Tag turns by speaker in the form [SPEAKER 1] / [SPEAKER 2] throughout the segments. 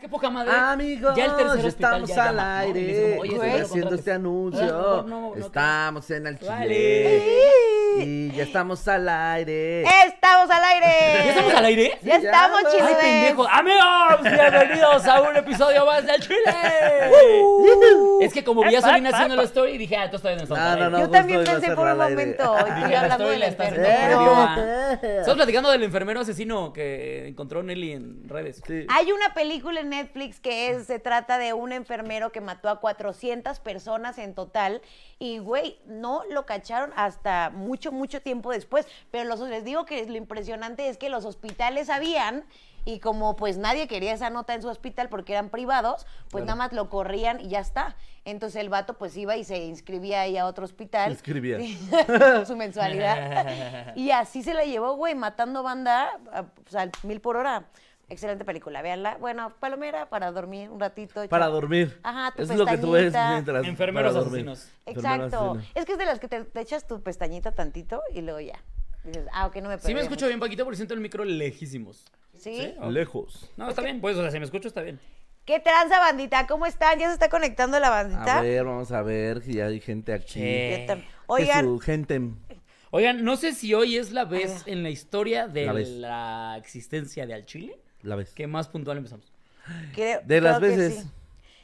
[SPEAKER 1] Qué poca madre.
[SPEAKER 2] Amigos,
[SPEAKER 1] ya el tercer hospital
[SPEAKER 2] estamos
[SPEAKER 1] ya
[SPEAKER 2] al
[SPEAKER 1] llama, ¿no? Y les
[SPEAKER 2] aire.
[SPEAKER 1] llamo, oye,
[SPEAKER 2] Estoy
[SPEAKER 1] te voy a
[SPEAKER 2] haciendo
[SPEAKER 1] contar
[SPEAKER 2] este anuncio.
[SPEAKER 1] Ah, no, no, no,
[SPEAKER 2] estamos en alquiler.
[SPEAKER 1] Vale.
[SPEAKER 2] Y ya estamos al aire.
[SPEAKER 3] Eh, ¡Estamos al aire!
[SPEAKER 1] ¿Ya estamos al aire?
[SPEAKER 3] ¡Ya estamos,
[SPEAKER 2] Ya,
[SPEAKER 1] ¡Ay,
[SPEAKER 3] chismes!
[SPEAKER 1] pendejos!
[SPEAKER 2] Ah,
[SPEAKER 1] ¡Amigos! Bienvenidos a un episodio más de Chile. es que como vi a Solina haciendo la story, dije, ah, tú estás en el
[SPEAKER 2] No, no, no.
[SPEAKER 3] Yo
[SPEAKER 2] justo
[SPEAKER 3] también
[SPEAKER 2] iba a
[SPEAKER 3] pensé
[SPEAKER 2] cerrar
[SPEAKER 3] por un
[SPEAKER 2] al aire.
[SPEAKER 3] momento, estoy
[SPEAKER 1] la
[SPEAKER 3] hablando
[SPEAKER 1] estoy-
[SPEAKER 3] del
[SPEAKER 1] la estás
[SPEAKER 3] enfermero.
[SPEAKER 1] viendo.
[SPEAKER 3] eh.
[SPEAKER 1] Estamos platicando del enfermero asesino que encontró Nelly en redes. Ah,
[SPEAKER 2] Sí.
[SPEAKER 3] Hay una película en Netflix que es, se trata de un enfermero que mató a 400 personas en total y, güey, no lo cacharon hasta mucho, mucho tiempo después. Pero los, les digo que lo impresionante es que los hospitales sabían y como pues nadie quería esa nota en su hospital porque eran privados, pues nada más lo corrían y ya está. Entonces el vato pues iba y se inscribía ahí a otro hospital.
[SPEAKER 2] Inscribía.
[SPEAKER 3] su mensualidad. y así se la llevó, güey, matando banda a, pues, al mil por hora. Excelente película, véanla. Bueno, palomera para dormir un ratito.
[SPEAKER 2] Para
[SPEAKER 3] echar-
[SPEAKER 2] dormir.
[SPEAKER 3] Ajá, tu
[SPEAKER 2] es lo que tú ves
[SPEAKER 3] pestañita.
[SPEAKER 2] mientras.
[SPEAKER 1] Enfermeros
[SPEAKER 2] para dormir.
[SPEAKER 1] asesinos.
[SPEAKER 2] Enfermeros
[SPEAKER 3] Exacto.
[SPEAKER 2] asesinos.
[SPEAKER 3] Es que es de las que te, te echas tu pestañita tantito y luego ya. Dices, ah, ok, no me
[SPEAKER 1] Sí me
[SPEAKER 3] perdí
[SPEAKER 1] escucho
[SPEAKER 3] mucho.
[SPEAKER 1] bien, Paquito, por siento el micro lejísimos.
[SPEAKER 3] ¿Sí?
[SPEAKER 1] Ok.
[SPEAKER 2] Lejos.
[SPEAKER 1] No, está bien, pues, o sea, si me escucho está bien.
[SPEAKER 3] ¿Qué tranza, bandita? ¿Cómo están? ¿Ya se está conectando la bandita?
[SPEAKER 2] A ver, vamos a ver si ya hay gente aquí.
[SPEAKER 1] Sí.
[SPEAKER 3] Yo tam-
[SPEAKER 2] Oigan.
[SPEAKER 3] Oigan,
[SPEAKER 2] gente.
[SPEAKER 1] Oigan, no sé si hoy es la vez en la historia de
[SPEAKER 2] Ah, La
[SPEAKER 1] la,
[SPEAKER 2] vez.
[SPEAKER 1] existencia de Al Chile
[SPEAKER 2] La ves.
[SPEAKER 1] que más puntual empezamos.
[SPEAKER 3] creo-
[SPEAKER 2] De las
[SPEAKER 3] creo que
[SPEAKER 2] veces.
[SPEAKER 3] sí.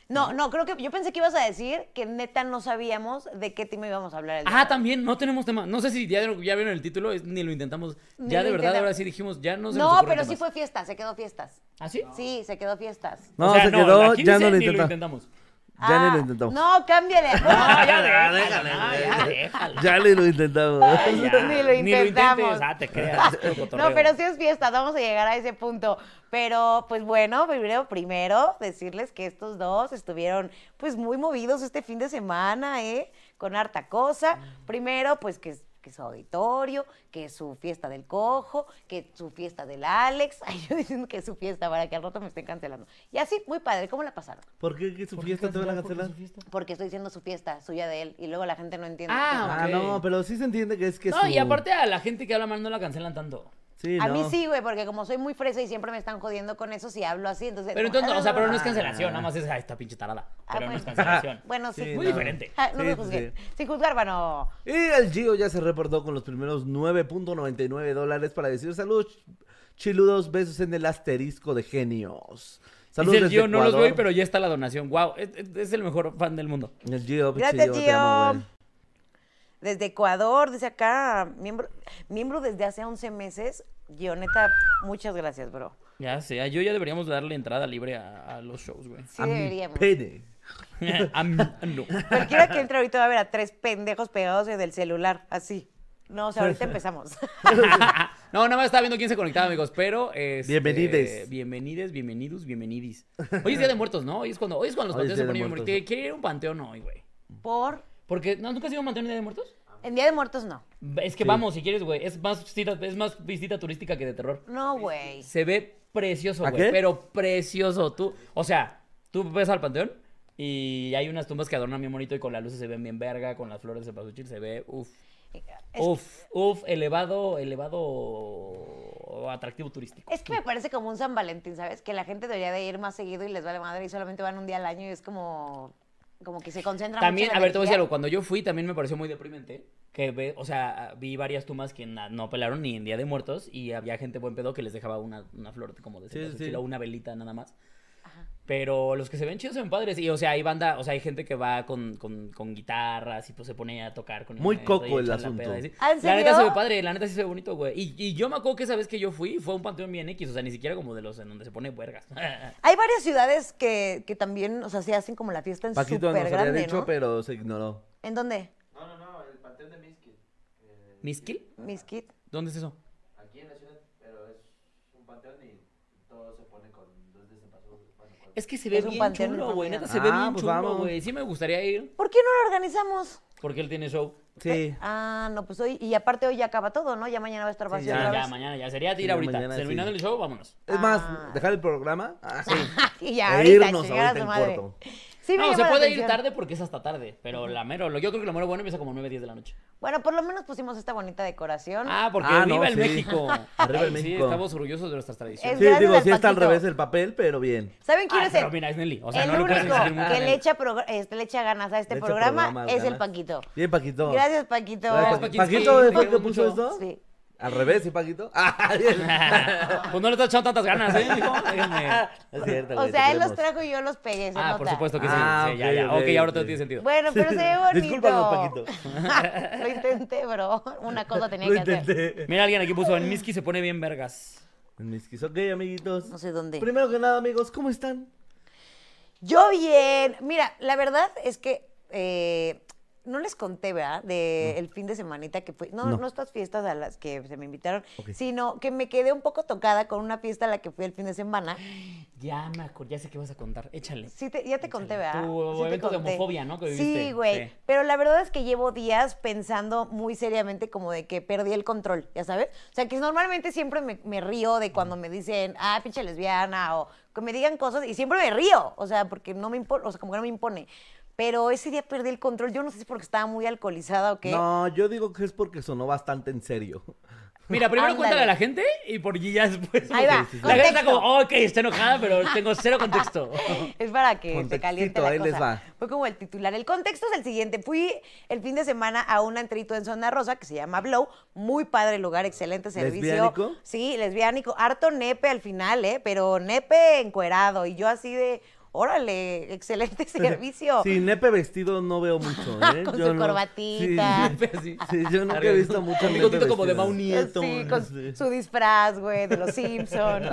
[SPEAKER 3] No, no, creo que yo pensé que ibas a decir que neta no sabíamos de qué tema íbamos a hablar. el día
[SPEAKER 1] Ah, también, no tenemos tema. No sé si ya, ya vieron el título, es- ni lo intentamos.
[SPEAKER 3] Ni
[SPEAKER 1] ya
[SPEAKER 3] lo
[SPEAKER 1] de verdad,
[SPEAKER 3] intentamos.
[SPEAKER 1] ahora sí dijimos, ya no se nos
[SPEAKER 3] No,
[SPEAKER 1] ocurren
[SPEAKER 3] pero sí
[SPEAKER 1] temas.
[SPEAKER 3] fue fiesta, se quedó fiestas.
[SPEAKER 1] ¿Ah, sí?
[SPEAKER 3] Sí, se quedó fiestas.
[SPEAKER 2] No,
[SPEAKER 1] O sea,
[SPEAKER 2] se quedó,
[SPEAKER 1] la
[SPEAKER 2] ya no
[SPEAKER 1] 15
[SPEAKER 2] lo
[SPEAKER 1] ni
[SPEAKER 2] intentamos.
[SPEAKER 1] intentamos.
[SPEAKER 2] Ya no
[SPEAKER 3] Ah,
[SPEAKER 2] lo intentamos.
[SPEAKER 3] No, cámbiale.
[SPEAKER 1] Ah, ya
[SPEAKER 2] Ah,
[SPEAKER 1] déjala,
[SPEAKER 2] déjala,
[SPEAKER 1] ya
[SPEAKER 2] güey.
[SPEAKER 1] déjala.
[SPEAKER 2] Ya ni lo intentamos.
[SPEAKER 1] Ay, ya,
[SPEAKER 3] Ni lo intentamos.
[SPEAKER 1] intentes. Ah, te creas. puro cotorreo.
[SPEAKER 3] No, pero sí es fiestas, vamos a llegar a ese punto. Pero, pues bueno, primero, primero decirles que estos dos estuvieron pues muy movidos este fin de semana, ¿eh? Con harta cosa.
[SPEAKER 1] Mm.
[SPEAKER 3] Primero, pues que, que su auditorio, que su fiesta del cojo, que su fiesta del Alex. Ay, yo diciendo que es su fiesta para que al rato me estén cancelando. Y así, muy padre, ¿cómo la pasaron?
[SPEAKER 2] ¿Por qué que su fiesta te van a cancelar?
[SPEAKER 3] Porque estoy diciendo su fiesta, suya de él, y luego la gente no entiende.
[SPEAKER 1] Ah,
[SPEAKER 2] Ah,
[SPEAKER 1] ok.
[SPEAKER 2] no, pero sí se entiende que es que
[SPEAKER 1] No,
[SPEAKER 2] su-
[SPEAKER 1] y aparte a la gente que habla mal no la cancelan tanto.
[SPEAKER 2] Sí,
[SPEAKER 3] A
[SPEAKER 2] no.
[SPEAKER 3] mí sí, güey, porque como soy muy fresa y siempre me están jodiendo con eso si hablo así, entonces...
[SPEAKER 1] Pero entonces, no, o sea, pero no es cancelación, nada más es, ay, esta pinche tarada.
[SPEAKER 3] Ah,
[SPEAKER 1] Pero no
[SPEAKER 3] bueno.
[SPEAKER 1] es cancelación.
[SPEAKER 3] Bueno, sí.
[SPEAKER 2] Sí,
[SPEAKER 1] Muy
[SPEAKER 2] no.
[SPEAKER 1] diferente.
[SPEAKER 3] Ah, no
[SPEAKER 2] Sí,
[SPEAKER 3] me
[SPEAKER 2] sí,
[SPEAKER 3] juzguen.
[SPEAKER 2] sí.
[SPEAKER 3] Sin juzgar, bueno...
[SPEAKER 2] Y el Gio ya se reportó con los primeros 9.99 dólares para decir salud, chiludos, besos en el asterisco de genios. Saludos
[SPEAKER 1] Dice el
[SPEAKER 2] desde
[SPEAKER 1] Gio, no los
[SPEAKER 2] Ecuador".
[SPEAKER 1] veo, pero ya está la donación. Wow, es, es- es el mejor fan del mundo.
[SPEAKER 2] El Gio, pinche
[SPEAKER 3] Gracias,
[SPEAKER 2] Gio, te amo,
[SPEAKER 3] Gio.
[SPEAKER 2] güey.
[SPEAKER 3] Desde Ecuador, dice acá, miembro, miembro desde hace 11 meses. Guioneta, muchas gracias, bro.
[SPEAKER 1] Ya sé, yo ya deberíamos darle entrada libre a, a los shows, güey.
[SPEAKER 3] Sí
[SPEAKER 2] A mi
[SPEAKER 3] deberíamos.
[SPEAKER 2] pene.
[SPEAKER 1] A mí, no.
[SPEAKER 3] Cualquiera que entre ahorita va a ver a tres pendejos pegados en el celular, así. No, o sea, ahorita empezamos.
[SPEAKER 1] No, nada más estaba viendo quién se conectaba, amigos, pero... este,
[SPEAKER 2] Bienvenides.
[SPEAKER 1] Bienvenides, bienvenidos, bienvenidis. Hoy es Día de Muertos, ¿no? Hoy es cuando, hoy es cuando los
[SPEAKER 2] Hoy es
[SPEAKER 1] panteones se
[SPEAKER 2] Día de
[SPEAKER 1] ponen bien
[SPEAKER 2] Muertos.
[SPEAKER 1] muertos. Quiero ir a un panteón hoy, güey.
[SPEAKER 3] Por...
[SPEAKER 1] Porque, ¿no, ¿nunca has ido a un panteón en Día de Muertos?
[SPEAKER 3] En Día de Muertos, no.
[SPEAKER 1] Es que vamos, si quieres, güey. Es más, visita, es más visita turística que de terror.
[SPEAKER 3] No, güey.
[SPEAKER 1] Se ve precioso,
[SPEAKER 2] ¿A
[SPEAKER 1] güey.
[SPEAKER 2] qué?
[SPEAKER 1] Pero precioso. Tú, o sea, tú ves al panteón y hay unas tumbas que adornan bien bonito y con las luces se ven bien verga, con las flores de cempasúchil se ve, uff,
[SPEAKER 3] Es
[SPEAKER 1] uff, uff, elevado, elevado atractivo turístico.
[SPEAKER 3] Es que me parece como un San Valentín, ¿sabes? Que la gente debería de ir más seguido y les vale madre y solamente van un día al año y es como, como que se concentran
[SPEAKER 1] También,
[SPEAKER 3] mucho
[SPEAKER 1] a
[SPEAKER 3] en
[SPEAKER 1] ver, te voy a decir algo. Cuando yo fui también me pareció muy deprimente. Que ve, o sea, vi varias tumbas que na- no pelaron ni en Día de Muertos y había gente buen pedo que les dejaba una, una flor como de
[SPEAKER 2] Sí, sí,
[SPEAKER 1] cempasúchil
[SPEAKER 2] sí.
[SPEAKER 1] o una velita nada más. Pero los que se ven chidos se ven padres. Y, o sea, hay banda, o sea, hay gente que va con, con, con guitarras y pues se pone a tocar con
[SPEAKER 2] Muy
[SPEAKER 1] instrumentos
[SPEAKER 2] coco
[SPEAKER 1] y
[SPEAKER 2] el
[SPEAKER 1] echar la
[SPEAKER 2] asunto.
[SPEAKER 1] peda y así.
[SPEAKER 3] ¿Ah, en
[SPEAKER 1] La neta se
[SPEAKER 3] serio?
[SPEAKER 1] ve padre, la neta sí se ve bonito, güey. Y, y yo me acuerdo que esa vez que yo fui, fue a un panteón bien X, o sea, ni siquiera como de los en donde se pone huergas.
[SPEAKER 3] Hay varias ciudades que, que también, o sea, se hacen como la fiesta en
[SPEAKER 2] Paquito
[SPEAKER 3] súper
[SPEAKER 2] nos había
[SPEAKER 3] grande,
[SPEAKER 2] dicho,
[SPEAKER 3] ¿no?
[SPEAKER 2] pero se ignoró.
[SPEAKER 3] ¿En dónde?
[SPEAKER 4] No, no, no, el panteón de Miskit. eh,
[SPEAKER 1] ¿Miskil?
[SPEAKER 3] Miskit.
[SPEAKER 1] ¿Dónde es eso?
[SPEAKER 4] aquí en la ciudad, pero es un panteón y todo se pone con dos de cempasúchil, bueno, con-
[SPEAKER 1] Es que se ve
[SPEAKER 3] Es un
[SPEAKER 1] bien
[SPEAKER 3] panteón en
[SPEAKER 1] chulo, güey.
[SPEAKER 3] familia.
[SPEAKER 1] Neta se ve
[SPEAKER 2] Ah,
[SPEAKER 1] bien
[SPEAKER 2] pues
[SPEAKER 1] chulo,
[SPEAKER 2] vamos.
[SPEAKER 1] güey. Sí me gustaría ir
[SPEAKER 3] ¿Por qué no lo organizamos?
[SPEAKER 1] porque él tiene show.
[SPEAKER 2] Sí.
[SPEAKER 3] Ah, no, pues hoy, y aparte hoy ya acaba todo, ¿no? Ya mañana va a estar vacío.
[SPEAKER 2] ya, pues.
[SPEAKER 3] otra
[SPEAKER 1] Ya,
[SPEAKER 3] vez.
[SPEAKER 1] ya, mañana ya. Sería de ir
[SPEAKER 2] Sí,
[SPEAKER 1] ahorita.
[SPEAKER 2] mañana sí.
[SPEAKER 1] Terminando el show, vámonos.
[SPEAKER 2] Es
[SPEAKER 3] Ah.
[SPEAKER 2] más, dejar el programa. Ah, sí.
[SPEAKER 3] Y ya,
[SPEAKER 2] E
[SPEAKER 3] ahorita,
[SPEAKER 2] irnos
[SPEAKER 3] chingar a
[SPEAKER 2] ahorita
[SPEAKER 3] su
[SPEAKER 2] en
[SPEAKER 3] madre.
[SPEAKER 2] corto.
[SPEAKER 3] Sí, me
[SPEAKER 1] no,
[SPEAKER 3] llama
[SPEAKER 1] se
[SPEAKER 3] la
[SPEAKER 1] puede ir
[SPEAKER 3] atención.
[SPEAKER 1] tarde porque es hasta tarde. Pero la mero, lo- yo creo que lo mero bueno empieza como 9, 10 de la noche.
[SPEAKER 3] Bueno, por lo menos pusimos esta bonita decoración.
[SPEAKER 1] Ah, porque
[SPEAKER 2] Ah, no,
[SPEAKER 1] viva el
[SPEAKER 2] sí.
[SPEAKER 1] México.
[SPEAKER 2] Arriba el
[SPEAKER 1] Sí,
[SPEAKER 2] México.
[SPEAKER 1] estamos orgullosos de nuestras tradiciones.
[SPEAKER 3] Es
[SPEAKER 2] Sí,
[SPEAKER 3] gracias
[SPEAKER 2] digo,
[SPEAKER 3] al
[SPEAKER 2] sí está al
[SPEAKER 3] Paquito. Este
[SPEAKER 2] revés el papel, pero bien.
[SPEAKER 3] ¿Saben quién
[SPEAKER 1] Ah,
[SPEAKER 3] es
[SPEAKER 1] pero
[SPEAKER 3] el,
[SPEAKER 1] mira, es Nelly. O sea,
[SPEAKER 3] el
[SPEAKER 1] no le puedes
[SPEAKER 3] único
[SPEAKER 1] exigir mucho a
[SPEAKER 3] que
[SPEAKER 1] Nelly.
[SPEAKER 3] le echa, progr- este, le echa ganas a este
[SPEAKER 2] Le echa
[SPEAKER 3] programa?
[SPEAKER 2] programas,
[SPEAKER 3] Es el
[SPEAKER 2] ganas.
[SPEAKER 3] Paquito.
[SPEAKER 2] Bien, Paquito.
[SPEAKER 3] Gracias, Paquito.
[SPEAKER 2] Gracias,
[SPEAKER 1] Paquito.
[SPEAKER 2] Paquito.
[SPEAKER 1] Sí,
[SPEAKER 2] ¿Paquito
[SPEAKER 1] te
[SPEAKER 2] fue el que
[SPEAKER 1] quiero
[SPEAKER 2] puso
[SPEAKER 1] mucho.
[SPEAKER 2] esto?
[SPEAKER 3] Sí.
[SPEAKER 2] Al revés, ¿sí, Paquito? Ah, bien.
[SPEAKER 1] Pues no le estás echando tantas ganas, ¿eh, hijo? Déjenme.
[SPEAKER 2] Es cierto,
[SPEAKER 3] O
[SPEAKER 2] güey, te
[SPEAKER 3] sea, él los
[SPEAKER 2] queremos.
[SPEAKER 3] trajo y yo los pegué. se
[SPEAKER 1] Ah, por
[SPEAKER 3] nota.
[SPEAKER 1] supuesto que sí.
[SPEAKER 2] Ah,
[SPEAKER 1] sí, ya, ya.
[SPEAKER 2] ok,
[SPEAKER 1] Ok, ahora
[SPEAKER 2] ok.
[SPEAKER 1] todo tiene sentido.
[SPEAKER 3] Bueno, pero se ve bonito.
[SPEAKER 2] Discúlpanos, Paquito.
[SPEAKER 3] Lo intenté, bro. Una cosa tenía
[SPEAKER 2] Lo
[SPEAKER 3] que hacer.
[SPEAKER 2] intenté.
[SPEAKER 1] Mira, alguien aquí puso, en Miski se pone bien vergas.
[SPEAKER 2] Mis quis- ok, amiguitos.
[SPEAKER 3] No sé dónde.
[SPEAKER 2] Primero que nada, amigos, ¿cómo están?
[SPEAKER 3] Yo bien. Mira, la verdad es que eh, no les conté, ¿verdad? De el fin de semanita que fui. No, no,
[SPEAKER 2] No.
[SPEAKER 3] estas fiestas a las que se me invitaron,
[SPEAKER 2] Ok.
[SPEAKER 3] sino que me quedé un poco tocada con una fiesta a la que fui el fin de semana.
[SPEAKER 1] Ya me acordé, ya sé qué vas a contar. Échale.
[SPEAKER 3] Sí te- ya te conté, ¿verdad?
[SPEAKER 1] Tu
[SPEAKER 3] Sí te
[SPEAKER 1] evento de
[SPEAKER 3] conté.
[SPEAKER 1] homofobia, ¿no? Que
[SPEAKER 3] sí,
[SPEAKER 1] viviste.
[SPEAKER 3] güey.
[SPEAKER 1] Sí.
[SPEAKER 3] Pero la verdad es que llevo días pensando muy seriamente como de que perdí el control, ¿ya sabes? O sea, que normalmente siempre me, me río de cuando me dicen, ah, pinche lesbiana, o que me digan cosas, y siempre me río, o sea, porque no me impone, o sea, como que no me impone. Pero ese día perdí el control, yo no sé si porque estaba muy alcoholizada o qué.
[SPEAKER 2] No, yo digo que es porque sonó bastante en serio.
[SPEAKER 1] Mira, primero
[SPEAKER 3] Ándale.
[SPEAKER 1] cuéntale a la gente y por allí ya después.
[SPEAKER 3] Ahí va,
[SPEAKER 1] La gente está
[SPEAKER 3] contexto.
[SPEAKER 1] como, ok, está enojada, pero tengo cero contexto.
[SPEAKER 3] Es para que se
[SPEAKER 2] Contextito,
[SPEAKER 3] caliente la
[SPEAKER 2] ahí
[SPEAKER 3] cosa.
[SPEAKER 2] les va.
[SPEAKER 3] Fue como el titular. El contexto es el siguiente. Fui el fin de semana a un antrito en Zona Rosa que se llama Blow. Muy padre el lugar, excelente servicio.
[SPEAKER 2] ¿Lesbiánico?
[SPEAKER 3] Sí, lesbiánico. Harto nepe al final, ¿eh? Pero nepe encuerado. Y yo así de, órale, excelente servicio.
[SPEAKER 2] Sí, nepe vestido no veo mucho, ¿eh?
[SPEAKER 3] Con
[SPEAKER 2] Yo
[SPEAKER 3] su
[SPEAKER 2] no-
[SPEAKER 3] corbatita.
[SPEAKER 2] Sí, sí, yo nunca he visto mucho
[SPEAKER 1] Un
[SPEAKER 2] nepe
[SPEAKER 1] gotito como de
[SPEAKER 2] vestido.
[SPEAKER 1] Mau Nieto.
[SPEAKER 3] Sí, con
[SPEAKER 2] sí.
[SPEAKER 3] su disfraz, güey, de los Simpsons.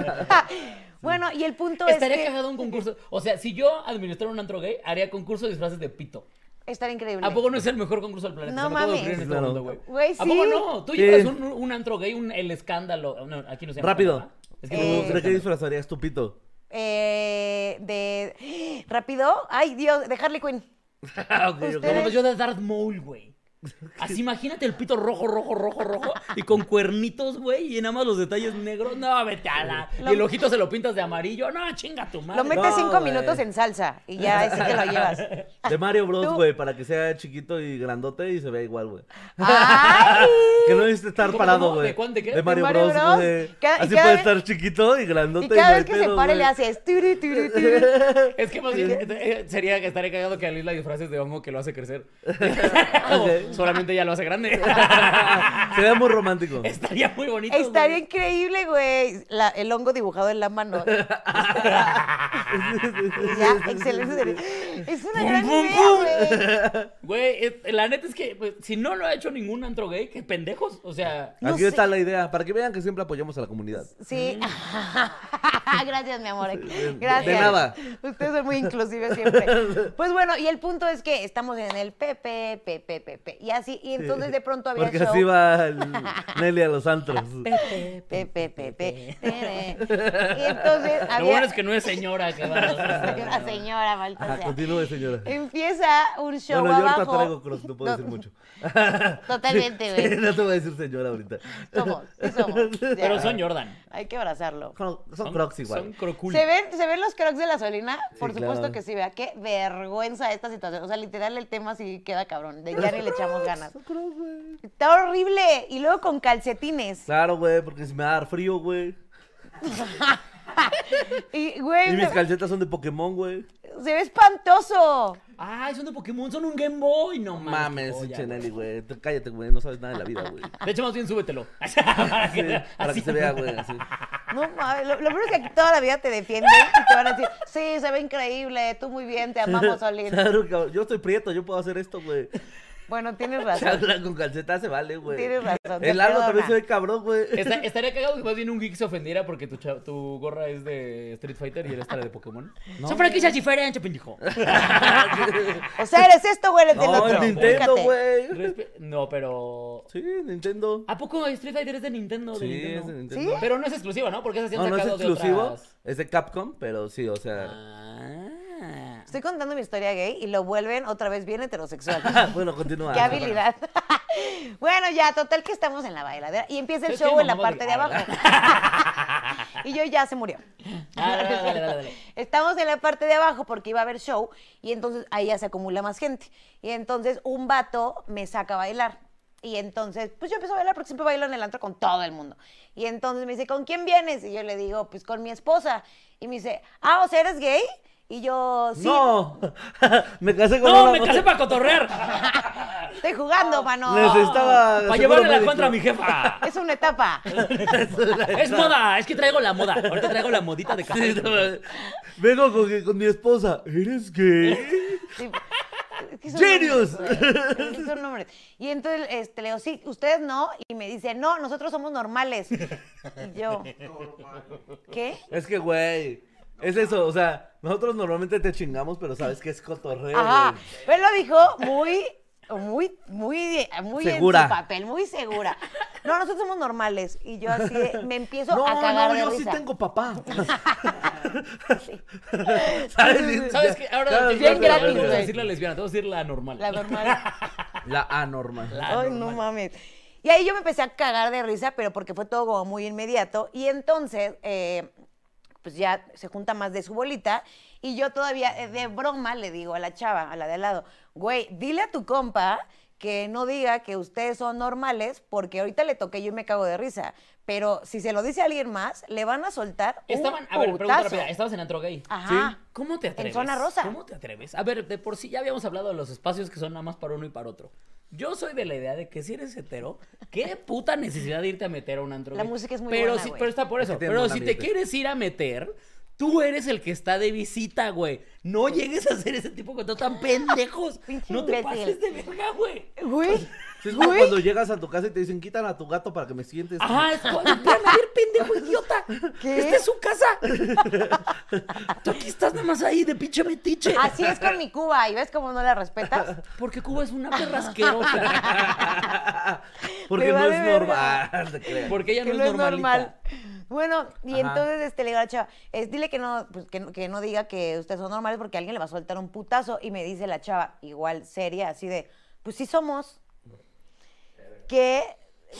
[SPEAKER 3] bueno, y el punto
[SPEAKER 1] Estaría
[SPEAKER 3] es que...
[SPEAKER 1] cagado un concurso. O sea, si yo administrara un antro gay, haría concurso de disfraces de pito.
[SPEAKER 3] Estaría increíble.
[SPEAKER 1] ¿A poco no es el mejor concurso del planeta? Se
[SPEAKER 3] No
[SPEAKER 1] me acabo de
[SPEAKER 3] mames.
[SPEAKER 1] ocurrir en este
[SPEAKER 2] Claro.
[SPEAKER 1] momento, güey.
[SPEAKER 3] Güey,
[SPEAKER 1] ¿A
[SPEAKER 3] sí.
[SPEAKER 1] poco no? Tú
[SPEAKER 2] Sí.
[SPEAKER 1] llevas un, un antro gay, un, el escándalo. No, aquí no se llama.
[SPEAKER 2] Rápido.
[SPEAKER 1] ¿verdad? Es que no
[SPEAKER 3] Eh,
[SPEAKER 1] se llama
[SPEAKER 2] ¿De qué
[SPEAKER 1] escándalo.
[SPEAKER 2] disfrazarías tu pito?
[SPEAKER 3] Eh, de. ¡Ah! ¿Rápido? Ay, Dios, de Harley Quinn.
[SPEAKER 2] Ah, ok, ok.
[SPEAKER 1] No,
[SPEAKER 3] Ustedes-
[SPEAKER 1] no, yo de Darth Maul, güey. Así imagínate el pito rojo, rojo, rojo, rojo y con cuernitos, güey, y nada más los detalles negros. No, vete a la. Y el ojito se lo pintas de amarillo. No, chinga tu madre.
[SPEAKER 3] Lo metes
[SPEAKER 2] No,
[SPEAKER 3] cinco
[SPEAKER 2] güey.
[SPEAKER 3] minutos en salsa y ya así te lo llevas.
[SPEAKER 2] De Mario Bros,
[SPEAKER 3] Tú-
[SPEAKER 2] güey, para que sea chiquito y grandote y se vea igual, güey.
[SPEAKER 3] ¡Ay!
[SPEAKER 2] Que no necesite estar
[SPEAKER 1] ¿Cómo,
[SPEAKER 2] parado,
[SPEAKER 1] cómo? ¿De
[SPEAKER 2] güey.
[SPEAKER 1] cuál, de qué?
[SPEAKER 2] De Mario,
[SPEAKER 3] ¿De Mario Bros?
[SPEAKER 2] Bros, güey.
[SPEAKER 3] Cada- y
[SPEAKER 2] Así
[SPEAKER 3] cada
[SPEAKER 2] puede
[SPEAKER 3] vez-
[SPEAKER 2] estar chiquito y grandote.
[SPEAKER 3] Y
[SPEAKER 2] no
[SPEAKER 3] cada vez
[SPEAKER 2] hay
[SPEAKER 3] que se
[SPEAKER 2] pedo,
[SPEAKER 3] pare le
[SPEAKER 2] güey.
[SPEAKER 3] haces. turi, turi, turi.
[SPEAKER 1] Es que más bien eh, sería que estaría cagado que a Lila disfraces de hongo que lo hace crecer. Como, Solamente ya lo hace grande.
[SPEAKER 2] Sería muy romántico.
[SPEAKER 1] Estaría muy bonito. güey.
[SPEAKER 3] Estaría increíble, güey. La- el hongo dibujado en la mano. Y ya, excelente. serie. Es una
[SPEAKER 1] Pum,
[SPEAKER 3] gran
[SPEAKER 1] pum,
[SPEAKER 3] idea,
[SPEAKER 1] pum.
[SPEAKER 3] güey.
[SPEAKER 1] Güey, es- la neta es que pues, si no lo ha hecho ningún antro gay, qué pendejos. O sea,
[SPEAKER 3] No
[SPEAKER 2] Aquí
[SPEAKER 3] sé.
[SPEAKER 2] está la idea, para que vean que siempre apoyamos a la comunidad.
[SPEAKER 3] Sí. Gracias, mi amor.
[SPEAKER 2] de
[SPEAKER 3] Gracias.
[SPEAKER 2] nada.
[SPEAKER 3] Ustedes son muy inclusivos siempre. Pues bueno, y el punto es que estamos en el Pepe, Pepe, Pepe. Y así, y entonces de pronto había
[SPEAKER 2] Porque
[SPEAKER 3] show.
[SPEAKER 2] así va el Nelly a los antros.
[SPEAKER 3] Pepe, Pepe. tere. Y entonces había
[SPEAKER 1] lo bueno es que no es señora que va.
[SPEAKER 3] una señora
[SPEAKER 2] Ajá,
[SPEAKER 3] Baltasar.
[SPEAKER 2] continúe, señora.
[SPEAKER 3] Empieza un show
[SPEAKER 2] Bueno, yo ahorita
[SPEAKER 3] abajo.
[SPEAKER 2] traigo cross, no puedo
[SPEAKER 3] No,
[SPEAKER 2] decir mucho.
[SPEAKER 3] Totalmente, güey.
[SPEAKER 2] Sí, no te voy a decir señora ahorita.
[SPEAKER 3] Somos, sí somos. Ya.
[SPEAKER 1] Pero son Jordan.
[SPEAKER 3] Hay que abrazarlo.
[SPEAKER 2] Son, son crocs igual.
[SPEAKER 1] Son crocul.
[SPEAKER 3] ¿Se ven, ¿Se ven los crocs de la Solina? Por
[SPEAKER 2] Sí,
[SPEAKER 3] supuesto
[SPEAKER 2] claro.
[SPEAKER 3] que sí, vea qué vergüenza esta situación. O sea, literal el tema sí queda cabrón. De ya ni le echamos ganas.
[SPEAKER 2] Son crocs, güey.
[SPEAKER 3] Está horrible. Y luego con calcetines.
[SPEAKER 2] Claro, güey, porque si me va a dar frío, güey.
[SPEAKER 3] Y, güey,
[SPEAKER 2] Y mis
[SPEAKER 3] se,
[SPEAKER 2] calcetas son de Pokémon, güey.
[SPEAKER 3] se ve espantoso.
[SPEAKER 1] Ay, son de Pokémon, son un Game Boy. No mames.
[SPEAKER 2] Mames,
[SPEAKER 1] qué joya,
[SPEAKER 2] pinche
[SPEAKER 1] güey.
[SPEAKER 2] Nelly, güey. Tú Cállate, güey. No sabes nada de la vida, güey.
[SPEAKER 1] De hecho, más bien súbetelo. para
[SPEAKER 2] Sí,
[SPEAKER 1] que,
[SPEAKER 2] para que
[SPEAKER 1] así.
[SPEAKER 2] se vea, güey. así.
[SPEAKER 3] No mames. Lo, lo peor es que aquí toda la vida te defienden y te van a decir, sí, se ve increíble, tú muy bien, te amamos, Solina.
[SPEAKER 2] Claro, cabrón. Yo estoy prieto, yo puedo hacer esto, güey.
[SPEAKER 3] Bueno, tienes razón.
[SPEAKER 2] Charla con calcetas se vale, güey.
[SPEAKER 3] Tienes razón, te
[SPEAKER 2] El largo
[SPEAKER 3] perdona.
[SPEAKER 2] también se ve cabrón, güey.
[SPEAKER 1] Esta- estaría cagado que más bien un geek se ofendiera porque tu, cha- tu gorra es de Street Fighter y él está de Pokémon. Son franquicias diferentes, pendejo.
[SPEAKER 3] O sea, eres esto o eres del
[SPEAKER 2] No,
[SPEAKER 3] otro.
[SPEAKER 2] es Nintendo,
[SPEAKER 3] Búscate.
[SPEAKER 2] güey.
[SPEAKER 1] Respe- No, pero.
[SPEAKER 2] Sí, Nintendo.
[SPEAKER 3] Ah,
[SPEAKER 1] ¿A poco Street Fighter es de Nintendo?
[SPEAKER 2] Sí,
[SPEAKER 1] Nintendo?
[SPEAKER 2] es de Nintendo.
[SPEAKER 1] Pero no es exclusiva, ¿no? Porque esas se han
[SPEAKER 2] No, no es
[SPEAKER 1] sacado de
[SPEAKER 2] exclusivo.
[SPEAKER 1] otras.
[SPEAKER 2] Es de Capcom, pero sí, o sea.
[SPEAKER 1] Ah. neta.
[SPEAKER 3] Estoy contando mi historia gay y lo vuelven otra vez bien heterosexual.
[SPEAKER 1] Ah.
[SPEAKER 2] bueno, continúa.
[SPEAKER 3] Qué habilidad. bueno, ya, total que estamos en la bailadera. Y empieza el
[SPEAKER 1] Es que
[SPEAKER 3] show en la
[SPEAKER 1] mamá
[SPEAKER 3] parte de
[SPEAKER 1] diga,
[SPEAKER 3] abajo. y yo ya se murió.
[SPEAKER 1] Ah, Dale, dale, dale, dale, dale.
[SPEAKER 3] Estamos en la parte de abajo porque iba a haber show y entonces ahí ya se acumula más gente. Y entonces un vato me saca a bailar. Y entonces, pues yo empiezo a bailar porque siempre bailo en el antro con todo el mundo. Y entonces me dice, ¿con quién vienes? Y yo le digo, pues con mi esposa. Y me dice, ah, o sea, ¿eres gay? Y yo, sí,
[SPEAKER 2] No, me casé con
[SPEAKER 1] No,
[SPEAKER 2] una
[SPEAKER 1] me
[SPEAKER 2] mujer.
[SPEAKER 1] casé para cotorrear.
[SPEAKER 3] estoy
[SPEAKER 1] Ah.
[SPEAKER 3] jugando, mano.
[SPEAKER 2] Necesitaba.
[SPEAKER 1] Para
[SPEAKER 2] Ah, seguro
[SPEAKER 1] llevarle la
[SPEAKER 2] médico.
[SPEAKER 1] contra a mi jefa.
[SPEAKER 3] Es una etapa.
[SPEAKER 1] Es moda, es que traigo la moda. Ahorita traigo la modita de
[SPEAKER 2] Sí,
[SPEAKER 1] café.
[SPEAKER 2] no, Vengo con, con mi esposa. ¿Eres gay?
[SPEAKER 3] Sí. Es que son
[SPEAKER 2] Genius.
[SPEAKER 3] nombres, güey. Es que son nombres. Y entonces este, le digo, sí, ustedes no. Y me dice, no, nosotros somos normales. Y yo, ¿qué?
[SPEAKER 2] Es que, güey, es eso. O sea, nosotros normalmente te chingamos, pero sabes que es cotorreo.
[SPEAKER 3] Ajá.
[SPEAKER 2] güey.
[SPEAKER 3] Pero él lo dijo muy, muy, muy, muy en
[SPEAKER 2] Segura.
[SPEAKER 3] su papel, muy segura. No, nosotros somos normales. Y yo así de- me empiezo
[SPEAKER 2] No,
[SPEAKER 3] a cagar
[SPEAKER 2] no,
[SPEAKER 3] de
[SPEAKER 2] yo sí
[SPEAKER 3] risa.
[SPEAKER 2] tengo papá. ¿Sabes?
[SPEAKER 1] ¿Sabes qué? Ahora
[SPEAKER 2] Claro,
[SPEAKER 1] ya- ya-
[SPEAKER 3] bien gratis,
[SPEAKER 1] ya- ya-
[SPEAKER 3] güey.
[SPEAKER 1] decir la lesbiana, te voy a decir la normal.
[SPEAKER 3] La normal.
[SPEAKER 2] La anormal.
[SPEAKER 1] La
[SPEAKER 3] Ay, no
[SPEAKER 1] normal.
[SPEAKER 3] mames. Y ahí yo me empecé a cagar de risa, pero porque fue todo como muy inmediato. Y entonces, eh, pues ya se junta más de su bolita. Y yo todavía, eh, de broma, le digo a la chava, a la de al lado, güey, dile a tu compa que no diga que ustedes son normales, porque ahorita le toqué yo y me cago de risa. Pero si se lo dice a alguien más, le van a soltar
[SPEAKER 1] Estaban,
[SPEAKER 3] un
[SPEAKER 1] a ver, pregunta
[SPEAKER 3] putazo.
[SPEAKER 1] rápida, estabas en antro gay.
[SPEAKER 3] Ajá. Sí.
[SPEAKER 1] ¿Cómo te atreves?
[SPEAKER 3] zona rosa.
[SPEAKER 1] ¿Cómo te atreves? A ver, de por sí ya habíamos hablado de los espacios que son nada más para uno y para otro. Yo soy de la idea de que si eres hetero, qué puta necesidad de irte a meter a un antro.
[SPEAKER 3] La
[SPEAKER 1] gay?
[SPEAKER 3] música es muy
[SPEAKER 1] pero
[SPEAKER 3] buena,
[SPEAKER 1] sí,
[SPEAKER 3] güey.
[SPEAKER 1] pero está por
[SPEAKER 2] Es
[SPEAKER 1] eso.
[SPEAKER 2] que tiene
[SPEAKER 1] pero
[SPEAKER 2] buen
[SPEAKER 1] si te
[SPEAKER 2] ambiente.
[SPEAKER 1] quieres ir a meter, tú eres el que está de visita, güey. No llegues a hacer ese tipo de cosas tan pendejos.
[SPEAKER 3] Pinche
[SPEAKER 1] no te
[SPEAKER 3] imbécil.
[SPEAKER 1] pases de verga, güey.
[SPEAKER 3] Güey.
[SPEAKER 2] Sí, es como
[SPEAKER 3] güey.
[SPEAKER 2] cuando llegas a tu casa y te dicen, quitan a tu gato para que me sientes.
[SPEAKER 1] Ajá, es como, voltean a ver, pendejo idiota.
[SPEAKER 3] ¿Qué?
[SPEAKER 1] Esta es su casa. Tú aquí estás nada más ahí de pinche metiche.
[SPEAKER 3] Así es con mi Cuba, y ves cómo no la respetas.
[SPEAKER 1] Porque Cuba es una perra asquerosa.
[SPEAKER 2] Porque
[SPEAKER 3] me
[SPEAKER 2] no
[SPEAKER 3] vale
[SPEAKER 2] es
[SPEAKER 3] verga.
[SPEAKER 2] normal. te creas.
[SPEAKER 1] Porque ella no,
[SPEAKER 3] que
[SPEAKER 1] es normal.
[SPEAKER 3] Bueno, y
[SPEAKER 2] Ajá.
[SPEAKER 3] entonces este, le digo a la chava, es, dile que no, pues, que, no- que no diga que ustedes son normales porque alguien le va a soltar un putazo. Y me dice la chava, igual seria, así de, pues sí somos. Que,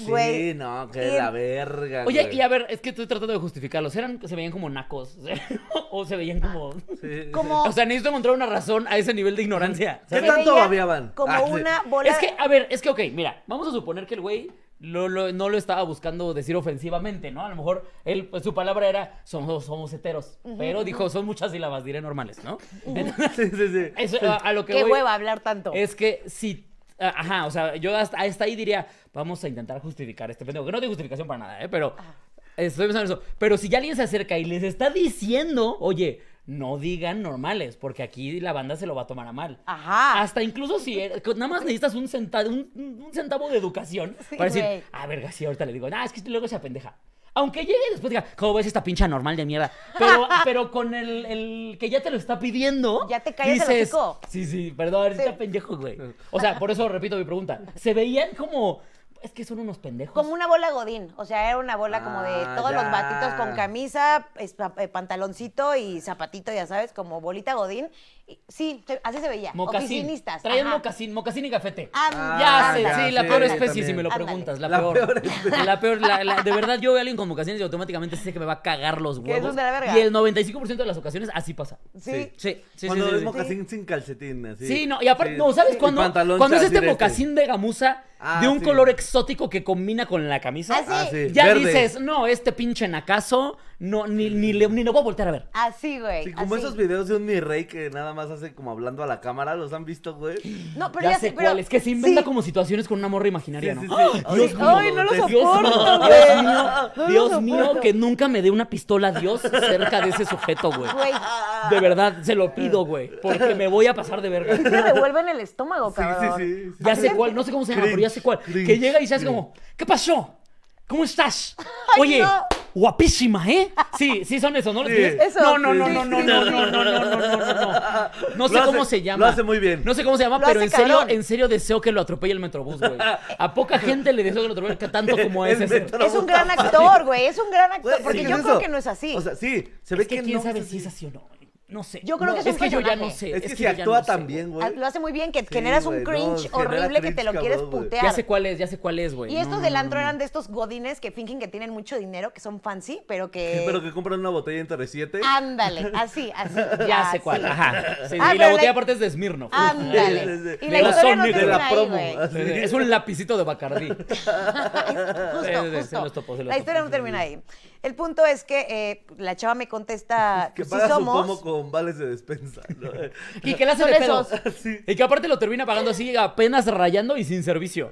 [SPEAKER 3] güey.
[SPEAKER 2] Sí, no, que
[SPEAKER 3] y-
[SPEAKER 2] la verga.
[SPEAKER 1] Oye,
[SPEAKER 2] güey.
[SPEAKER 1] y a ver, es que estoy tratando de justificarlos. ¿Eran, se veían como nacos? ¿O se veían como...?
[SPEAKER 2] Sí, sí.
[SPEAKER 3] Como-
[SPEAKER 1] O sea, necesito encontrar una razón a ese nivel de ignorancia.
[SPEAKER 2] ¿Qué
[SPEAKER 3] se
[SPEAKER 2] tanto
[SPEAKER 3] veía
[SPEAKER 2] babeaban?
[SPEAKER 3] Como
[SPEAKER 2] Ah, sí.
[SPEAKER 3] una bola.
[SPEAKER 1] Es que, a ver, es que, ok, mira, vamos a suponer que el güey lo- lo- no lo estaba buscando decir ofensivamente, ¿no? A lo mejor él, pues, su palabra era, somos, somos heteros, pero dijo, son muchas sílabas, diré normales, ¿no? Entonces,
[SPEAKER 2] Sí, sí, sí.
[SPEAKER 1] eso, ah, a, a lo que
[SPEAKER 3] Qué
[SPEAKER 1] voy
[SPEAKER 3] hueva hablar tanto.
[SPEAKER 1] es que si... a- Ajá, o sea, yo hasta, hasta ahí diría, vamos a intentar justificar este pendejo, que no tiene justificación para nada, ¿eh? Pero
[SPEAKER 3] Ah.
[SPEAKER 1] estoy pensando en eso. Pero si ya alguien se acerca y les está diciendo, oye, no digan normales, porque aquí la banda se lo va a tomar a mal.
[SPEAKER 3] Ajá.
[SPEAKER 1] Hasta incluso si er- nada más necesitas un centavo, un, un centavo de educación
[SPEAKER 3] Sí,
[SPEAKER 1] para decir,
[SPEAKER 3] güey.
[SPEAKER 1] ah, verga, sí, ahorita le digo, ah, es que luego se apendeja. Aunque llegue y después diga, ¿cómo ves esta pincha normal de mierda? Pero, pero con el, el que ya te lo está pidiendo.
[SPEAKER 3] Ya te callas el
[SPEAKER 1] dices,
[SPEAKER 3] hocico.
[SPEAKER 1] Sí, sí, perdón, está pendejo, güey. O sea, por eso repito mi pregunta. Se veían como. Es que son unos pendejos.
[SPEAKER 3] Como una bola godín, o sea, era una bola como de
[SPEAKER 2] Ah,
[SPEAKER 3] todos
[SPEAKER 2] ya.
[SPEAKER 3] los batitos con camisa, es- pa- eh, pantaloncito y zapatito, ya sabes, como bolita godín. Y- Sí, se- así se veía.
[SPEAKER 1] Mocasín.
[SPEAKER 3] Oficinistas.
[SPEAKER 1] Traían
[SPEAKER 3] ajá.
[SPEAKER 1] mocasín, mocasín y gafete.
[SPEAKER 3] Ah,
[SPEAKER 1] Ya sé,
[SPEAKER 2] ya
[SPEAKER 1] sí, la
[SPEAKER 2] sé,
[SPEAKER 1] peor
[SPEAKER 2] yo
[SPEAKER 1] especie,
[SPEAKER 2] también.
[SPEAKER 1] si me lo
[SPEAKER 3] Ándale.
[SPEAKER 1] preguntas. La,
[SPEAKER 2] La
[SPEAKER 1] peor.
[SPEAKER 2] peor especie.
[SPEAKER 1] La peor, la- la- de verdad, yo veo a alguien con vocaciones y automáticamente sé que me va a cagar los
[SPEAKER 3] Que
[SPEAKER 1] huevos.
[SPEAKER 3] es un de la verga.
[SPEAKER 1] Y el 95% de las ocasiones así pasa.
[SPEAKER 3] Sí.
[SPEAKER 1] Sí, sí, sí.
[SPEAKER 2] cuando
[SPEAKER 1] sí,
[SPEAKER 2] es
[SPEAKER 1] sí.
[SPEAKER 2] mocasín sin calcetín, así.
[SPEAKER 1] Sí, no, y aparte,
[SPEAKER 2] Sí.
[SPEAKER 1] no, ¿sabes
[SPEAKER 2] Y
[SPEAKER 1] cuándo?
[SPEAKER 2] pantalón
[SPEAKER 1] Cuando es este
[SPEAKER 2] chas, directo.
[SPEAKER 1] mocasín de gamuza
[SPEAKER 2] Ah,
[SPEAKER 1] de un
[SPEAKER 2] sí.
[SPEAKER 1] color exótico que combina con la camisa.
[SPEAKER 3] Ah, sí.
[SPEAKER 2] Ah, sí,
[SPEAKER 1] Ya
[SPEAKER 2] verde.
[SPEAKER 1] dices, no, este pinche nacazo, no, ni, ni, le- ni lo voy a voltear a ver.
[SPEAKER 3] Así, güey.
[SPEAKER 2] Sí, como
[SPEAKER 3] así.
[SPEAKER 2] esos videos de un mi rey que nada más hace como hablando a la cámara, ¿los han visto, güey? Sí,
[SPEAKER 3] No, pero
[SPEAKER 1] ya,
[SPEAKER 3] ya,
[SPEAKER 1] sé
[SPEAKER 3] pero-
[SPEAKER 1] cuál, es que se inventa
[SPEAKER 3] sí.
[SPEAKER 1] como situaciones con una morra imaginaria,
[SPEAKER 2] sí,
[SPEAKER 1] ¿no?
[SPEAKER 2] sí.
[SPEAKER 1] ¡Ah! Dios
[SPEAKER 3] Sí.
[SPEAKER 1] mío,
[SPEAKER 3] Ay, no lo
[SPEAKER 1] Dios
[SPEAKER 3] soporto,
[SPEAKER 1] mío,
[SPEAKER 3] güey.
[SPEAKER 1] Dios mío,
[SPEAKER 3] No lo
[SPEAKER 1] Dios mío,
[SPEAKER 3] soporto.
[SPEAKER 1] que nunca me dé una pistola Dios cerca de ese sujeto, güey.
[SPEAKER 3] Güey,
[SPEAKER 1] De verdad, se lo pido, güey, porque me voy a pasar de
[SPEAKER 3] sí
[SPEAKER 1] verga.
[SPEAKER 3] te revuelven el estómago,
[SPEAKER 2] Sí,
[SPEAKER 3] cabrón.
[SPEAKER 2] sí, sí. sí.
[SPEAKER 1] Ya sé cuál, no sé cómo se llama, pero ya sé cuál.
[SPEAKER 2] Cringe,
[SPEAKER 1] Que llega y se hace
[SPEAKER 2] cringe.
[SPEAKER 1] como, ¿qué pasó? ¿Cómo estás?
[SPEAKER 3] Ay,
[SPEAKER 1] Oye,
[SPEAKER 3] no.
[SPEAKER 1] guapísima, ¿eh? Sí, sí son eso, ¿no? ¿Los
[SPEAKER 2] Sí.
[SPEAKER 1] tienes?
[SPEAKER 3] Eso.
[SPEAKER 1] No, no, no,
[SPEAKER 3] Sí,
[SPEAKER 1] no, no,
[SPEAKER 3] sí.
[SPEAKER 1] no, no, no, no, no, no, no, no. No sé
[SPEAKER 2] Ah, Lo hace-
[SPEAKER 1] cómo se llama.
[SPEAKER 2] lo hace muy bien.
[SPEAKER 1] No sé cómo se llama,
[SPEAKER 3] Lo
[SPEAKER 1] pero
[SPEAKER 3] hace
[SPEAKER 1] en serio,
[SPEAKER 3] cabrón.
[SPEAKER 1] en serio deseo que lo atropelle el metrobús, güey. A poca gente le deseo que lo atropelle que tanto como a
[SPEAKER 2] El
[SPEAKER 1] ese. ser.
[SPEAKER 2] metro-
[SPEAKER 3] Es un gran actor, güey. Es un gran actor.
[SPEAKER 2] Güey,
[SPEAKER 3] Porque
[SPEAKER 2] sí,
[SPEAKER 3] yo
[SPEAKER 2] es
[SPEAKER 3] creo
[SPEAKER 2] eso.
[SPEAKER 3] que no es así.
[SPEAKER 2] O sea, sí, se
[SPEAKER 1] Es
[SPEAKER 2] ve
[SPEAKER 1] que
[SPEAKER 2] que
[SPEAKER 1] quién
[SPEAKER 2] no
[SPEAKER 1] sabe si es así o no. güey. No sé.
[SPEAKER 3] Yo creo
[SPEAKER 1] No,
[SPEAKER 3] que es un
[SPEAKER 1] que yo ya
[SPEAKER 3] personaje.
[SPEAKER 1] no sé.
[SPEAKER 2] Es que si
[SPEAKER 1] yo ya
[SPEAKER 2] actúa
[SPEAKER 1] no sé,
[SPEAKER 2] tan
[SPEAKER 1] güey.
[SPEAKER 2] bien, güey.
[SPEAKER 3] Ah, Lo hace muy bien, que
[SPEAKER 2] Pues Sí,
[SPEAKER 3] generas
[SPEAKER 2] güey,
[SPEAKER 3] un
[SPEAKER 2] no,
[SPEAKER 3] cringe
[SPEAKER 2] genera
[SPEAKER 3] horrible que te lo
[SPEAKER 2] cringe,
[SPEAKER 3] quieres
[SPEAKER 2] cabrón, güey.
[SPEAKER 3] putear.
[SPEAKER 1] Ya sé cuál es, ya sé cuál es, güey.
[SPEAKER 3] Y
[SPEAKER 1] No,
[SPEAKER 3] estos
[SPEAKER 1] no,
[SPEAKER 3] del
[SPEAKER 1] no,
[SPEAKER 3] antro
[SPEAKER 1] no.
[SPEAKER 3] eran de estos godines que fingen que tienen mucho dinero, que son fancy, pero que... Ah,
[SPEAKER 2] Pero que compran una botella entre siete.
[SPEAKER 3] Ándale, así, así.
[SPEAKER 1] Ya
[SPEAKER 3] así.
[SPEAKER 1] sé cuál, ajá. Sí,
[SPEAKER 3] Ah,
[SPEAKER 1] y
[SPEAKER 3] pero
[SPEAKER 1] la
[SPEAKER 3] le-
[SPEAKER 1] botella aparte es de Smirnoff.
[SPEAKER 3] Ándale.
[SPEAKER 2] Sí,
[SPEAKER 3] Y
[SPEAKER 1] sí,
[SPEAKER 3] la
[SPEAKER 1] sí.
[SPEAKER 3] historia no
[SPEAKER 1] De la
[SPEAKER 3] termina ahí,
[SPEAKER 2] promo.
[SPEAKER 3] güey.
[SPEAKER 1] Sí, sí, Es un lapicito de Bacardí. Sí,
[SPEAKER 3] Justo,
[SPEAKER 1] sí, sí,
[SPEAKER 3] justo.
[SPEAKER 1] se los topó, se los
[SPEAKER 3] la historia
[SPEAKER 1] topó.
[SPEAKER 3] no termina ahí. El punto es que eh, la chava me contesta,
[SPEAKER 2] Que
[SPEAKER 3] pues, sí
[SPEAKER 2] paga su
[SPEAKER 3] somos.
[SPEAKER 2] pomo con vales de despensa. ¿no?
[SPEAKER 1] Y que la hace
[SPEAKER 3] Son
[SPEAKER 1] de pedo.
[SPEAKER 3] esos.
[SPEAKER 2] Sí.
[SPEAKER 1] Y que aparte lo termina pagando así, apenas rayando y sin servicio.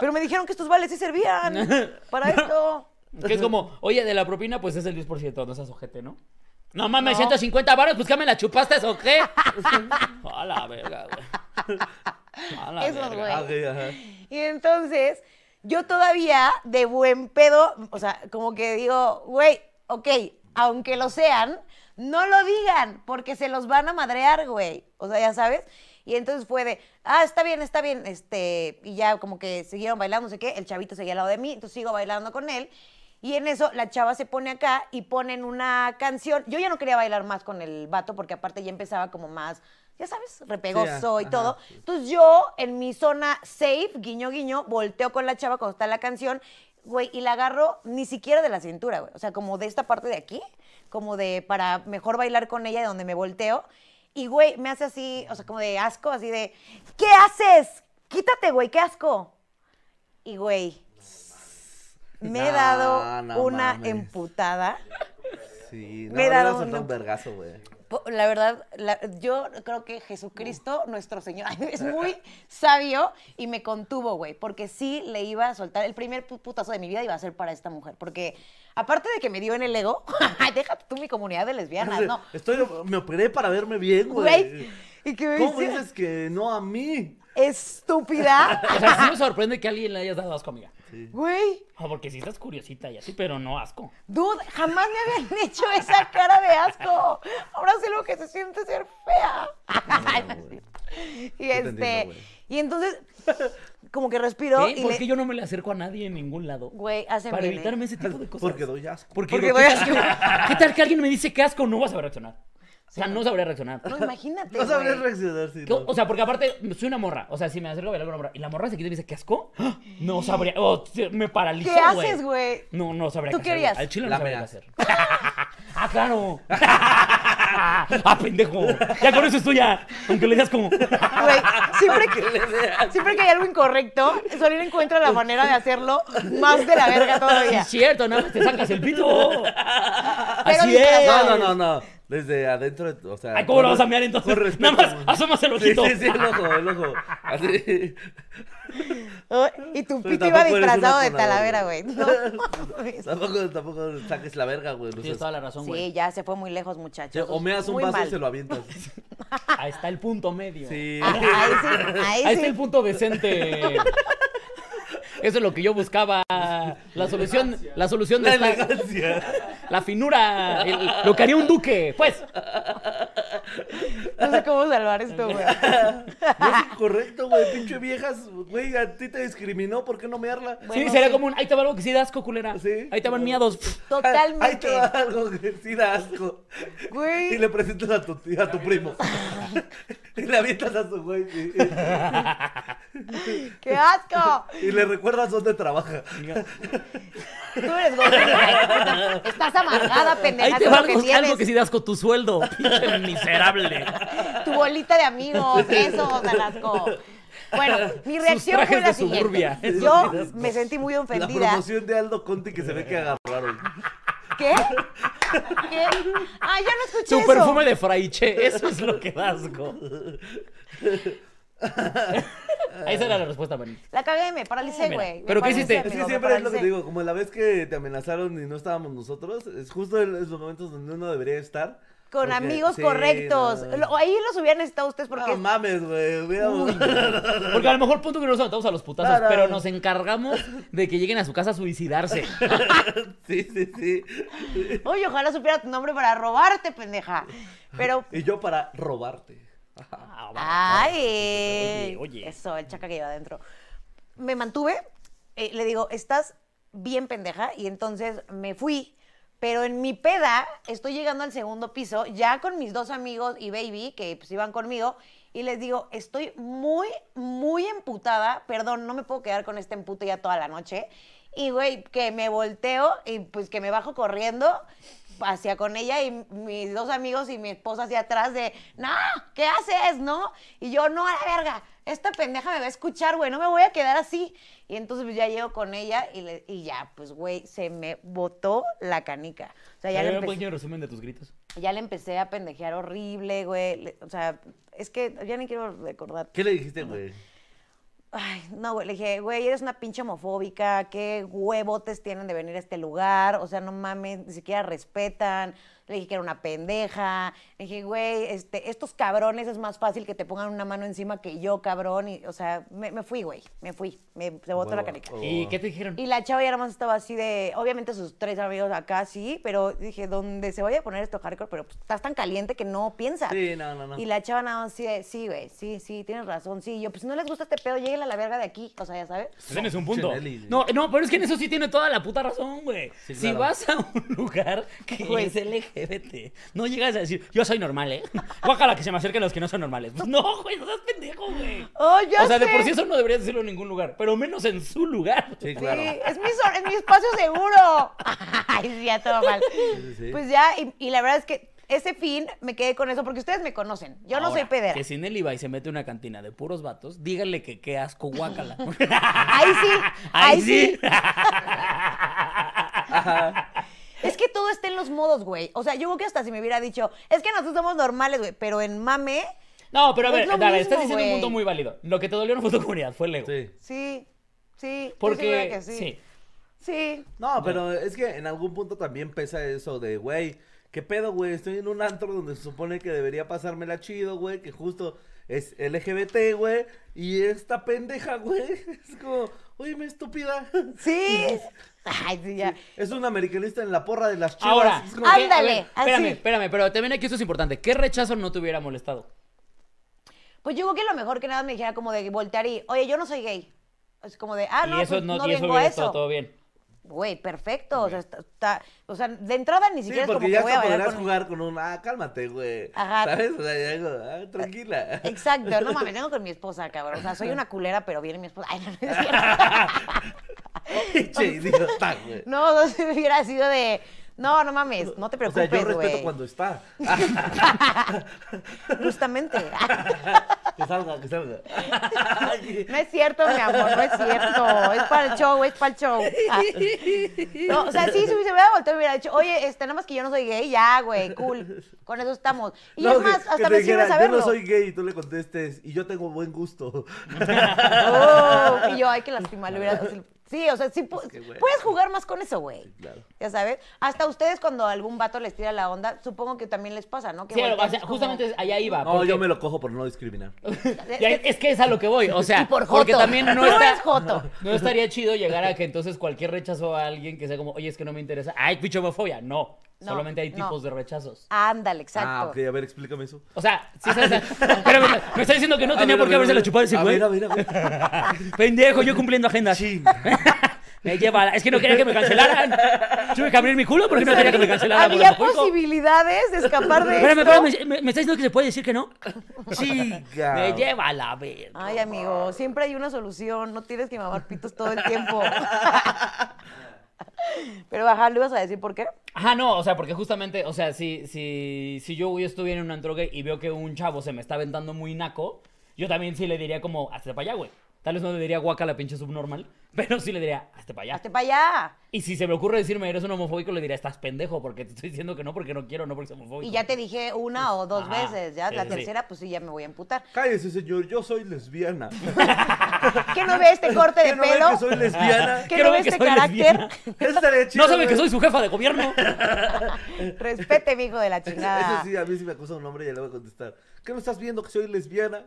[SPEAKER 3] Pero me dijeron que estos vales sí servían para esto.
[SPEAKER 1] Que es como, oye, de la propina, pues es el 10%, no seas ojete, ¿no? No mames,
[SPEAKER 3] No.
[SPEAKER 1] 150 baros, pues ¿qué me la chupaste o qué? A la verga, güey. A la
[SPEAKER 3] Esos
[SPEAKER 1] verga.
[SPEAKER 2] Ah, ok, ajá.
[SPEAKER 3] Y entonces, yo todavía de buen pedo, o sea, como que digo, güey, ok, aunque lo sean, no lo digan, porque se los van a madrear, güey. O sea, ya sabes. Y entonces fue de, ah, está bien, está bien, este, y ya como que siguieron bailando, no sé qué, el chavito seguía al lado de mí, entonces sigo bailando con él. Y en eso la chava se pone acá y ponen una canción. Yo ya no quería bailar más con el vato porque aparte ya empezaba como más, ya sabes, repegoso y
[SPEAKER 2] ajá,
[SPEAKER 3] todo.
[SPEAKER 2] sí.
[SPEAKER 3] Entonces yo en mi zona safe, guiño, guiño, volteo con la chava cuando está la canción, güey, y la agarro ni siquiera de la cintura, güey. O sea, como de esta parte de aquí, como de para mejor bailar con ella de donde me volteo. Y, güey, me hace así, o sea, como de asco, así de, ¿qué haces? Quítate, güey, qué asco. Y, güey, me he
[SPEAKER 2] No,
[SPEAKER 3] dado
[SPEAKER 2] no
[SPEAKER 3] una
[SPEAKER 2] mames.
[SPEAKER 3] emputada.
[SPEAKER 2] Sí, no,
[SPEAKER 3] Me
[SPEAKER 2] le
[SPEAKER 3] da
[SPEAKER 2] vas a
[SPEAKER 3] un-
[SPEAKER 2] soltar un vergazo, güey.
[SPEAKER 3] Po- La verdad, la- yo creo que Jesucristo, nuestro Señor, es muy sabio y me contuvo, güey, porque sí le iba a soltar. El primer pu- putazo de mi vida iba a ser para esta mujer, porque aparte de que me dio en el ego, déjate tú mi comunidad de
[SPEAKER 1] Ah,
[SPEAKER 3] lesbianas, no.
[SPEAKER 2] Estoy, me operé para verme bien,
[SPEAKER 3] Güey,
[SPEAKER 2] güey.
[SPEAKER 3] y que me
[SPEAKER 2] ¿Cómo
[SPEAKER 3] dice,
[SPEAKER 2] dices que no a mí?
[SPEAKER 3] estúpida,
[SPEAKER 1] O sea, sí me sorprende que a alguien le hayas dado asco, amiga.
[SPEAKER 3] güey,
[SPEAKER 1] O Ah, porque si estás curiosita y así, pero no asco.
[SPEAKER 3] dude, jamás me habían hecho esa cara de asco. Ahora sé lo que se siente ser fea.
[SPEAKER 2] Ah,
[SPEAKER 3] y
[SPEAKER 2] te entiendo,
[SPEAKER 3] este,
[SPEAKER 2] güey.
[SPEAKER 3] y entonces, como que respiro
[SPEAKER 1] ¿Eh?
[SPEAKER 3] y
[SPEAKER 1] ¿Por
[SPEAKER 3] le-
[SPEAKER 1] qué yo no me le acerco a nadie en ningún lado?
[SPEAKER 3] Güey, hacen
[SPEAKER 1] Para
[SPEAKER 3] bien, ¿eh?
[SPEAKER 1] evitarme ese tipo de cosas.
[SPEAKER 2] Porque doy asco.
[SPEAKER 1] Porque,
[SPEAKER 3] Porque
[SPEAKER 1] digo,
[SPEAKER 3] voy
[SPEAKER 1] ¿qué,
[SPEAKER 3] a
[SPEAKER 1] tal, qué tal que alguien me dice qué asco? No vas a saber reaccionar. O sea, no sabré reaccionar.
[SPEAKER 3] No, imagínate.
[SPEAKER 2] No sabré
[SPEAKER 3] güey.
[SPEAKER 2] reaccionar si
[SPEAKER 1] Que-
[SPEAKER 2] no.
[SPEAKER 1] O sea, porque aparte soy una morra. O sea, si me acerco a bailar con una morra y la morra se quita y me dice, ¿qué asco? ¡Ah! No sabría. Oh, se- me paralizó,
[SPEAKER 3] ¿Qué haces, güey?
[SPEAKER 1] No, no sabría
[SPEAKER 3] ¿Tú
[SPEAKER 1] qué
[SPEAKER 3] qué
[SPEAKER 1] hacer, güey.
[SPEAKER 3] harías?
[SPEAKER 1] Al chile
[SPEAKER 2] La
[SPEAKER 1] no sabría qué
[SPEAKER 2] mea.
[SPEAKER 1] hacer. ¡Ah, claro! ¡Ah, pendejo! Ya con eso es tuya. Aunque le digas como...
[SPEAKER 3] Güey, siempre que, siempre que hay algo incorrecto, Solín encuentra la manera de hacerlo más de la verga todavía.
[SPEAKER 1] Es cierto, nada más te sacas el pito. Así es.
[SPEAKER 3] disfrazado.
[SPEAKER 2] No, no, no, no. Desde adentro, de- o sea.
[SPEAKER 1] Ay, ¿cómo lo vas a mear
[SPEAKER 2] mirar
[SPEAKER 1] entonces? Nada más, asomas el
[SPEAKER 2] Sí,
[SPEAKER 1] ojito.
[SPEAKER 2] sí, sí, el ojo, el ojo. Así.
[SPEAKER 3] Ay, Y tu
[SPEAKER 2] Pero
[SPEAKER 3] pito iba
[SPEAKER 2] tampoco eres
[SPEAKER 3] disfrazado
[SPEAKER 2] una
[SPEAKER 3] de talavera,
[SPEAKER 2] tonadora.
[SPEAKER 3] güey. No mames.
[SPEAKER 2] Tampoco, tampoco saques la verga, güey. no
[SPEAKER 1] Tienes
[SPEAKER 2] seas-
[SPEAKER 1] toda la razón, güey.
[SPEAKER 3] Sí, ya se fue muy lejos, muchachos.
[SPEAKER 2] O meas un
[SPEAKER 3] Muy
[SPEAKER 2] vaso
[SPEAKER 3] mal.
[SPEAKER 2] y se lo avientas.
[SPEAKER 1] Ahí está el punto medio.
[SPEAKER 2] Sí.
[SPEAKER 3] Ah, Ahí sí,
[SPEAKER 1] Ahí
[SPEAKER 3] ahí
[SPEAKER 1] está el
[SPEAKER 3] sí.
[SPEAKER 1] punto decente. Eso es lo que yo buscaba. La solución, la solución de
[SPEAKER 2] La
[SPEAKER 1] esta-
[SPEAKER 2] elegancia.
[SPEAKER 1] la finura, el- lo que haría un duque, pues.
[SPEAKER 3] No sé cómo salvar esto, güey.
[SPEAKER 2] No es incorrecto, güey. Pinche viejas, güey, a ti te discriminó, ¿por qué no mearla?
[SPEAKER 3] Bueno,
[SPEAKER 1] sí, sería
[SPEAKER 3] sí.
[SPEAKER 1] como un, ahí te va algo que sí da asco, culera.
[SPEAKER 2] Sí.
[SPEAKER 1] Ahí te van miados.
[SPEAKER 3] Totalmente.
[SPEAKER 2] Ahí te va algo que sí da asco.
[SPEAKER 3] Güey.
[SPEAKER 2] Y le presentas a tu, tía- a tu primo. y le avientas a su güey. Y,
[SPEAKER 3] ¡Qué asco!
[SPEAKER 2] y le recuerdas dónde trabaja.
[SPEAKER 3] Tú eres gordita. Estás amargada, pendeja.
[SPEAKER 1] Ahí
[SPEAKER 3] eso
[SPEAKER 1] te
[SPEAKER 3] es
[SPEAKER 1] va
[SPEAKER 3] lo que
[SPEAKER 1] algo,
[SPEAKER 3] tienes.
[SPEAKER 1] algo que sí da asco, tu sueldo. Pinche miserable.
[SPEAKER 3] Tu bolita de amigos, eso, Dalasco. Bueno, mi
[SPEAKER 1] Sus
[SPEAKER 3] reacción fue
[SPEAKER 1] trajes
[SPEAKER 3] la
[SPEAKER 1] de
[SPEAKER 3] siguiente.
[SPEAKER 1] suburbia.
[SPEAKER 3] Yo me sentí muy
[SPEAKER 2] La
[SPEAKER 3] ofendida.
[SPEAKER 2] promoción de Aldo Conti que se ve que agarraron.
[SPEAKER 3] ¿Qué? ¿Qué? Ah, ya no escuché
[SPEAKER 1] Su
[SPEAKER 3] eso.
[SPEAKER 1] perfume de fraiche, eso es lo que da asco. Esa era la respuesta, Manny.
[SPEAKER 3] La cagué, me paralicé,
[SPEAKER 1] Mira,
[SPEAKER 3] güey. me
[SPEAKER 1] ¿pero qué
[SPEAKER 3] paralicé,
[SPEAKER 1] hiciste?
[SPEAKER 2] Es
[SPEAKER 3] amigo,
[SPEAKER 2] que
[SPEAKER 3] me
[SPEAKER 2] siempre es lo que te
[SPEAKER 3] paralicé.
[SPEAKER 2] digo, como la vez que te amenazaron y no estábamos nosotros, es justo en los momentos donde uno debería estar.
[SPEAKER 3] Con
[SPEAKER 2] Porque-
[SPEAKER 3] amigos
[SPEAKER 2] sí,
[SPEAKER 3] correctos.
[SPEAKER 2] no, no.
[SPEAKER 3] Lo- Ahí los hubieran estado ustedes
[SPEAKER 1] Ah,
[SPEAKER 3] porque...
[SPEAKER 2] No mames, güey. hubiéramos-
[SPEAKER 1] Porque a lo mejor punto que nos matamos a los putazos,
[SPEAKER 2] Claro.
[SPEAKER 1] pero nos encargamos de que lleguen a su casa a suicidarse.
[SPEAKER 3] Ah,
[SPEAKER 2] Sí, sí, sí.
[SPEAKER 3] Oye, ojalá supiera tu nombre para robarte, pendeja. Pero...
[SPEAKER 2] Y yo para robarte.
[SPEAKER 1] Ah, va. Oye,
[SPEAKER 3] ¡Ay!
[SPEAKER 1] oye.
[SPEAKER 3] Eso, el chaca que lleva adentro. Me mantuve, eh, le digo, estás bien pendeja, y entonces me fui, Pero en mi peda, estoy llegando al segundo piso, ya con mis dos amigos y baby, que pues iban conmigo, y les digo, estoy muy, muy emputada, perdón, no me puedo quedar con este empute ya toda la noche. Y güey, que me volteo y pues que me bajo corriendo hacia con ella y mis dos amigos y mi esposa hacia atrás de, no, ¿qué haces? ¿No? Y yo, no, a la verga, esta pendeja me va a escuchar, güey, no me voy a quedar así. Y entonces pues, ya llego con ella y, le- y ya, pues güey, se me botó la canica. O sea, Ah, ya le
[SPEAKER 1] Dame un
[SPEAKER 3] empecé-
[SPEAKER 1] pequeño resumen de tus gritos.
[SPEAKER 3] ya le empecé a pendejear horrible, güey. le- O sea, es que ya ni quiero recordar.
[SPEAKER 2] ¿Qué le dijiste, güey?
[SPEAKER 3] Ay, no, güey. Le dije, güey, eres una pinche homofóbica. ¿Qué huevotes tienen de venir a este lugar? O sea, no mames, ni siquiera respetan. Le dije que era una pendeja. Le dije, güey, este, estos cabrones es más fácil que te pongan una mano encima que yo, cabrón. Y, o sea, me, me fui, güey. Me fui. Me, se botó la
[SPEAKER 2] Huevo,
[SPEAKER 3] canica.
[SPEAKER 2] huevo.
[SPEAKER 1] ¿Y qué te dijeron?
[SPEAKER 3] Oh. Y la chava ya nada más estaba así de, obviamente sus tres amigos acá sí, pero dije, ¿dónde se vaya a poner esto hardcore? Pero pues, estás tan caliente que no piensas.
[SPEAKER 2] Sí, no, no, no.
[SPEAKER 3] Y la chava nada más así de, sí, güey, sí, sí, tienes razón, sí. Y Yo, pues si no les gusta este pedo, lleguen a la verga de aquí, o sea, ya sabes.
[SPEAKER 1] Tienes un punto.
[SPEAKER 2] Chenelli, güey.
[SPEAKER 1] No, no, pero es que en eso sí tiene toda la puta razón, güey.
[SPEAKER 2] Sí,
[SPEAKER 1] Si
[SPEAKER 2] claro.
[SPEAKER 1] vas a un lugar que
[SPEAKER 3] Güey.
[SPEAKER 1] es LGBT, no llegas a decir, yo soy normal, ¿eh? Guácala que se me acerquen los que no son normales. Pues no, güey, no seas pendejo, güey.
[SPEAKER 3] ¡Oh, ya
[SPEAKER 1] o sea, de
[SPEAKER 3] sé!
[SPEAKER 1] por sí eso no deberías decirlo en ningún lugar, pero menos en su lugar.
[SPEAKER 2] Sí,
[SPEAKER 3] Sí,
[SPEAKER 2] claro.
[SPEAKER 3] es mi, so- es mi espacio seguro. Ay, sí, ya todo mal.
[SPEAKER 2] sí, sí.
[SPEAKER 3] Pues ya, y, y la verdad es que ese fin me quedé con eso, porque ustedes me conocen. Yo no soy
[SPEAKER 1] Ahora,
[SPEAKER 3] pedera.
[SPEAKER 1] Que si en el Ibai se mete a una cantina de puros vatos, díganle que qué asco, guácala.
[SPEAKER 3] Ahí sí, ahí sí.
[SPEAKER 2] Ajá.
[SPEAKER 3] Es que todo está en los modos, güey. O sea, yo creo que hasta si me hubiera dicho, es que nosotros somos normales, güey, pero en mame,
[SPEAKER 1] No, pero a
[SPEAKER 3] Es
[SPEAKER 1] ver,
[SPEAKER 3] lo
[SPEAKER 1] dale,
[SPEAKER 3] mismo,
[SPEAKER 1] estás diciendo un
[SPEAKER 3] güey.
[SPEAKER 1] punto muy válido. Lo que te dolió no fue tu comunidad, fue el ego.
[SPEAKER 2] Sí.
[SPEAKER 3] sí, sí. estoy segura
[SPEAKER 1] Porque,
[SPEAKER 3] que
[SPEAKER 1] sí.
[SPEAKER 3] sí. Sí.
[SPEAKER 2] No, pero es que en algún punto también pesa eso de, güey, ¿qué pedo, güey? Estoy en un antro donde se supone que debería pasármela chido, güey, que justo es LGBT, güey, y esta pendeja, güey, es como, oye, me estúpida.
[SPEAKER 3] Sí. Ay, sí, ya. ah,
[SPEAKER 2] Es un americanista en la porra de las chivas.
[SPEAKER 1] Ahora,
[SPEAKER 2] es
[SPEAKER 1] ¿qué?
[SPEAKER 2] como,
[SPEAKER 1] A ver,
[SPEAKER 3] Ándale, así.
[SPEAKER 1] espérame, espérame, pero también aquí esto es importante. ¿Qué rechazo no te hubiera molestado?
[SPEAKER 3] Pues yo creo que lo mejor que nada me dijera como de voltear y, oye, yo no soy gay. Es como de, ah, no,
[SPEAKER 1] y eso
[SPEAKER 3] pues no,
[SPEAKER 1] no, y eso
[SPEAKER 3] vengo a
[SPEAKER 1] hubiera estado
[SPEAKER 3] eso.
[SPEAKER 1] todo bien.
[SPEAKER 3] Güey, perfecto. O sea, está, está- o sea, de entrada ni
[SPEAKER 2] Sí,
[SPEAKER 3] siquiera es como
[SPEAKER 2] porque
[SPEAKER 3] que
[SPEAKER 2] ya
[SPEAKER 3] voy a
[SPEAKER 2] hasta
[SPEAKER 3] bailar
[SPEAKER 2] podrás
[SPEAKER 3] con...
[SPEAKER 2] jugar con un, ah, cálmate, güey.
[SPEAKER 3] Ajá.
[SPEAKER 2] ¿Sabes? O sea, ya digo, ah, tranquila.
[SPEAKER 3] Exacto, no mames, vengo con mi esposa, cabrón. O sea, soy una culera, pero viene mi esposa. Ay, no, no es cierto.
[SPEAKER 2] Pinche idiota, güey.
[SPEAKER 3] No, no se hubiera sido de, no, no mames, no te
[SPEAKER 2] O sea,
[SPEAKER 3] preocupes,
[SPEAKER 2] yo
[SPEAKER 3] güey.
[SPEAKER 2] respeto cuando está.
[SPEAKER 3] Justamente.
[SPEAKER 2] que salga, que salga.
[SPEAKER 3] No es cierto, mi amor, no es cierto. Es para el show, es para el show. Ah. No, o sea, sí, si se hubiera volteado y hubiera dicho, oye, este, nada más que yo no soy gay, ya, güey, cool. Con eso estamos. Y
[SPEAKER 2] No,
[SPEAKER 3] es
[SPEAKER 2] que-
[SPEAKER 3] más,
[SPEAKER 2] que
[SPEAKER 3] hasta
[SPEAKER 2] te
[SPEAKER 3] me
[SPEAKER 2] dijera,
[SPEAKER 3] sirve saberlo.
[SPEAKER 2] Yo no soy gay y tú le contestes, y yo tengo buen gusto.
[SPEAKER 3] Oh, y yo, ay, qué lástima, le hubiera... o sea, Sí, o sea, sí, pu-
[SPEAKER 2] que, güey.
[SPEAKER 3] puedes jugar más con eso, güey.
[SPEAKER 2] claro.
[SPEAKER 3] Ya sabes, hasta ustedes cuando algún vato les tira la onda, supongo que también les pasa, ¿no? Que
[SPEAKER 1] Sí, o
[SPEAKER 3] voltean
[SPEAKER 1] sea,
[SPEAKER 3] como-
[SPEAKER 1] justamente allá iba.
[SPEAKER 2] No,
[SPEAKER 1] porque-
[SPEAKER 2] yo me lo cojo por no discriminar.
[SPEAKER 1] Ya, es que es a lo que voy, o sea,
[SPEAKER 3] Eh, Y por
[SPEAKER 1] porque
[SPEAKER 3] joto.
[SPEAKER 1] también no
[SPEAKER 3] Tú
[SPEAKER 1] está-
[SPEAKER 3] eres joto.
[SPEAKER 1] no estaría chido llegar a que entonces cualquier rechazo a alguien que sea como, oye, es que no me interesa, ay, pinche homofobia, no,
[SPEAKER 3] No,
[SPEAKER 1] solamente hay
[SPEAKER 3] no.
[SPEAKER 1] tipos de rechazos.
[SPEAKER 3] Ándale,
[SPEAKER 2] Ah,
[SPEAKER 3] exacto.
[SPEAKER 2] ok, a ver, explícame eso.
[SPEAKER 1] O sea, sí,
[SPEAKER 3] Ah,
[SPEAKER 1] sí, sí. pero me, me está diciendo que no
[SPEAKER 2] A
[SPEAKER 1] tenía
[SPEAKER 2] ver,
[SPEAKER 1] por qué
[SPEAKER 2] a ver,
[SPEAKER 1] haberse
[SPEAKER 2] a
[SPEAKER 1] la
[SPEAKER 2] ver.
[SPEAKER 1] chupado ese
[SPEAKER 2] A
[SPEAKER 1] güey.
[SPEAKER 2] ver, a ver, a ver.
[SPEAKER 1] Pendejo, yo cumpliendo agendas.
[SPEAKER 2] Chin.
[SPEAKER 1] Me lleva, es que no quería que me cancelaran. Tuve que abrir mi culo porque no quería que me cancelaran. por
[SPEAKER 3] Había
[SPEAKER 1] Acapulco.
[SPEAKER 3] posibilidades de escapar de
[SPEAKER 1] Espérame,
[SPEAKER 3] esto.
[SPEAKER 1] espérame, ¿me, me está diciendo que se puede decir que no?
[SPEAKER 2] Chica.
[SPEAKER 1] Me lleva a la verga.
[SPEAKER 3] Ay, amigo, siempre hay una solución. No tienes que mamar pitos todo el tiempo. Pero, ajá, ¿le ibas a decir por qué?
[SPEAKER 1] Ajá, no, o sea, porque justamente, o sea, si, si, si yo güey, estuviera en un antro gay y veo que un chavo se me está aventando muy naco, yo también sí le diría como, hazte para allá, güey. Tal vez no le diría guaca la pinche subnormal, pero sí le diría, hazte para allá.
[SPEAKER 3] Hazte para allá.
[SPEAKER 1] Y si se me ocurre decirme, eres un homofóbico, le diría, estás pendejo, porque te estoy diciendo que no, porque no quiero, no porque soy homofóbico.
[SPEAKER 3] Y ya te dije una o dos
[SPEAKER 1] Ajá,
[SPEAKER 3] veces. Ya
[SPEAKER 1] sí,
[SPEAKER 3] la
[SPEAKER 1] sí.
[SPEAKER 3] tercera, pues sí, ya me voy a emputar.
[SPEAKER 2] Cállese, señor, yo soy lesbiana.
[SPEAKER 3] ¿Qué no ve este corte de
[SPEAKER 2] ¿Qué no ve
[SPEAKER 3] pelo?
[SPEAKER 2] que soy lesbiana?
[SPEAKER 3] ¿Qué
[SPEAKER 1] Que
[SPEAKER 3] no
[SPEAKER 1] no
[SPEAKER 3] ve
[SPEAKER 1] ve que
[SPEAKER 3] este
[SPEAKER 1] soy
[SPEAKER 3] carácter?
[SPEAKER 1] lesbiana.
[SPEAKER 2] Eso estaría chido.
[SPEAKER 1] no saben que
[SPEAKER 2] güey.
[SPEAKER 1] soy su jefa de gobierno.
[SPEAKER 3] Respete, mi hijo de la chingada.
[SPEAKER 2] Eso sí, a mí sí me acusa un hombre y le voy a contestar. ¿Qué no estás viendo que soy lesbiana?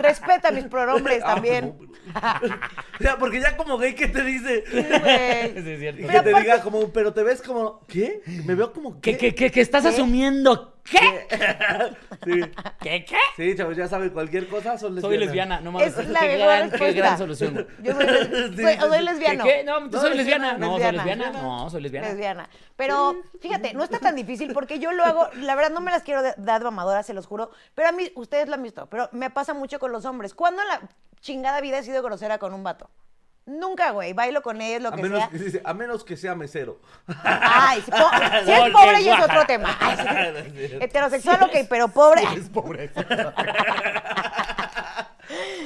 [SPEAKER 3] Respeta mis pronombres
[SPEAKER 2] Ah,
[SPEAKER 3] también.
[SPEAKER 2] no, pero- Ya, porque ya como gay, ¿qué te dice?
[SPEAKER 3] Sí, güey.
[SPEAKER 1] Sí, es
[SPEAKER 2] Y
[SPEAKER 1] cierto.
[SPEAKER 2] que
[SPEAKER 3] Pero
[SPEAKER 2] te
[SPEAKER 3] aparte-
[SPEAKER 2] diga como, pero te ves como, ¿qué? Me veo como,
[SPEAKER 1] Que, que, que, que estás
[SPEAKER 3] ¿Qué?
[SPEAKER 1] asumiendo ¿Qué?
[SPEAKER 2] Sí,
[SPEAKER 1] ¿Qué? ¿Qué?
[SPEAKER 2] sí, chavos, ya saben, cualquier cosa son lesbianas.
[SPEAKER 1] Soy lesbiana, no mames.
[SPEAKER 3] Es la
[SPEAKER 1] qué
[SPEAKER 3] mejor
[SPEAKER 1] gran, qué
[SPEAKER 3] respuesta.
[SPEAKER 1] gran solución. güey.
[SPEAKER 3] Yo soy, les-
[SPEAKER 2] Sí,
[SPEAKER 3] soy-
[SPEAKER 2] sí,
[SPEAKER 3] soy
[SPEAKER 2] sí.
[SPEAKER 1] ¿Qué,
[SPEAKER 3] lesbiano.
[SPEAKER 1] qué? No, tú
[SPEAKER 2] No,
[SPEAKER 1] soy
[SPEAKER 2] lesbiana,
[SPEAKER 1] lesbiana. No, soy
[SPEAKER 3] lesbiana.
[SPEAKER 1] lesbiana. No, soy lesbiana.
[SPEAKER 3] Lesbiana. Pero fíjate, no está tan difícil porque yo lo hago, la verdad no me las quiero de- dar mamadoras, se los juro, pero a mí, ustedes lo han visto, pero me pasa mucho con los hombres. ¿Cuándo en la chingada vida he sido grosera con un vato? Nunca, güey. Bailo con ellos, lo
[SPEAKER 2] A
[SPEAKER 3] que
[SPEAKER 2] menos,
[SPEAKER 3] sea.
[SPEAKER 2] que, sí, sí, a menos que sea mesero.
[SPEAKER 3] Ay, si, po- si es
[SPEAKER 1] Porque
[SPEAKER 3] pobre ya es
[SPEAKER 1] guácala.
[SPEAKER 3] otro tema. Ay, sí. Heterosexual, ok, pero pobre.
[SPEAKER 2] Es pobre.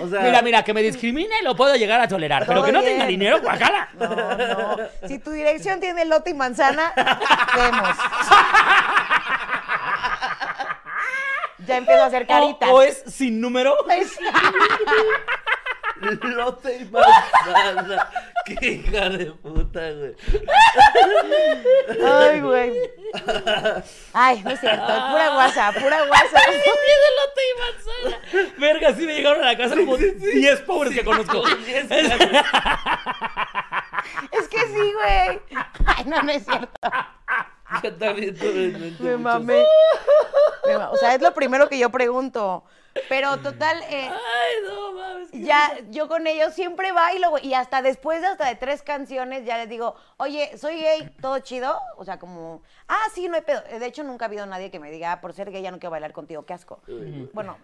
[SPEAKER 2] o sea,
[SPEAKER 1] Mira, mira, que me discrimine lo puedo llegar a tolerar, pero
[SPEAKER 3] Todo
[SPEAKER 1] que no
[SPEAKER 3] bien.
[SPEAKER 1] tenga dinero, guacala.
[SPEAKER 3] No, no. Si tu dirección tiene lote y manzana, vemos. Ya empiezo a hacer caritas.
[SPEAKER 1] O, o es sin número.
[SPEAKER 3] Es-
[SPEAKER 2] no te imaginas. Qué hija de puta, güey.
[SPEAKER 3] Ay, güey. Ay, no es cierto. Pura
[SPEAKER 1] Ah.
[SPEAKER 3] guasa, pura guasa.
[SPEAKER 1] Piénselo, te iba a hacer. Verga, sí me llegaron a la casa como 10 pobres que conozco.
[SPEAKER 3] Es que sí, güey. Ay, no, no es cierto.
[SPEAKER 2] Yo también tuve en mente
[SPEAKER 3] Me
[SPEAKER 2] muchos-
[SPEAKER 3] mamé. Me ma- O sea, es lo primero que yo pregunto. Pero total, eh,
[SPEAKER 1] Ay, no mames.
[SPEAKER 3] ya yo con ellos siempre bailo, güey. Y hasta después, hasta de tres canciones, ya les digo, oye, soy gay, todo chido. O sea, como, ah, sí, no hay pedo. De hecho, nunca ha habido nadie que me diga, ah, por ser gay ya no quiero bailar contigo, qué asco. Bueno,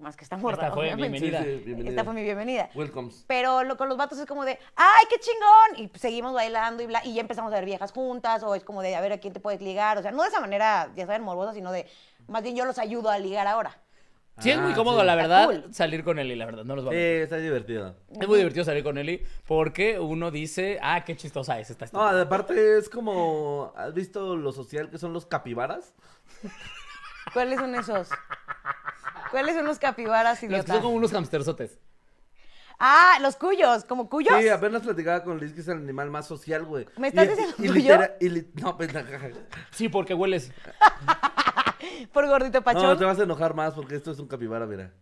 [SPEAKER 3] más que está morra,
[SPEAKER 1] Esta fue
[SPEAKER 3] obviamente.
[SPEAKER 1] bienvenida.
[SPEAKER 2] Sí, sí, bienvenida.
[SPEAKER 3] Esta fue mi bienvenida.
[SPEAKER 2] Welcomes.
[SPEAKER 3] Pero lo, con los vatos es como de, ¡ay, qué chingón! Y seguimos bailando y bla, y ya empezamos a ver viejas juntas, o es como de, a ver, ¿a quién te puedes ligar? O sea, no de esa manera, ya saben, morbosa, sino de, más bien yo los ayudo a ligar ahora.
[SPEAKER 1] Sí, es muy
[SPEAKER 2] Ah,
[SPEAKER 1] cómodo,
[SPEAKER 2] sí.
[SPEAKER 1] la verdad,
[SPEAKER 3] Cool.
[SPEAKER 1] salir con Eli, la verdad, no los va a
[SPEAKER 2] Eh, está divertido.
[SPEAKER 1] Es muy divertido salir con Eli porque uno dice, ah, qué chistosa es esta.
[SPEAKER 2] No, aparte es como. ¿Has visto lo social que son los capibaras?
[SPEAKER 3] ¿Cuáles son esos? ¿Cuáles son los capibaras,
[SPEAKER 1] Los que
[SPEAKER 3] idiota?
[SPEAKER 1] son como unos hamsterzotes.
[SPEAKER 3] Ah, los cuyos, ¿como cuyos?
[SPEAKER 2] Sí, apenas platicaba con Liz que es el animal más social, güey.
[SPEAKER 3] ¿Me estás
[SPEAKER 2] Y-
[SPEAKER 3] diciendo
[SPEAKER 2] y
[SPEAKER 3] yo?
[SPEAKER 2] litera- y li- No, pendeja.
[SPEAKER 1] Sí, porque hueles.
[SPEAKER 3] Por gordito pachón.
[SPEAKER 2] No, te vas a enojar más porque esto es un capibara, mira.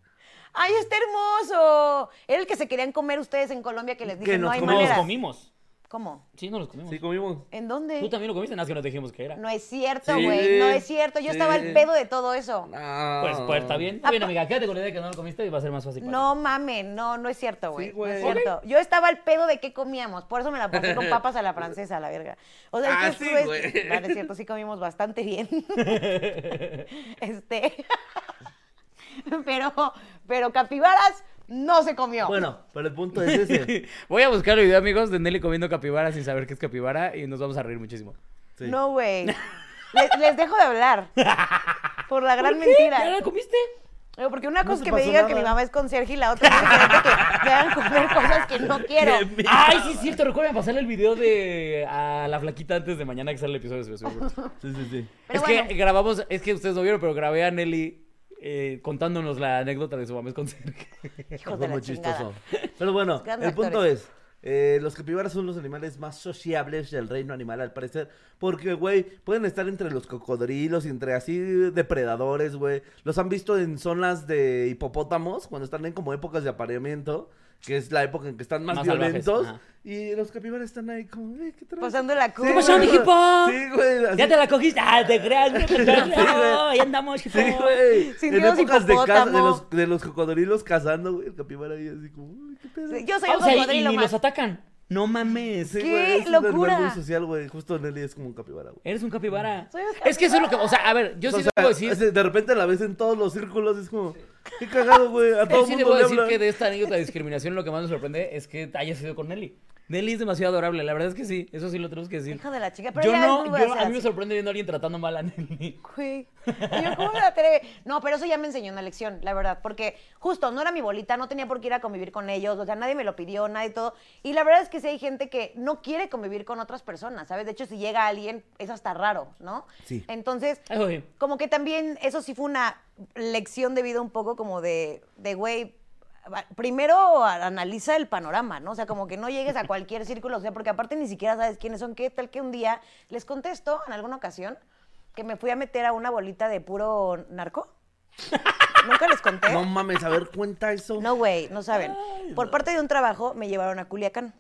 [SPEAKER 3] ¡Ay, está hermoso! Era el que se querían comer ustedes en Colombia que les dije,
[SPEAKER 2] Que
[SPEAKER 3] no
[SPEAKER 2] nos
[SPEAKER 3] hay
[SPEAKER 1] No los
[SPEAKER 3] manera.
[SPEAKER 1] comimos.
[SPEAKER 3] ¿Cómo?
[SPEAKER 1] Sí, no los comimos.
[SPEAKER 2] Sí, comimos.
[SPEAKER 3] ¿En dónde?
[SPEAKER 1] Tú también lo comiste, nada más que no te dijimos que era.
[SPEAKER 3] No es cierto,
[SPEAKER 2] Sí,
[SPEAKER 3] güey. no es cierto.
[SPEAKER 2] sí.
[SPEAKER 3] Yo estaba al pedo de todo eso.
[SPEAKER 2] No.
[SPEAKER 1] Pues, pues, está bien. Está bien, amiga, quédate con la idea de que no lo comiste y va a ser más fácil. para
[SPEAKER 3] No mames, no, no es cierto, güey.
[SPEAKER 2] Sí, güey.
[SPEAKER 3] No es cierto. Yo estaba al pedo de qué comíamos, por eso me la pasé con papas a la francesa, la verga. O sea,
[SPEAKER 2] Ah,
[SPEAKER 3] es
[SPEAKER 2] sí,
[SPEAKER 3] que estuve-
[SPEAKER 2] güey.
[SPEAKER 3] Vale, es cierto, sí comimos bastante bien. este. pero, pero capibaras no se comió.
[SPEAKER 2] Bueno, pero el punto es ese.
[SPEAKER 1] ti. Voy a buscar el video, amigos, de Nelly comiendo capibara sin saber qué es capibara y nos vamos a reír muchísimo.
[SPEAKER 2] Sí.
[SPEAKER 3] No, güey. Les, les dejo de hablar. Por la gran
[SPEAKER 1] ¿Por qué?
[SPEAKER 3] mentira.
[SPEAKER 1] ¿Ya la comiste?
[SPEAKER 3] Digo, Porque una cosa es
[SPEAKER 2] te
[SPEAKER 3] que me
[SPEAKER 2] pasó
[SPEAKER 3] digan que
[SPEAKER 2] nada.
[SPEAKER 3] mi mamá es conserje y la otra es diferente que me hagan comer cosas que no quiero.
[SPEAKER 2] Qué mi-
[SPEAKER 1] Ay, sí, es cierto. Recuerden pasarle el video de a la flaquita antes de mañana que sale el episodio. se lo juro.
[SPEAKER 2] Sí, sí, sí.
[SPEAKER 3] Pero
[SPEAKER 1] es que
[SPEAKER 3] bueno.
[SPEAKER 1] grabamos, es que ustedes no vieron, pero grabé a Nelly eh, contándonos la anécdota de su mamá con Sergio.
[SPEAKER 3] Hijos de
[SPEAKER 2] Fue
[SPEAKER 3] la
[SPEAKER 2] muy
[SPEAKER 3] chingada.
[SPEAKER 2] chistoso. Pero bueno,
[SPEAKER 3] Grandes
[SPEAKER 2] el punto
[SPEAKER 3] actores.
[SPEAKER 2] es. eh, los capibaras son los animales más sociables del reino animal, al parecer. Porque, güey, pueden estar entre los cocodrilos y entre así depredadores, güey. Los han visto en zonas de hipopótamos, cuando están en como épocas de apareamiento, que es la época en que están más,
[SPEAKER 1] Más salvajes,
[SPEAKER 2] violentos.
[SPEAKER 1] ajá.
[SPEAKER 2] y los capibaras están ahí como, eh, ¿qué traes?
[SPEAKER 3] Pasando la
[SPEAKER 2] Sí,
[SPEAKER 3] curva.
[SPEAKER 1] pasó,
[SPEAKER 2] güey,
[SPEAKER 1] mijipo?
[SPEAKER 2] Sí, güey. así-
[SPEAKER 1] Ya te la cogiste. Ah, te creas, no te creas.
[SPEAKER 2] Sí,
[SPEAKER 1] No,
[SPEAKER 2] güey.
[SPEAKER 1] ahí andamos, hijo.
[SPEAKER 2] Sí, güey.
[SPEAKER 3] Sin
[SPEAKER 2] en
[SPEAKER 3] Dios,
[SPEAKER 2] épocas de, caza- de
[SPEAKER 3] hipopótamo.
[SPEAKER 2] los, de los cocodrilos cazando, güey. El capibara ahí así como, "Uy, ¿qué pedo?
[SPEAKER 3] Sí, Yo soy
[SPEAKER 1] Ah,
[SPEAKER 3] un
[SPEAKER 1] o sea, y-
[SPEAKER 3] cocodrilo
[SPEAKER 1] y, ni
[SPEAKER 3] más.
[SPEAKER 1] los atacan. No mames.
[SPEAKER 2] Sí,
[SPEAKER 3] ¡Qué
[SPEAKER 2] güey, es un
[SPEAKER 3] locura!
[SPEAKER 2] animal muy social, güey. Justo Nelly es como un capibara, güey.
[SPEAKER 1] Eres un capibara.
[SPEAKER 3] Soy un
[SPEAKER 1] Es que eso es lo que. O sea, a ver, yo
[SPEAKER 2] O
[SPEAKER 1] sí
[SPEAKER 2] sea,
[SPEAKER 1] debo decir.
[SPEAKER 2] ese- de repente la ves en todos los círculos, es como, qué cagado, güey. A todo
[SPEAKER 1] Yo
[SPEAKER 2] el
[SPEAKER 1] sí
[SPEAKER 2] mundo
[SPEAKER 1] debo
[SPEAKER 2] le
[SPEAKER 1] decir
[SPEAKER 2] habla.
[SPEAKER 1] que de esta anécdota de discriminación lo que más me sorprende es que haya sido con Nelly. Nelly es demasiado adorable, la verdad es que sí, eso sí lo tenemos que decir.
[SPEAKER 3] Hijo de la chica, pero
[SPEAKER 1] yo
[SPEAKER 3] ya
[SPEAKER 1] no,
[SPEAKER 3] no voy a
[SPEAKER 1] yo-
[SPEAKER 3] hacer
[SPEAKER 1] a mí me
[SPEAKER 3] así.
[SPEAKER 1] sorprende viendo a alguien tratando mal a Nelly.
[SPEAKER 3] Güey. Y yo, ¿cómo me atreve? No, pero eso ya me enseñó una lección, la verdad. Porque justo no era mi bolita, no tenía por qué ir a convivir con ellos. O sea, nadie me lo pidió, nadie todo. Y la verdad es que sí hay gente que no quiere convivir con otras personas, ¿sabes? De hecho, si llega alguien, es hasta raro, ¿no?
[SPEAKER 2] Sí.
[SPEAKER 3] Entonces,
[SPEAKER 1] Ay, güey.
[SPEAKER 3] como que también eso sí fue una lección de vida un poco como de, de güey, va- primero a- analiza el panorama, ¿no? O sea, como que no llegues a cualquier círculo, o sea, porque aparte ni siquiera sabes quiénes son, qué tal que un día les contesto en alguna ocasión que me fui a meter a una bolita de puro narco. Nunca les
[SPEAKER 1] ¿Eh?
[SPEAKER 3] conté.
[SPEAKER 2] No mames, a ver, cuenta eso.
[SPEAKER 3] No, güey, no saben. Por parte de un trabajo me llevaron a Culiacán.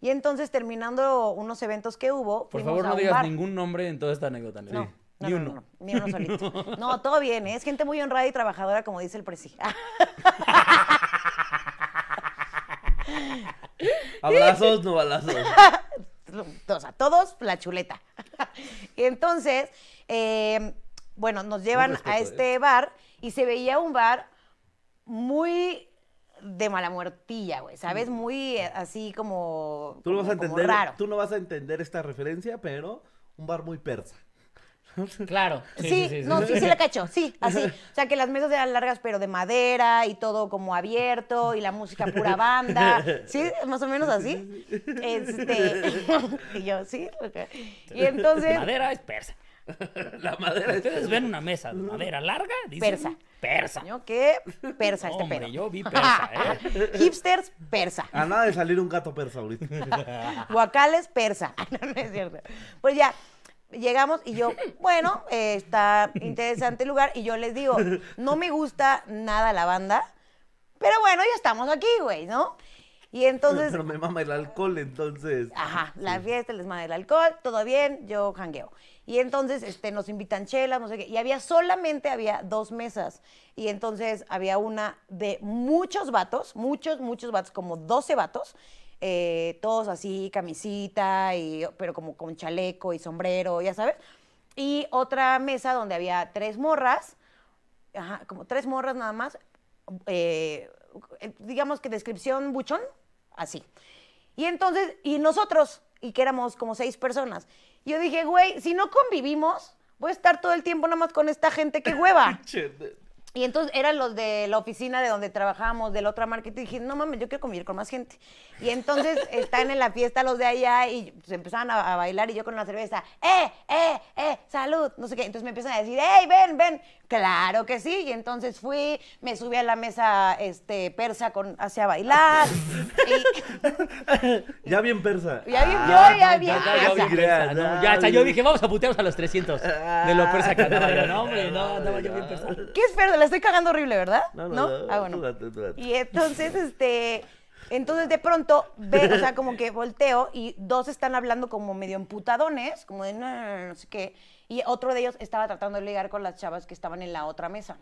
[SPEAKER 3] Y entonces terminando unos eventos que hubo,
[SPEAKER 1] Por
[SPEAKER 3] fuimos
[SPEAKER 1] favor,
[SPEAKER 3] a
[SPEAKER 1] no
[SPEAKER 3] un
[SPEAKER 1] digas
[SPEAKER 3] bar.
[SPEAKER 1] ningún nombre en toda esta anécdota, Nelly.
[SPEAKER 3] No, No,
[SPEAKER 1] Ni
[SPEAKER 3] no,
[SPEAKER 1] uno.
[SPEAKER 3] no, no, ni uno solito. No, todo bien, ¿eh? es gente muy honrada y trabajadora, como dice el presi.
[SPEAKER 2] Abrazos, no balazos.
[SPEAKER 3] o sea, todos la chuleta. y entonces, eh, bueno, nos llevan
[SPEAKER 2] respeto,
[SPEAKER 3] a
[SPEAKER 2] ¿eh?
[SPEAKER 3] este bar y se veía un bar muy de mala muertilla, güey, ¿sabes? Muy eh, así como,
[SPEAKER 2] Mm. Tú no vas a
[SPEAKER 3] como- como
[SPEAKER 2] entender,
[SPEAKER 3] raro.
[SPEAKER 2] tú no vas a entender esta referencia, pero un bar muy persa.
[SPEAKER 1] Claro.
[SPEAKER 3] Sí, no, sí, sí la cacho, sí, así. O sea, que las mesas eran largas, pero de madera y todo como abierto y la música pura banda. Sí, más o menos así. Este, y yo, sí. ok. Y
[SPEAKER 1] De
[SPEAKER 3] entonces,
[SPEAKER 1] madera es persa.
[SPEAKER 2] La madera es
[SPEAKER 1] Ustedes ven una mesa de madera larga, dicen
[SPEAKER 3] Persa.
[SPEAKER 1] Persa.
[SPEAKER 3] ¿no? qué persa este
[SPEAKER 1] Hombre,
[SPEAKER 3] pedo.
[SPEAKER 1] yo vi persa, ¿eh?
[SPEAKER 3] Hipsters, persa.
[SPEAKER 2] A nada de salir un gato persa ahorita.
[SPEAKER 3] Guacales, persa. No, no es cierto. Pues ya, llegamos y yo, bueno, eh, está interesante el lugar. Y yo les digo, no me gusta nada la banda, pero bueno, ya estamos aquí, güey, ¿no? Y entonces,
[SPEAKER 2] Pero me mama el alcohol, entonces.
[SPEAKER 3] ajá, la fiesta, el desmadre del alcohol, todo bien, yo jangueo. Y entonces este, nos invitan chelas, no sé qué. Y había solamente había dos mesas. Y entonces había una de muchos vatos, muchos, muchos vatos, como 12 vatos. eh, todos así, camisita, y, pero como con chaleco y sombrero, ya sabes. Y otra mesa donde había tres morras, ajá, como tres morras nada más, eh, eh, digamos que descripción buchón, así. Y entonces, y nosotros, y que éramos como seis personas, yo dije, güey, si no convivimos, voy a estar todo el tiempo nada más con esta gente, qué hueva.
[SPEAKER 2] Che,
[SPEAKER 3] Y entonces eran los de la oficina de donde trabajábamos, de la otra marca, y dije, no mames, yo quiero convivir con más gente. Y entonces están en la fiesta los de allá y se empezaban a, a bailar y yo con la cerveza, ¡eh, eh, eh, salud! No sé qué. Entonces me empiezan a decir, ¡hey, ven, ven! Claro que sí. Y entonces fui, me subí a la mesa este, persa con, hacia bailar. y
[SPEAKER 2] Ya bien persa.
[SPEAKER 3] ya bien, yo ya bien.
[SPEAKER 1] Ya, ya, ya,
[SPEAKER 2] sí,
[SPEAKER 1] vi persa,
[SPEAKER 2] ya,
[SPEAKER 1] ¿no? Ya, hasta
[SPEAKER 2] ya.
[SPEAKER 1] yo dije, vamos a putearnos a los 300 de lo persa que andaba yo. No, hombre, no,
[SPEAKER 2] No,
[SPEAKER 1] andaba yo
[SPEAKER 2] no.
[SPEAKER 1] bien persa.
[SPEAKER 3] ¿Qué es persa? La estoy cagando horrible, ¿verdad?
[SPEAKER 2] No, no, no,
[SPEAKER 3] Ah, bueno.
[SPEAKER 2] tú date, tú date.
[SPEAKER 3] Y entonces, este, entonces de pronto ve, o sea, como que volteo y dos están hablando como medio emputadones, como de no, no, no, no sé qué. Y otro de ellos estaba tratando de ligar con las chavas que estaban en la otra mesa.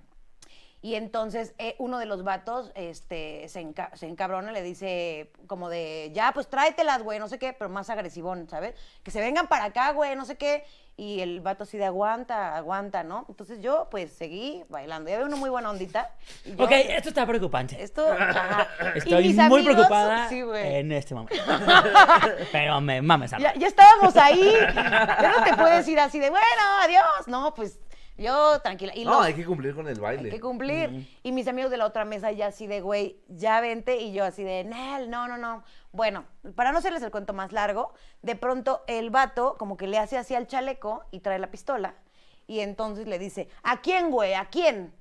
[SPEAKER 3] Y entonces eh, uno de los vatos este, se, enca- se encabrona, le dice como de, ya, pues tráetelas, güey, no sé qué, pero más agresivón, ¿sabes? Que se vengan para acá, güey, no sé qué. Y el vato así de aguanta, aguanta, ¿no? Entonces yo pues seguí bailando. Ya veo una muy buena ondita. y yo-
[SPEAKER 1] Ok, esto está preocupante.
[SPEAKER 3] esto. ajá. Y
[SPEAKER 1] Estoy
[SPEAKER 3] mis
[SPEAKER 1] muy
[SPEAKER 3] amigos,
[SPEAKER 1] preocupada
[SPEAKER 3] sí, güey.
[SPEAKER 1] en este momento. Pero me mames a
[SPEAKER 3] Ya, ya estábamos ahí. Ya no te puedes ir así de, bueno, adiós. No, pues yo tranquila. Y
[SPEAKER 2] No,
[SPEAKER 3] los-
[SPEAKER 2] hay que cumplir con el
[SPEAKER 3] hay
[SPEAKER 2] baile.
[SPEAKER 3] que cumplir. Y mis amigos de la otra mesa ya así de, güey, ya vente. Y yo así de, Nel, no, no, no. Bueno, para no hacerles el cuento más largo, de pronto el vato como que le hace así al chaleco y trae la pistola. Y entonces le dice, ¿a quién, güey? ¿A quién?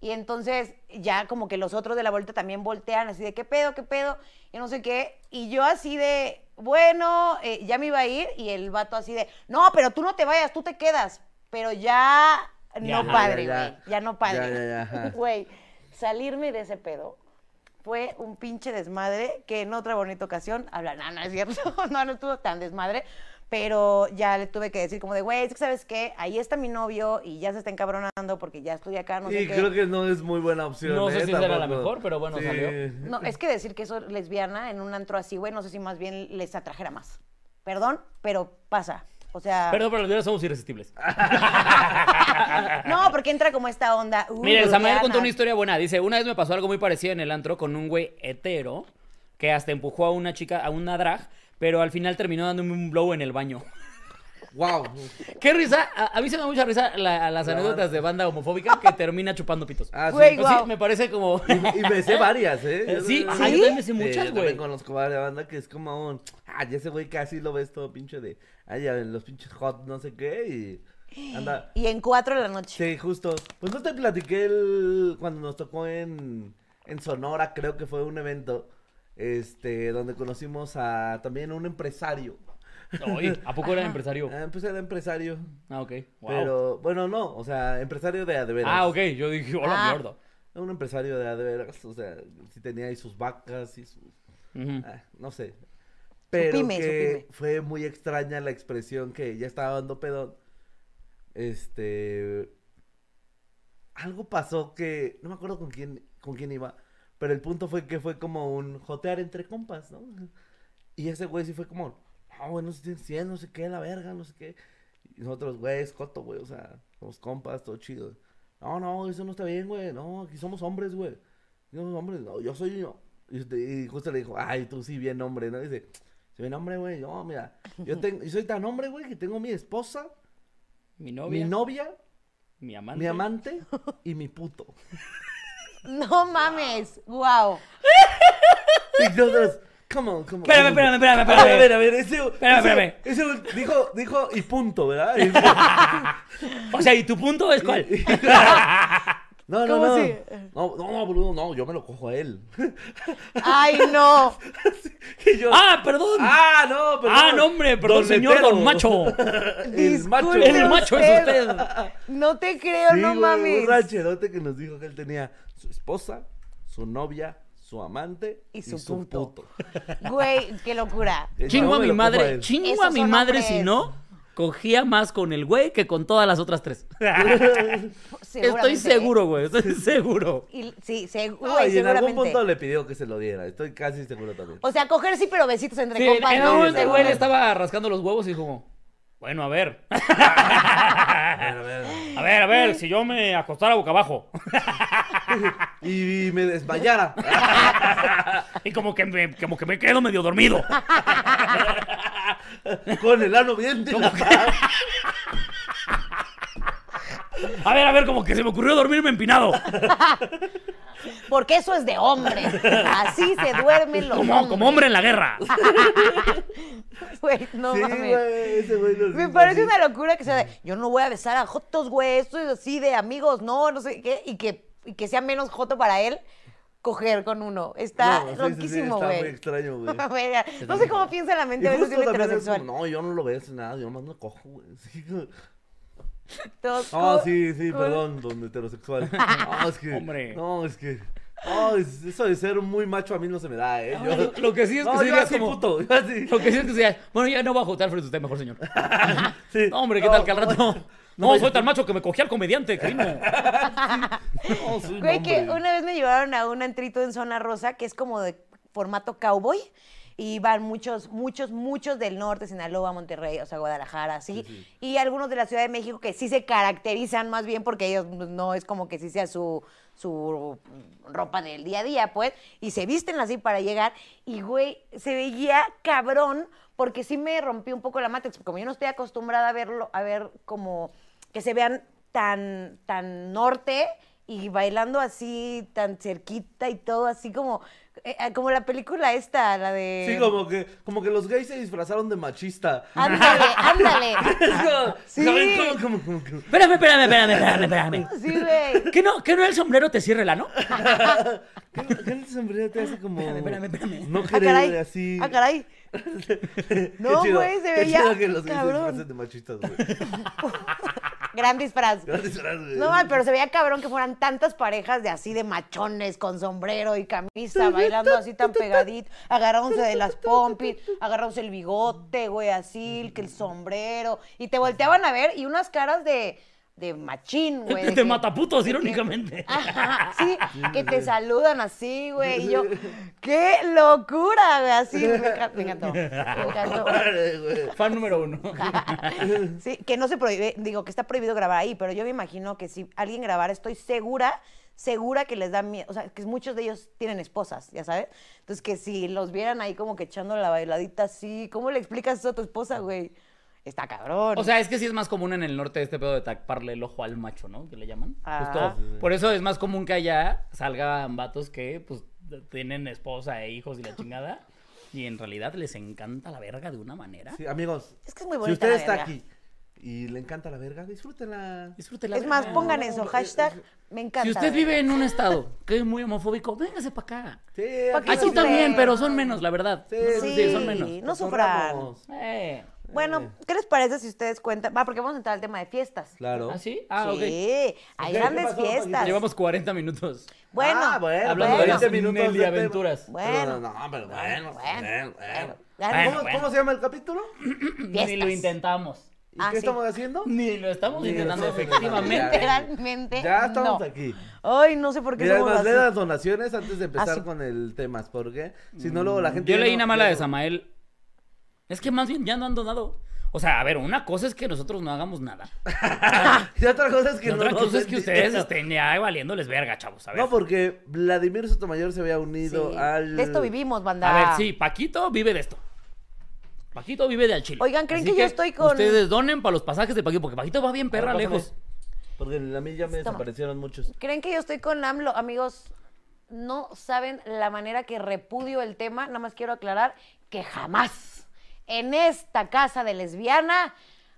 [SPEAKER 3] Y entonces ya como que los otros de la vuelta también voltean así de, ¿qué pedo, qué pedo? Y no sé qué. Y yo así de, bueno, eh, ya me iba a ir. Y el vato así de, no, pero tú no te vayas, tú te quedas. Pero ya...
[SPEAKER 1] Ya,
[SPEAKER 3] No,
[SPEAKER 1] ya,
[SPEAKER 3] padre,
[SPEAKER 2] ya.
[SPEAKER 3] güey. Ya no
[SPEAKER 2] Ya,
[SPEAKER 3] padre.
[SPEAKER 2] ya, ya, ajá.
[SPEAKER 3] Güey, salirme de ese pedo fue un pinche desmadre que en otra bonita ocasión hablan, no, no es cierto, no, no estuvo tan desmadre, pero ya le tuve que decir como de, güey, es que sabes qué, ahí está mi novio y ya se está encabronando porque ya estoy acá, no sé
[SPEAKER 2] y
[SPEAKER 3] qué.
[SPEAKER 2] creo que no es muy buena opción.
[SPEAKER 1] No sé
[SPEAKER 2] ¿eh?
[SPEAKER 1] si será la
[SPEAKER 2] Tampoco.
[SPEAKER 1] mejor, pero bueno, salió.
[SPEAKER 3] No, es que decir que eso es lesbiana en un antro así, güey, no sé si más bien les atrajera más. Perdón, pero pasa. O sea,
[SPEAKER 1] Perdón, pero los dioses somos irresistibles.
[SPEAKER 3] no, porque entra como esta onda. uh,
[SPEAKER 1] Mira, Samuel contó
[SPEAKER 3] lesbiana.
[SPEAKER 1] una historia buena. Dice, una vez me pasó algo muy parecido en el antro con un güey hetero que hasta empujó a una chica, a una drag, pero al final terminó dándome un blow en el baño.
[SPEAKER 2] Wow.
[SPEAKER 1] ¡Qué risa! A, a mí se me da mucha risa la- a las
[SPEAKER 2] La
[SPEAKER 1] anécdotas de banda homofóbica que termina chupando pitos.
[SPEAKER 2] Ah, sí.
[SPEAKER 3] Güey,
[SPEAKER 1] Pues sí,
[SPEAKER 3] guau.
[SPEAKER 1] me parece como...
[SPEAKER 2] Y me sé varias, ¿eh?
[SPEAKER 1] Sí,
[SPEAKER 2] Yo-
[SPEAKER 1] ajá, yo también me sé muchas,
[SPEAKER 2] yo
[SPEAKER 1] güey.
[SPEAKER 2] también conozco varias banda que es como un. Ah, ya ese güey casi lo ves todo pinche de. Ah, ya ven, los pinches hot, no sé qué. Y. Anda.
[SPEAKER 3] Y en cuatro de la noche.
[SPEAKER 2] Sí, justo. Pues no te platiqué el. Cuando nos tocó en. En Sonora, creo que fue un evento. Este. Donde conocimos a también un empresario.
[SPEAKER 1] Ay, ¿A poco era empresario?
[SPEAKER 2] Ah, pues era empresario.
[SPEAKER 1] Ah, ok. Wow.
[SPEAKER 2] Pero, bueno, no, o sea, empresario de adeveras.
[SPEAKER 1] Ah, ok. Yo dije, hola,
[SPEAKER 3] Ah.
[SPEAKER 1] mierda.
[SPEAKER 2] Un empresario de adeveras, o sea, sí tenía ahí sus vacas y sus...
[SPEAKER 1] Ujú.
[SPEAKER 2] ah, no sé. Pero
[SPEAKER 3] pyme, su
[SPEAKER 2] que
[SPEAKER 3] pyme.
[SPEAKER 2] fue muy extraña la expresión que ya estaba dando pedón. Este. Algo pasó que. No me acuerdo con quién, con quién iba. Pero el punto fue que fue como un jotear entre compas, ¿no? Y ese güey sí fue como. No, güey, no sé, tienes 100, no sé qué, la verga, no sé qué. Y nosotros, güey, es coto, güey, o sea, somos compas, todo chido. No, no, eso no está bien, güey, no, aquí somos hombres, güey. Aquí Somos hombres, no, yo soy yo. Y, usted- y justo le dijo, ay, tú sí, bien hombre, ¿no? dice, soy bien hombre, güey, no, mira, yo, tengo, yo soy tan hombre, güey, que tengo mi esposa,
[SPEAKER 1] Mi novia.
[SPEAKER 2] mi
[SPEAKER 1] Mi,
[SPEAKER 2] novia,
[SPEAKER 1] amante.
[SPEAKER 2] mi amante y mi puto.
[SPEAKER 3] No mames, wow.
[SPEAKER 2] Y nosotros, come on, come on.
[SPEAKER 1] Espérame, espérame, espérame,
[SPEAKER 2] A ver, a
[SPEAKER 1] espérame.
[SPEAKER 2] ver, a ver, ese,
[SPEAKER 1] Espérame,
[SPEAKER 2] ese- ese dijo, dijo y punto, ¿verdad? Y-
[SPEAKER 1] O sea, ¿y tu punto es cuál?
[SPEAKER 2] No, no,
[SPEAKER 3] ¿Cómo
[SPEAKER 2] no.
[SPEAKER 3] si-
[SPEAKER 2] No, no, boludo, no, yo me lo cojo a él.
[SPEAKER 3] Ay, no.
[SPEAKER 2] Y yo,
[SPEAKER 1] ¡Ah, perdón!
[SPEAKER 2] ah, no, perdón.
[SPEAKER 1] Ah, no, hombre, perdón, señor,
[SPEAKER 2] Netero.
[SPEAKER 1] don macho.
[SPEAKER 2] El macho.
[SPEAKER 3] Disculpe
[SPEAKER 1] El macho es usted.
[SPEAKER 3] No te creo,
[SPEAKER 2] Sí,
[SPEAKER 3] no
[SPEAKER 2] güey,
[SPEAKER 3] mames.
[SPEAKER 2] Un rancherote que nos dijo que él tenía su esposa, su novia, su amante
[SPEAKER 3] Y su puto. Güey, qué locura.
[SPEAKER 2] Yo
[SPEAKER 1] Chingo a mi
[SPEAKER 2] me lo cojo a
[SPEAKER 1] madre,
[SPEAKER 2] él.
[SPEAKER 1] chingo
[SPEAKER 3] Esos
[SPEAKER 1] a mi
[SPEAKER 3] son
[SPEAKER 1] madre si
[SPEAKER 3] hombres.
[SPEAKER 1] no, cogía más con el güey que con todas las otras tres. Estoy
[SPEAKER 3] Seguramente,
[SPEAKER 1] seguro, güey, estoy seguro.
[SPEAKER 3] ¿eh? Y- sí, seg-
[SPEAKER 2] No,
[SPEAKER 3] güey,
[SPEAKER 2] y en algún
[SPEAKER 3] seguramente.
[SPEAKER 2] punto le pidió que se lo diera. Estoy casi seguro también.
[SPEAKER 3] O sea, coger sí, pero besitos entre
[SPEAKER 1] Sí, en
[SPEAKER 3] compas.
[SPEAKER 1] en
[SPEAKER 3] ¿no?
[SPEAKER 1] algún momento el güey le
[SPEAKER 2] no.
[SPEAKER 1] estaba rascando los huevos y como, bueno, a ver,
[SPEAKER 2] A ver, a ver.
[SPEAKER 1] a ver, a ver, si yo me acostara boca abajo
[SPEAKER 2] Y me desmayara.
[SPEAKER 1] y como que me, como que me quedo medio dormido.
[SPEAKER 2] ¿eh? Con el ano bien dilatado.
[SPEAKER 1] A ver, a ver, como que se me ocurrió dormirme empinado.
[SPEAKER 3] Porque eso es de hombre. Así se duermen los
[SPEAKER 1] Como, como hombre en la guerra.
[SPEAKER 3] Güey, no
[SPEAKER 2] Sí,
[SPEAKER 3] mames.
[SPEAKER 2] güey, ese güey nos
[SPEAKER 3] Me
[SPEAKER 2] dijo
[SPEAKER 3] parece
[SPEAKER 2] así.
[SPEAKER 3] una locura que sea de, yo no voy a besar a Jotos, güey, esto es así de amigos, no, no sé qué, y que, y que sea menos Joto para él coger con uno. Está
[SPEAKER 2] No, sí, sí, sí,
[SPEAKER 3] loquísimo,
[SPEAKER 2] está
[SPEAKER 3] güey.
[SPEAKER 2] muy extraño, güey.
[SPEAKER 3] Verga, no sé cómo piensa la mente
[SPEAKER 2] Y
[SPEAKER 3] a veces de
[SPEAKER 2] justo
[SPEAKER 3] un
[SPEAKER 2] también es
[SPEAKER 3] heterosexual.
[SPEAKER 2] como, no, yo no lo ves nada, yo nomás no cojo, güey. Sí, güey.
[SPEAKER 3] Todos
[SPEAKER 2] Ah,
[SPEAKER 3] co-
[SPEAKER 2] sí, sí,
[SPEAKER 3] co-
[SPEAKER 2] perdón, don heterosexual. No, es que.
[SPEAKER 1] Hombre.
[SPEAKER 2] No, es que. No, es- eso de ser muy macho a mí no se me da, eh. Yo-
[SPEAKER 1] Lo- lo que sí es que
[SPEAKER 2] no,
[SPEAKER 1] sí
[SPEAKER 2] yo
[SPEAKER 1] digas
[SPEAKER 2] así,
[SPEAKER 1] como-
[SPEAKER 2] puto, yo así.
[SPEAKER 1] Lo que sí es que sea, bueno, ya no voy a jotear frente a usted, mejor señor.
[SPEAKER 2] Sí.
[SPEAKER 1] No, hombre, ¿qué
[SPEAKER 2] No,
[SPEAKER 1] tal que al rato? No,
[SPEAKER 2] no,
[SPEAKER 1] soy
[SPEAKER 2] yo-
[SPEAKER 1] tan macho que me cogí al comediante, crino.
[SPEAKER 2] No, soy un
[SPEAKER 3] Güey, que
[SPEAKER 2] hombre.
[SPEAKER 3] una vez me llevaron a un antrito en Zona Rosa que es como de formato cowboy. Y van muchos, muchos, muchos del norte, Sinaloa, Monterrey, o sea, Guadalajara, así. Y algunos de la Ciudad de México que sí se caracterizan más bien porque ellos pues, no es como que sí sea su, su ropa del día a día, pues. Y se visten así para llegar. Y, güey, se veía cabrón porque sí me rompió un poco la matrix. Como yo no estoy acostumbrada a verlo, a ver como que se vean tan, tan norte y bailando así, tan cerquita y todo, así como, eh, eh, como la película esta, la de...
[SPEAKER 2] Sí, como que, como que los gays se disfrazaron de machista.
[SPEAKER 3] Ándale, ándale.
[SPEAKER 2] Es como,
[SPEAKER 3] Sí.
[SPEAKER 2] ¿saben? Como- como- como- como-
[SPEAKER 1] Espérame, espérame, espérame, espérame, espérame.
[SPEAKER 3] Sí, güey.
[SPEAKER 1] ¿Que no, que no el sombrero te cierre la, no?
[SPEAKER 2] ¿Qué- qué el sombrero te hace como.
[SPEAKER 1] Espérame, espérame, espérame.
[SPEAKER 2] No
[SPEAKER 3] Ah,
[SPEAKER 2] querer
[SPEAKER 3] caray.
[SPEAKER 2] así.
[SPEAKER 3] Ah, caray.
[SPEAKER 2] Qué
[SPEAKER 3] No,
[SPEAKER 2] chido,
[SPEAKER 3] güey, se
[SPEAKER 2] qué
[SPEAKER 3] veía
[SPEAKER 2] chido que los gays se
[SPEAKER 3] cabrón.
[SPEAKER 2] disfracen de machistas, güey.
[SPEAKER 3] Gran disfraz.
[SPEAKER 2] Gran disfraz, güey.
[SPEAKER 3] No, mal, pero se veía cabrón que fueran tantas parejas de así de machones con sombrero y camisa bailando así tan pegadito, agarrándose de las pompis, agarrándose el bigote, güey, así, el que el sombrero y te volteaban a ver y unas caras de de machín, güey. de
[SPEAKER 1] Te
[SPEAKER 3] que-
[SPEAKER 1] mataputos, irónicamente.
[SPEAKER 3] Ajá, sí, que te saludan así, güey. Y yo, qué locura, güey. Así, me, enca- me encantó. Me encantó.
[SPEAKER 2] Órale, güey.
[SPEAKER 1] Fan número uno.
[SPEAKER 3] Sí, que no se prohíbe, digo que está prohibido grabar ahí, pero yo me imagino que si alguien grabara, estoy segura, segura que les da miedo, o sea, que muchos de ellos tienen esposas, ya sabes. Entonces, que si los vieran ahí como que echando la bailadita así, ¿cómo le explicas eso a tu esposa, güey? Está cabrón.
[SPEAKER 1] O sea, es que sí es más común en el norte este pedo de taparle el ojo al macho, ¿no? Que le llaman.
[SPEAKER 3] Ah.
[SPEAKER 1] Justo. Por eso es más común que allá salgan vatos que, pues, tienen esposa e hijos y la chingada. Y en realidad les encanta la verga de una manera.
[SPEAKER 2] Sí, amigos,
[SPEAKER 3] es que es muy
[SPEAKER 2] si
[SPEAKER 3] bonita
[SPEAKER 2] usted
[SPEAKER 3] la
[SPEAKER 2] está
[SPEAKER 3] verga.
[SPEAKER 2] aquí y le encanta la verga, disfrútela.
[SPEAKER 1] Disfrute la
[SPEAKER 3] Es más,
[SPEAKER 1] verga.
[SPEAKER 3] pongan eso, hashtag, me encanta.
[SPEAKER 1] Si usted
[SPEAKER 3] la
[SPEAKER 1] vive
[SPEAKER 3] verga.
[SPEAKER 1] en un estado que es muy homofóbico, véngase para acá.
[SPEAKER 2] Sí,
[SPEAKER 3] ¿Para qué
[SPEAKER 1] Aquí
[SPEAKER 3] sufre?
[SPEAKER 1] también, pero son menos, la verdad.
[SPEAKER 2] Sí,
[SPEAKER 1] No,
[SPEAKER 3] sí,
[SPEAKER 1] sí, son menos.
[SPEAKER 3] no sufran.
[SPEAKER 2] Cotorramos.
[SPEAKER 1] Eh.
[SPEAKER 3] Bueno, ¿qué les parece si ustedes cuentan? Va, porque vamos a entrar al tema de fiestas.
[SPEAKER 2] Claro.
[SPEAKER 1] ¿Ah, sí? Ah,
[SPEAKER 3] sí,
[SPEAKER 1] ok.
[SPEAKER 3] hay
[SPEAKER 2] Ok, ¿qué
[SPEAKER 3] grandes
[SPEAKER 2] pasó,
[SPEAKER 3] fiestas.
[SPEAKER 2] Paquita?
[SPEAKER 1] Llevamos 40 minutos
[SPEAKER 3] Bueno,
[SPEAKER 2] Ah, bueno,
[SPEAKER 1] hablando
[SPEAKER 2] bueno.
[SPEAKER 1] de
[SPEAKER 2] 20 minutos de
[SPEAKER 1] Nelly
[SPEAKER 2] tema.
[SPEAKER 1] Aventuras.
[SPEAKER 3] bueno,
[SPEAKER 2] Pero no, no, pero bueno, bueno, bueno.
[SPEAKER 3] bueno,
[SPEAKER 2] ¿Cómo,
[SPEAKER 1] bueno.
[SPEAKER 2] cómo se llama el capítulo?
[SPEAKER 1] Ni lo
[SPEAKER 3] Fiestas.
[SPEAKER 1] intentamos.
[SPEAKER 2] ¿Y
[SPEAKER 3] Ah,
[SPEAKER 2] qué
[SPEAKER 3] sí.
[SPEAKER 2] estamos haciendo?
[SPEAKER 1] Ni lo estamos
[SPEAKER 2] Ni lo
[SPEAKER 1] intentando
[SPEAKER 2] estamos
[SPEAKER 1] efectivamente.
[SPEAKER 2] intentando.
[SPEAKER 3] Literalmente.
[SPEAKER 2] Ya estamos
[SPEAKER 3] no.
[SPEAKER 2] aquí.
[SPEAKER 3] Ay, no sé por qué
[SPEAKER 2] Mira,
[SPEAKER 3] somos
[SPEAKER 2] además,
[SPEAKER 3] así. Ah,
[SPEAKER 2] lee las donaciones antes de empezar
[SPEAKER 3] Así.
[SPEAKER 2] con el tema, porque si no, luego la gente.
[SPEAKER 1] Mm, Yo
[SPEAKER 2] ya
[SPEAKER 1] leí
[SPEAKER 2] no-
[SPEAKER 1] nada más la
[SPEAKER 2] ya
[SPEAKER 1] de
[SPEAKER 2] no-
[SPEAKER 1] Samael. Es que más bien ya no han donado. O sea, a ver, una cosa es que nosotros no hagamos nada.
[SPEAKER 2] Y otra cosa es que
[SPEAKER 1] Y otra
[SPEAKER 2] no nos
[SPEAKER 1] cosa es que
[SPEAKER 2] entienden.
[SPEAKER 1] ustedes estén ya valiéndoles verga, chavos. A ver.
[SPEAKER 2] No, porque Vladimir Sotomayor se había unido
[SPEAKER 3] Sí.
[SPEAKER 2] al.
[SPEAKER 3] De esto vivimos, banda.
[SPEAKER 1] A ver, sí, Paquito vive de esto. Paquito vive de al chile.
[SPEAKER 3] Oigan, ¿creen que yo estoy con-
[SPEAKER 1] Ustedes donen para los pasajes de Paquito, porque Paquito va bien
[SPEAKER 2] Ahora,
[SPEAKER 1] perra
[SPEAKER 2] pásame,
[SPEAKER 1] lejos.
[SPEAKER 2] Porque en la mí ya me
[SPEAKER 3] Toma.
[SPEAKER 2] desaparecieron muchos.
[SPEAKER 3] ¿Creen que yo estoy con AMLO? Amigos, no saben la manera que repudio el tema. Nada más quiero aclarar que jamás en esta casa de lesbiana,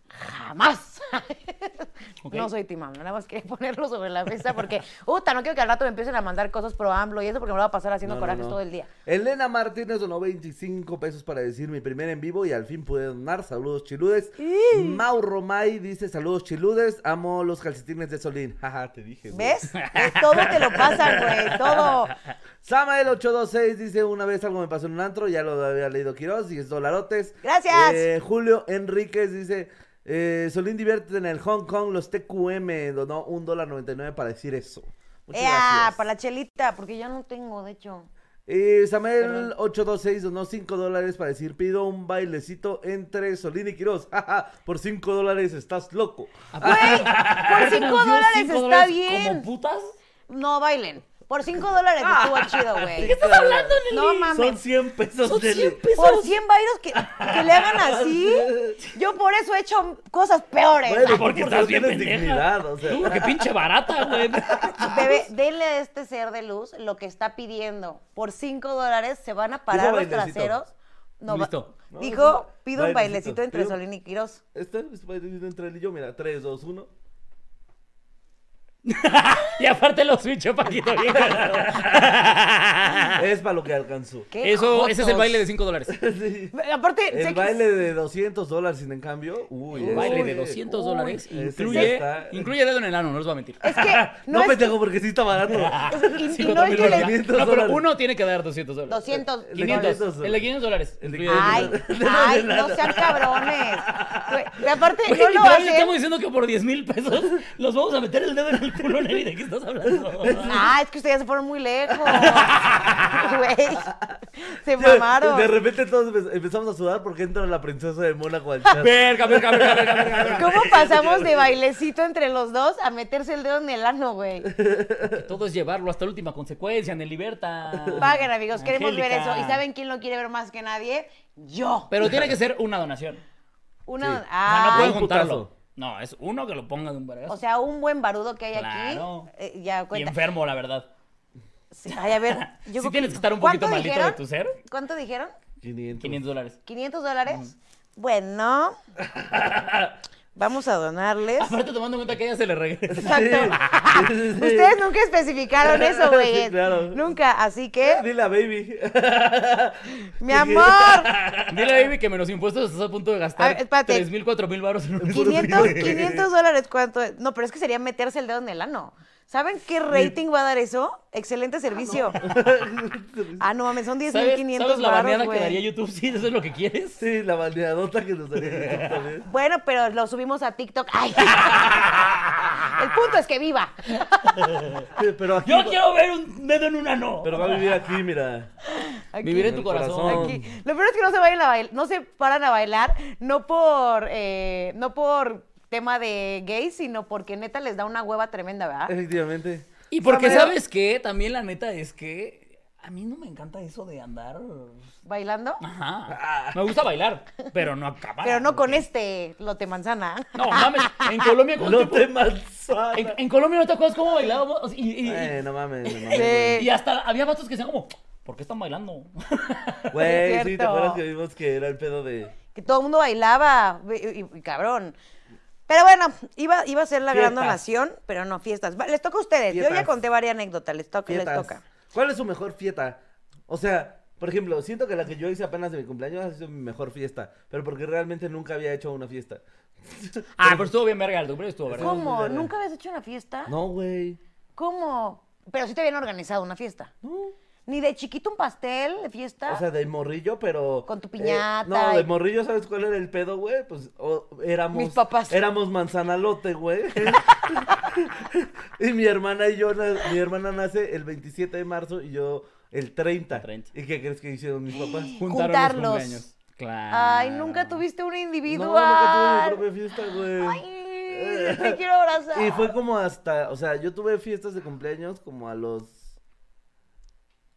[SPEAKER 3] jamás.
[SPEAKER 1] Ok.
[SPEAKER 3] No soy Team AMLO, nada más quería ponerlo sobre la mesa porque, puta, no quiero que al rato me empiecen a mandar cosas pro AMLO y eso porque me lo va a pasar haciendo
[SPEAKER 2] No, no,
[SPEAKER 3] corajes
[SPEAKER 2] no.
[SPEAKER 3] todo el día.
[SPEAKER 2] Elena Martínez donó 25 pesos para decir mi primer en vivo y al fin pude donar. Saludos, chiludes. Mauro May dice: Saludos, chiludes. Amo los calcetines de Solín. Jaja, te dije. güey.
[SPEAKER 3] ¿Ves? Todo te lo pasa, güey, todo.
[SPEAKER 2] Samael 826 dice una vez algo me pasó en un antro, ya lo había leído Quiroz, 10 dolarotes.
[SPEAKER 3] Gracias.
[SPEAKER 2] Eh, Julio Enríquez dice, eh, Solín divierte en el Hong Kong, los TQM donó un dólar 99 para decir eso. Muchas
[SPEAKER 3] Ea,
[SPEAKER 2] gracias.
[SPEAKER 3] para la chelita, porque yo no tengo, de hecho.
[SPEAKER 2] Eh, Samael 826 donó 5 dólares para decir pido un bailecito entre Solín y Quiroz. Jaja, por 5 dólares estás loco.
[SPEAKER 1] Ah,
[SPEAKER 3] Por
[SPEAKER 1] Aparte
[SPEAKER 3] Ah, pues, cinco
[SPEAKER 1] nos dio
[SPEAKER 3] dólares
[SPEAKER 1] cinco
[SPEAKER 3] está
[SPEAKER 1] dólares
[SPEAKER 3] bien.
[SPEAKER 1] ¿Como putas?
[SPEAKER 3] No bailen. Por 5 dólares estuvo chido, güey.
[SPEAKER 2] estás hablando,
[SPEAKER 3] No
[SPEAKER 2] Son
[SPEAKER 3] mames.
[SPEAKER 2] 100 pesos
[SPEAKER 1] Son
[SPEAKER 2] de
[SPEAKER 1] 100 pesos.
[SPEAKER 3] Por 100 bailos que, que le hagan así. Yo por eso he hecho cosas peores.
[SPEAKER 2] Bueno,
[SPEAKER 1] porque
[SPEAKER 2] tú
[SPEAKER 1] estás
[SPEAKER 2] no
[SPEAKER 1] bien
[SPEAKER 2] tienes
[SPEAKER 1] pendeja.
[SPEAKER 2] dignidad, o sea.
[SPEAKER 1] Tú, porque pinche barata, güey.
[SPEAKER 3] Bebé, denle a este ser de luz lo que está pidiendo. Por 5 dólares se van a parar
[SPEAKER 2] Dijo
[SPEAKER 3] los
[SPEAKER 2] bailecito.
[SPEAKER 3] traseros. No, va-
[SPEAKER 1] Listo.
[SPEAKER 2] No,
[SPEAKER 3] dijo,
[SPEAKER 2] eso-
[SPEAKER 3] pido un
[SPEAKER 2] bailecito,
[SPEAKER 3] bailecito entre
[SPEAKER 2] pido-
[SPEAKER 3] Solín y Quirós.
[SPEAKER 2] Este este bailecito entre él y yo, mira, 3, 2, 1.
[SPEAKER 1] y aparte lo switchó Paquito bien. Ah.
[SPEAKER 2] Es para lo que alcanzó.
[SPEAKER 3] ¿Qué
[SPEAKER 1] Eso, ese es el
[SPEAKER 3] jotos?
[SPEAKER 1] baile de 5 dólares.
[SPEAKER 2] Sí.
[SPEAKER 3] Aparte, sé
[SPEAKER 2] El
[SPEAKER 3] que-
[SPEAKER 2] baile de 200 dólares, sin en cambio. Uy,
[SPEAKER 1] Un
[SPEAKER 2] ese-
[SPEAKER 1] baile de 200
[SPEAKER 2] uy,
[SPEAKER 1] dólares
[SPEAKER 2] ese
[SPEAKER 1] incluye,
[SPEAKER 2] ya está-
[SPEAKER 1] incluye dedo en el ano, no les voy a mentir.
[SPEAKER 3] Es que
[SPEAKER 2] No,
[SPEAKER 3] no, es
[SPEAKER 2] pendejo, porque sí está barato.
[SPEAKER 3] y- y
[SPEAKER 1] Sí,
[SPEAKER 3] Ah, no es que le-
[SPEAKER 2] 500
[SPEAKER 1] No, Ah, pero
[SPEAKER 2] dólares.
[SPEAKER 1] uno tiene que dar 200 dólares.
[SPEAKER 2] El
[SPEAKER 3] 200
[SPEAKER 2] de
[SPEAKER 1] 500.
[SPEAKER 2] 500
[SPEAKER 1] El de 500 dólares.
[SPEAKER 2] El de
[SPEAKER 1] incluye dedo en el
[SPEAKER 3] Ay,
[SPEAKER 1] ano.
[SPEAKER 3] ay, no sean cabrones. Güey, y aparte,
[SPEAKER 1] Güey,
[SPEAKER 3] no lo
[SPEAKER 1] literal, le
[SPEAKER 3] hacen.
[SPEAKER 1] estamos diciendo que por 10 mil pesos los vamos a meter el dedo en el culo, Nelly. ¿De qué estás hablando?
[SPEAKER 3] Ah, es que ustedes se fueron muy lejos. Güey, se mamaron.
[SPEAKER 2] De repente todos empe- empezamos a sudar porque entra la princesa de Mónaco al chat.
[SPEAKER 1] Verga, verga, verga, verga, verga.
[SPEAKER 3] ¿Cómo pasamos de bailecito entre los dos a meterse el dedo en el ano, güey?
[SPEAKER 1] Que Todo es llevarlo hasta la última consecuencia, en el liberta.
[SPEAKER 3] Paguen, amigos, queremos ver
[SPEAKER 1] Angélica.
[SPEAKER 3] eso. ¿Y saben quién lo quiere ver más que nadie? Yo.
[SPEAKER 1] Pero tiene que ser una donación.
[SPEAKER 3] Una,
[SPEAKER 2] Sí.
[SPEAKER 1] O sea, no
[SPEAKER 3] ah,
[SPEAKER 1] pueden
[SPEAKER 2] Un
[SPEAKER 1] juntarlo.
[SPEAKER 2] putazo.
[SPEAKER 1] No, es uno que lo ponga de un vergazo.
[SPEAKER 3] o sea, un buen barudo que hay
[SPEAKER 1] Claro.
[SPEAKER 3] aquí. eh, ya
[SPEAKER 1] y
[SPEAKER 3] cuenta.
[SPEAKER 1] enfermo, la verdad.
[SPEAKER 3] Sí, Ay, a ver.
[SPEAKER 1] Sí
[SPEAKER 3] Yo creo
[SPEAKER 1] tienes que estar un
[SPEAKER 3] ¿cuánto
[SPEAKER 1] poquito malito de
[SPEAKER 3] dijeron?
[SPEAKER 1] tu ser.
[SPEAKER 3] ¿Cuánto dijeron?
[SPEAKER 2] 500.
[SPEAKER 1] 500 dólares.
[SPEAKER 3] ¿500
[SPEAKER 2] Mm.
[SPEAKER 3] dólares? Bueno, vamos a donarles.
[SPEAKER 1] Aparte, tomando en cuenta que a ella se le regresa.
[SPEAKER 3] Exacto.
[SPEAKER 2] Sí, sí, sí.
[SPEAKER 3] Ustedes nunca especificaron eso, güey.
[SPEAKER 2] Sí, claro.
[SPEAKER 3] Nunca, así que,
[SPEAKER 2] Dile a Ah, Baby.
[SPEAKER 3] mi amor,
[SPEAKER 1] Dile a Baby que menos impuestos estás a punto de
[SPEAKER 3] A
[SPEAKER 1] gastar
[SPEAKER 3] ver, espérate.
[SPEAKER 1] 3 mil, 4 mil baros en un
[SPEAKER 3] 500, 500 dólares, ¿cuánto? es? No, pero es que sería meterse el dedo en el ano. ¿Saben qué rating va a dar eso? Excelente servicio. Ah, no mames, son
[SPEAKER 1] ¿Sabes,
[SPEAKER 3] 10.500
[SPEAKER 1] ¿Sabes la baneada
[SPEAKER 3] baros,
[SPEAKER 1] que daría
[SPEAKER 3] güey.
[SPEAKER 1] YouTube si eso es lo que quieres?
[SPEAKER 2] Sí, la baldeadota que nos daría YouTube también.
[SPEAKER 3] Bueno, pero lo subimos a TikTok. Ay. El punto es que viva.
[SPEAKER 2] Sí, Pero aquí.
[SPEAKER 1] Yo quiero ver un dedo en una no.
[SPEAKER 2] Pero va a vivir aquí, mira.
[SPEAKER 3] Aquí.
[SPEAKER 1] Vivir en
[SPEAKER 2] En
[SPEAKER 1] tu
[SPEAKER 2] el
[SPEAKER 1] corazón.
[SPEAKER 2] corazón.
[SPEAKER 3] Aquí. Lo peor es que no se vayan a bailar, no se paran a bailar, no por, eh, no por tema de gay, sino porque neta les da una hueva tremenda,
[SPEAKER 2] Eh.
[SPEAKER 3] ¿verdad?
[SPEAKER 2] Efectivamente.
[SPEAKER 1] Y porque
[SPEAKER 2] Samuel-
[SPEAKER 1] sabes que también la neta es que a mí no me encanta eso de andar.
[SPEAKER 3] Bailando.
[SPEAKER 2] Ah.
[SPEAKER 1] Ajá. Me gusta bailar, pero no acabar.
[SPEAKER 3] Pero no con este lote manzana.
[SPEAKER 1] No, mames. En Colombia, ¿cuánto
[SPEAKER 2] No
[SPEAKER 1] tiempo-
[SPEAKER 2] te manzana.
[SPEAKER 1] en, en Colombia no te acuerdas cómo bailábamos. O sea, Y, y- y-
[SPEAKER 2] Eh, no mames, no mames.
[SPEAKER 3] Sí.
[SPEAKER 1] y hasta había vatos que decían como, ¿por qué están bailando?
[SPEAKER 2] Güey,
[SPEAKER 3] es
[SPEAKER 2] sí, ¿te
[SPEAKER 3] cierto.
[SPEAKER 2] acuerdas que vimos que era el pedo de.
[SPEAKER 3] Que todo el mundo bailaba, y, y- y cabrón. Pero bueno, iba, iba a ser la gran
[SPEAKER 2] Fiestas.
[SPEAKER 3] donación, pero no, fiestas. Va, Les toca a ustedes. Yo ya
[SPEAKER 2] Fiestas.
[SPEAKER 3] conté varias anécdotas, les toca, les
[SPEAKER 2] Fietas.
[SPEAKER 3] toca.
[SPEAKER 2] ¿Cuál es su mejor fiesta? O sea, por ejemplo, siento que la que yo hice apenas de mi cumpleaños ha sido mi mejor fiesta, pero porque realmente nunca había hecho una fiesta.
[SPEAKER 1] Ah, pero estuvo bien verga, el doble estuvo verga.
[SPEAKER 2] Estuvo- muy
[SPEAKER 3] ¿Cómo?
[SPEAKER 2] verga.
[SPEAKER 3] ¿Nunca habías hecho una fiesta?
[SPEAKER 2] No, güey.
[SPEAKER 3] ¿Cómo? Pero sí te habían organizado una fiesta.
[SPEAKER 2] No.
[SPEAKER 3] Ni de chiquito un pastel de fiesta.
[SPEAKER 2] O sea, de morrillo, pero.
[SPEAKER 3] Con tu
[SPEAKER 2] eh,
[SPEAKER 3] piñata
[SPEAKER 2] no, de
[SPEAKER 3] y-
[SPEAKER 2] morrillo, ¿sabes cuál era el pedo, güey? Pues o- éramos.
[SPEAKER 3] Mis papás.
[SPEAKER 2] Éramos manzanalote, güey. y mi hermana y yo, na- mi hermana nace el 27 de marzo y yo el 30.
[SPEAKER 1] 30.
[SPEAKER 2] ¿Y qué crees que hicieron mis papás?
[SPEAKER 3] Juntarlos.
[SPEAKER 1] cumpleaños. Claro.
[SPEAKER 3] Ay, nunca tuviste una
[SPEAKER 2] Ah. No,
[SPEAKER 3] individual.
[SPEAKER 2] nunca tuve mi propia fiesta, güey.
[SPEAKER 3] Ay, te quiero abrazar.
[SPEAKER 2] Y fue como hasta, o sea, yo tuve fiestas de cumpleaños como a los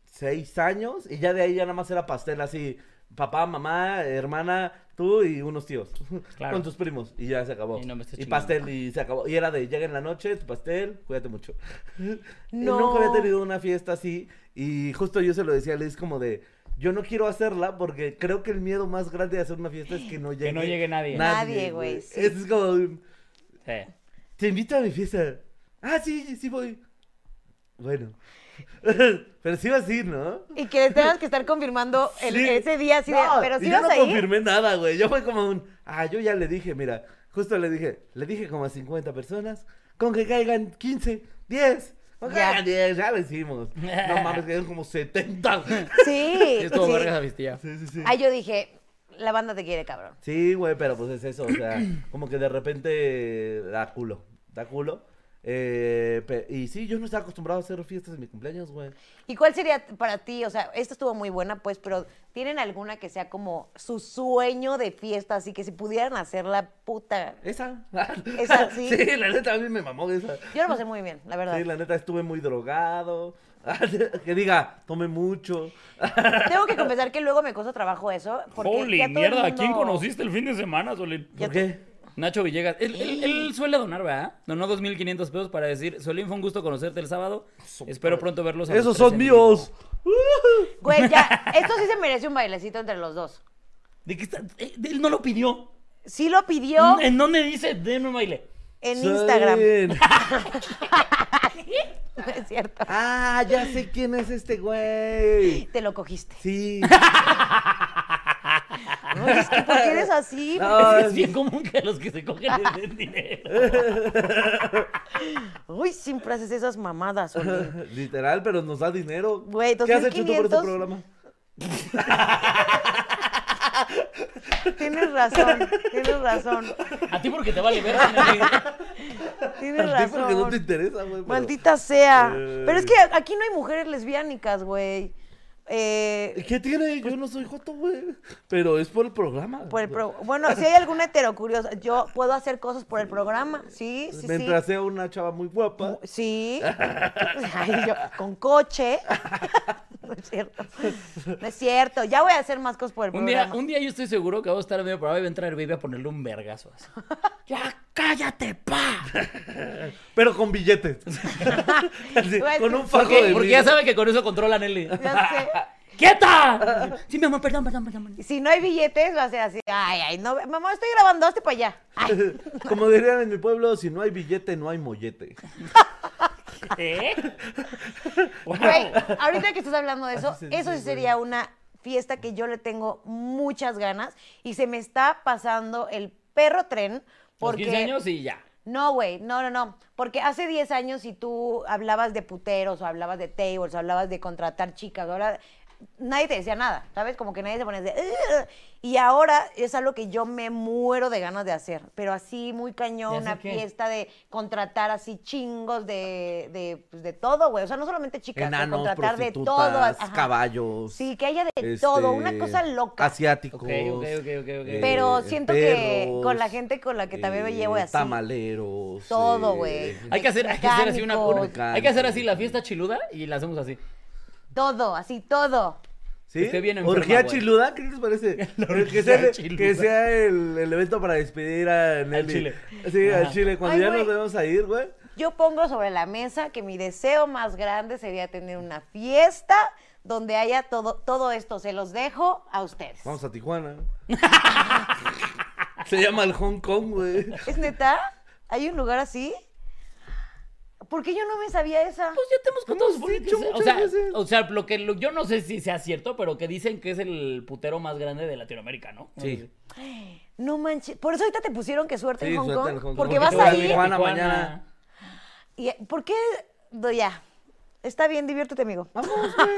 [SPEAKER 2] seis años y ya de ahí ya nada más era pastel así, papá, mamá, hermana, tú y unos tíos,
[SPEAKER 1] Claro.
[SPEAKER 2] con tus primos y ya se acabó.
[SPEAKER 1] Y no me estés chingando.
[SPEAKER 2] pastel y se acabó. Y era de, llega en la noche, tu pastel, cuídate mucho. Y
[SPEAKER 3] No.
[SPEAKER 2] nunca había tenido una fiesta así y justo yo se lo decía a Liz como de... Yo no quiero hacerla porque creo que el miedo más grande de hacer una fiesta es que no llegue,
[SPEAKER 1] no llegue nadie.
[SPEAKER 3] Nadie, güey, sí.
[SPEAKER 2] Eso es como... un-
[SPEAKER 1] Sí.
[SPEAKER 2] te invito a mi fiesta. Ah, sí, sí voy. Bueno. pero sí vas a ir, ¿no?
[SPEAKER 3] Y que tengas que estar confirmando el-
[SPEAKER 2] Sí.
[SPEAKER 3] ese día así de,
[SPEAKER 2] No,
[SPEAKER 3] pero si
[SPEAKER 2] y yo
[SPEAKER 3] vas
[SPEAKER 2] no
[SPEAKER 3] a ir.
[SPEAKER 2] confirmé nada, güey. Yo fue como un, ah, yo ya le dije, mira, justo le dije, le dije como a 50 personas, con que caigan 15, 10, con que
[SPEAKER 3] Ya.
[SPEAKER 2] caigan 10, ya lo hicimos. No mames, quedaron como 70.
[SPEAKER 3] Sí.
[SPEAKER 1] Estuvo
[SPEAKER 3] sí.
[SPEAKER 1] verga esa vistilla.
[SPEAKER 2] Sí, sí, sí.
[SPEAKER 3] Ay, yo dije, la banda te quiere, cabrón.
[SPEAKER 2] Sí, güey, pero pues es eso, o sea, como que de repente da culo, da culo. Eh, pe- y sí, yo no estaba acostumbrado a hacer fiestas en mi cumpleaños, güey.
[SPEAKER 3] ¿Y cuál sería para ti? O sea, esta estuvo muy buena, pues, pero ¿tienen alguna que sea como su sueño de fiesta? Así que si pudieran hacerla, puta.
[SPEAKER 2] Esa.
[SPEAKER 3] Esa, sí.
[SPEAKER 2] la neta a mí me mamó esa.
[SPEAKER 3] Yo lo pasé muy bien, la verdad.
[SPEAKER 2] Sí, la neta estuve muy drogado. que diga, tomé mucho.
[SPEAKER 3] Tengo que confesar que luego me costó trabajo eso. Porque
[SPEAKER 1] Holy
[SPEAKER 3] ya todo el
[SPEAKER 1] mierda, ¿a quién
[SPEAKER 3] mundo-
[SPEAKER 1] conociste el fin de semana, Solín?
[SPEAKER 3] Ya
[SPEAKER 2] ¿Por qué?
[SPEAKER 1] Nacho Villegas. Él, él- él suele donar, ¿verdad? Donó 2.500 pesos para decir, Solín, fue un gusto conocerte el sábado. Espero pronto verlos. a los
[SPEAKER 2] Esos
[SPEAKER 1] tres
[SPEAKER 2] son
[SPEAKER 1] en vivo".
[SPEAKER 2] míos.
[SPEAKER 3] Güey, ya, esto sí se merece un bailecito entre los dos.
[SPEAKER 1] ¿De qué está? Eh, Él no lo pidió.
[SPEAKER 3] Sí lo
[SPEAKER 2] Mm,
[SPEAKER 3] pidió
[SPEAKER 1] ¿En dónde dice? Denme un baile.
[SPEAKER 3] en
[SPEAKER 2] Soy-
[SPEAKER 3] Instagram. No es cierto.
[SPEAKER 2] Ah, ya sé quién es este güey.
[SPEAKER 3] Te lo cogiste.
[SPEAKER 2] Sí.
[SPEAKER 3] No, es que, ¿Por qué eres así?
[SPEAKER 1] Es
[SPEAKER 2] No,
[SPEAKER 1] que es bien común que los que se cogen les den dinero.
[SPEAKER 3] Uy, siempre haces esas mamadas, Oli.
[SPEAKER 2] Literal, pero nos da dinero.
[SPEAKER 3] Güey,
[SPEAKER 2] ¿Qué has hecho tú por este
[SPEAKER 3] 2500?
[SPEAKER 2] programa?
[SPEAKER 3] Tienes razón, tienes razón,
[SPEAKER 1] A ti porque te vale ver. nene.
[SPEAKER 3] tienes
[SPEAKER 2] A ti porque no te
[SPEAKER 3] razón.
[SPEAKER 2] interesa, güey. pero-
[SPEAKER 3] Maldita sea.
[SPEAKER 2] Eh.
[SPEAKER 3] Pero es que aquí no hay mujeres lesbiánicas, güey. Eh,
[SPEAKER 2] ¿Qué tiene? Yo no soy joto, güey. Pero es por el programa.
[SPEAKER 3] por el pro- Bueno, si hay alguna heterocuriosa, yo puedo hacer cosas por el programa. Sí, sí,
[SPEAKER 2] Mientras sea una chava muy guapa.
[SPEAKER 3] sí. Sí. Ay, yo, con coche. No es cierto. No es cierto. Ya voy a hacer más cosas por el
[SPEAKER 1] Un
[SPEAKER 3] programa.
[SPEAKER 1] día, un día yo estoy seguro que vamos a estar en medio programa y va a entrar Baby a ponerle un vergazo así. ¡Ya cállate, pa!
[SPEAKER 2] Pero con billetes. Así,
[SPEAKER 3] Bueno,
[SPEAKER 2] con un fajo
[SPEAKER 1] ¿Por qué?
[SPEAKER 2] de
[SPEAKER 1] Porque
[SPEAKER 2] mil.
[SPEAKER 1] ya sabe que con eso controlan Nelly.
[SPEAKER 3] Ya sé.
[SPEAKER 1] ¡Quieta! Sí, mi amor, perdón, perdón, perdón. perdón.
[SPEAKER 3] Si no hay billetes, va a ser así. Ay, ay, no. Mamá, estoy grabando, hazte para allá. Ay,
[SPEAKER 2] Como dirían en mi pueblo, si no hay billete, no hay mollete.
[SPEAKER 1] ¿Eh? Wow.
[SPEAKER 3] güey, ahorita que estás hablando de eso,
[SPEAKER 2] Así se dice,
[SPEAKER 3] eso sí
[SPEAKER 2] güey.
[SPEAKER 3] sería una fiesta que yo le tengo muchas ganas y se me está pasando el perro tren
[SPEAKER 1] Los
[SPEAKER 3] porque
[SPEAKER 1] 15 años y ya.
[SPEAKER 3] No, güey, no, no, no. Porque hace 10 años si tú hablabas de puteros o hablabas de tables o hablabas de contratar chicas, ahora nadie te decía nada, ¿sabes? Como que nadie se ponía de... "Ugh". Y ahora es algo que yo me muero de ganas de hacer, pero así muy cañón,
[SPEAKER 1] ¿De hacer
[SPEAKER 3] una
[SPEAKER 1] qué?
[SPEAKER 3] fiesta de contratar así chingos de, de, pues, de todo, güey. O sea, no solamente chicas, de
[SPEAKER 2] Enanos,
[SPEAKER 3] contratar de todo.
[SPEAKER 2] prostitutas,
[SPEAKER 3] ajá.
[SPEAKER 2] caballos.
[SPEAKER 3] Sí, que haya de
[SPEAKER 2] este,
[SPEAKER 3] todo, una cosa loca.
[SPEAKER 2] Asiáticos.
[SPEAKER 1] Ok, ok, ok, ok, ok.
[SPEAKER 3] Pero
[SPEAKER 2] eh,
[SPEAKER 3] siento que
[SPEAKER 2] perros,
[SPEAKER 3] con la gente con la que también me
[SPEAKER 2] eh,
[SPEAKER 3] llevo así.
[SPEAKER 2] Tamaleros.
[SPEAKER 3] Todo,
[SPEAKER 2] eh,
[SPEAKER 3] güey.
[SPEAKER 1] Hay que, hacer, hay que hacer así una
[SPEAKER 3] Mecánicos.
[SPEAKER 1] una- Hay que hacer así la fiesta chiluda y la hacemos así.
[SPEAKER 3] Todo, así todo.
[SPEAKER 2] ¿Sí?
[SPEAKER 1] Estoy bien enferma,
[SPEAKER 2] orgía
[SPEAKER 1] güey.
[SPEAKER 2] chiluda, ¿qué les parece?
[SPEAKER 1] La
[SPEAKER 2] El que
[SPEAKER 1] orgía
[SPEAKER 2] sea, el,
[SPEAKER 1] chiluda.
[SPEAKER 2] que sea el, el evento para despedir a Nelly.
[SPEAKER 1] Chile.
[SPEAKER 2] Sí, al
[SPEAKER 1] Ajá.
[SPEAKER 2] Chile. Cuando
[SPEAKER 3] Ay,
[SPEAKER 2] ya
[SPEAKER 3] güey.
[SPEAKER 2] nos vemos a ir, güey.
[SPEAKER 3] Yo pongo sobre la mesa que mi deseo más grande sería tener una fiesta donde haya todo, todo esto. Se los dejo a ustedes.
[SPEAKER 2] Vamos a Tijuana. Se llama el Hong Kong, güey.
[SPEAKER 3] ¿Es neta? ¿Hay un lugar así? ¿Por qué yo no me sabía esa?
[SPEAKER 1] Pues ya te hemos contado
[SPEAKER 2] Hemos
[SPEAKER 1] sus
[SPEAKER 2] dicho
[SPEAKER 1] bonitas- o
[SPEAKER 2] muchas
[SPEAKER 1] sea,
[SPEAKER 2] veces.
[SPEAKER 1] o sea, lo que lo- yo no sé si sea cierto, pero que dicen que es el putero más grande de Latinoamérica, ¿no?
[SPEAKER 2] Sí.
[SPEAKER 3] No manches. Por eso ahorita te pusieron que suerte
[SPEAKER 2] Sí,
[SPEAKER 3] en Hong
[SPEAKER 2] suerte
[SPEAKER 3] Kong.
[SPEAKER 2] en Hong Kong.
[SPEAKER 3] Porque
[SPEAKER 2] Porque
[SPEAKER 3] vas
[SPEAKER 2] voy a
[SPEAKER 3] a ir.
[SPEAKER 2] Tijuana mañana.
[SPEAKER 3] y- ¿Por qué? No, ya. Está bien, diviértete, amigo.
[SPEAKER 2] Vamos, güey.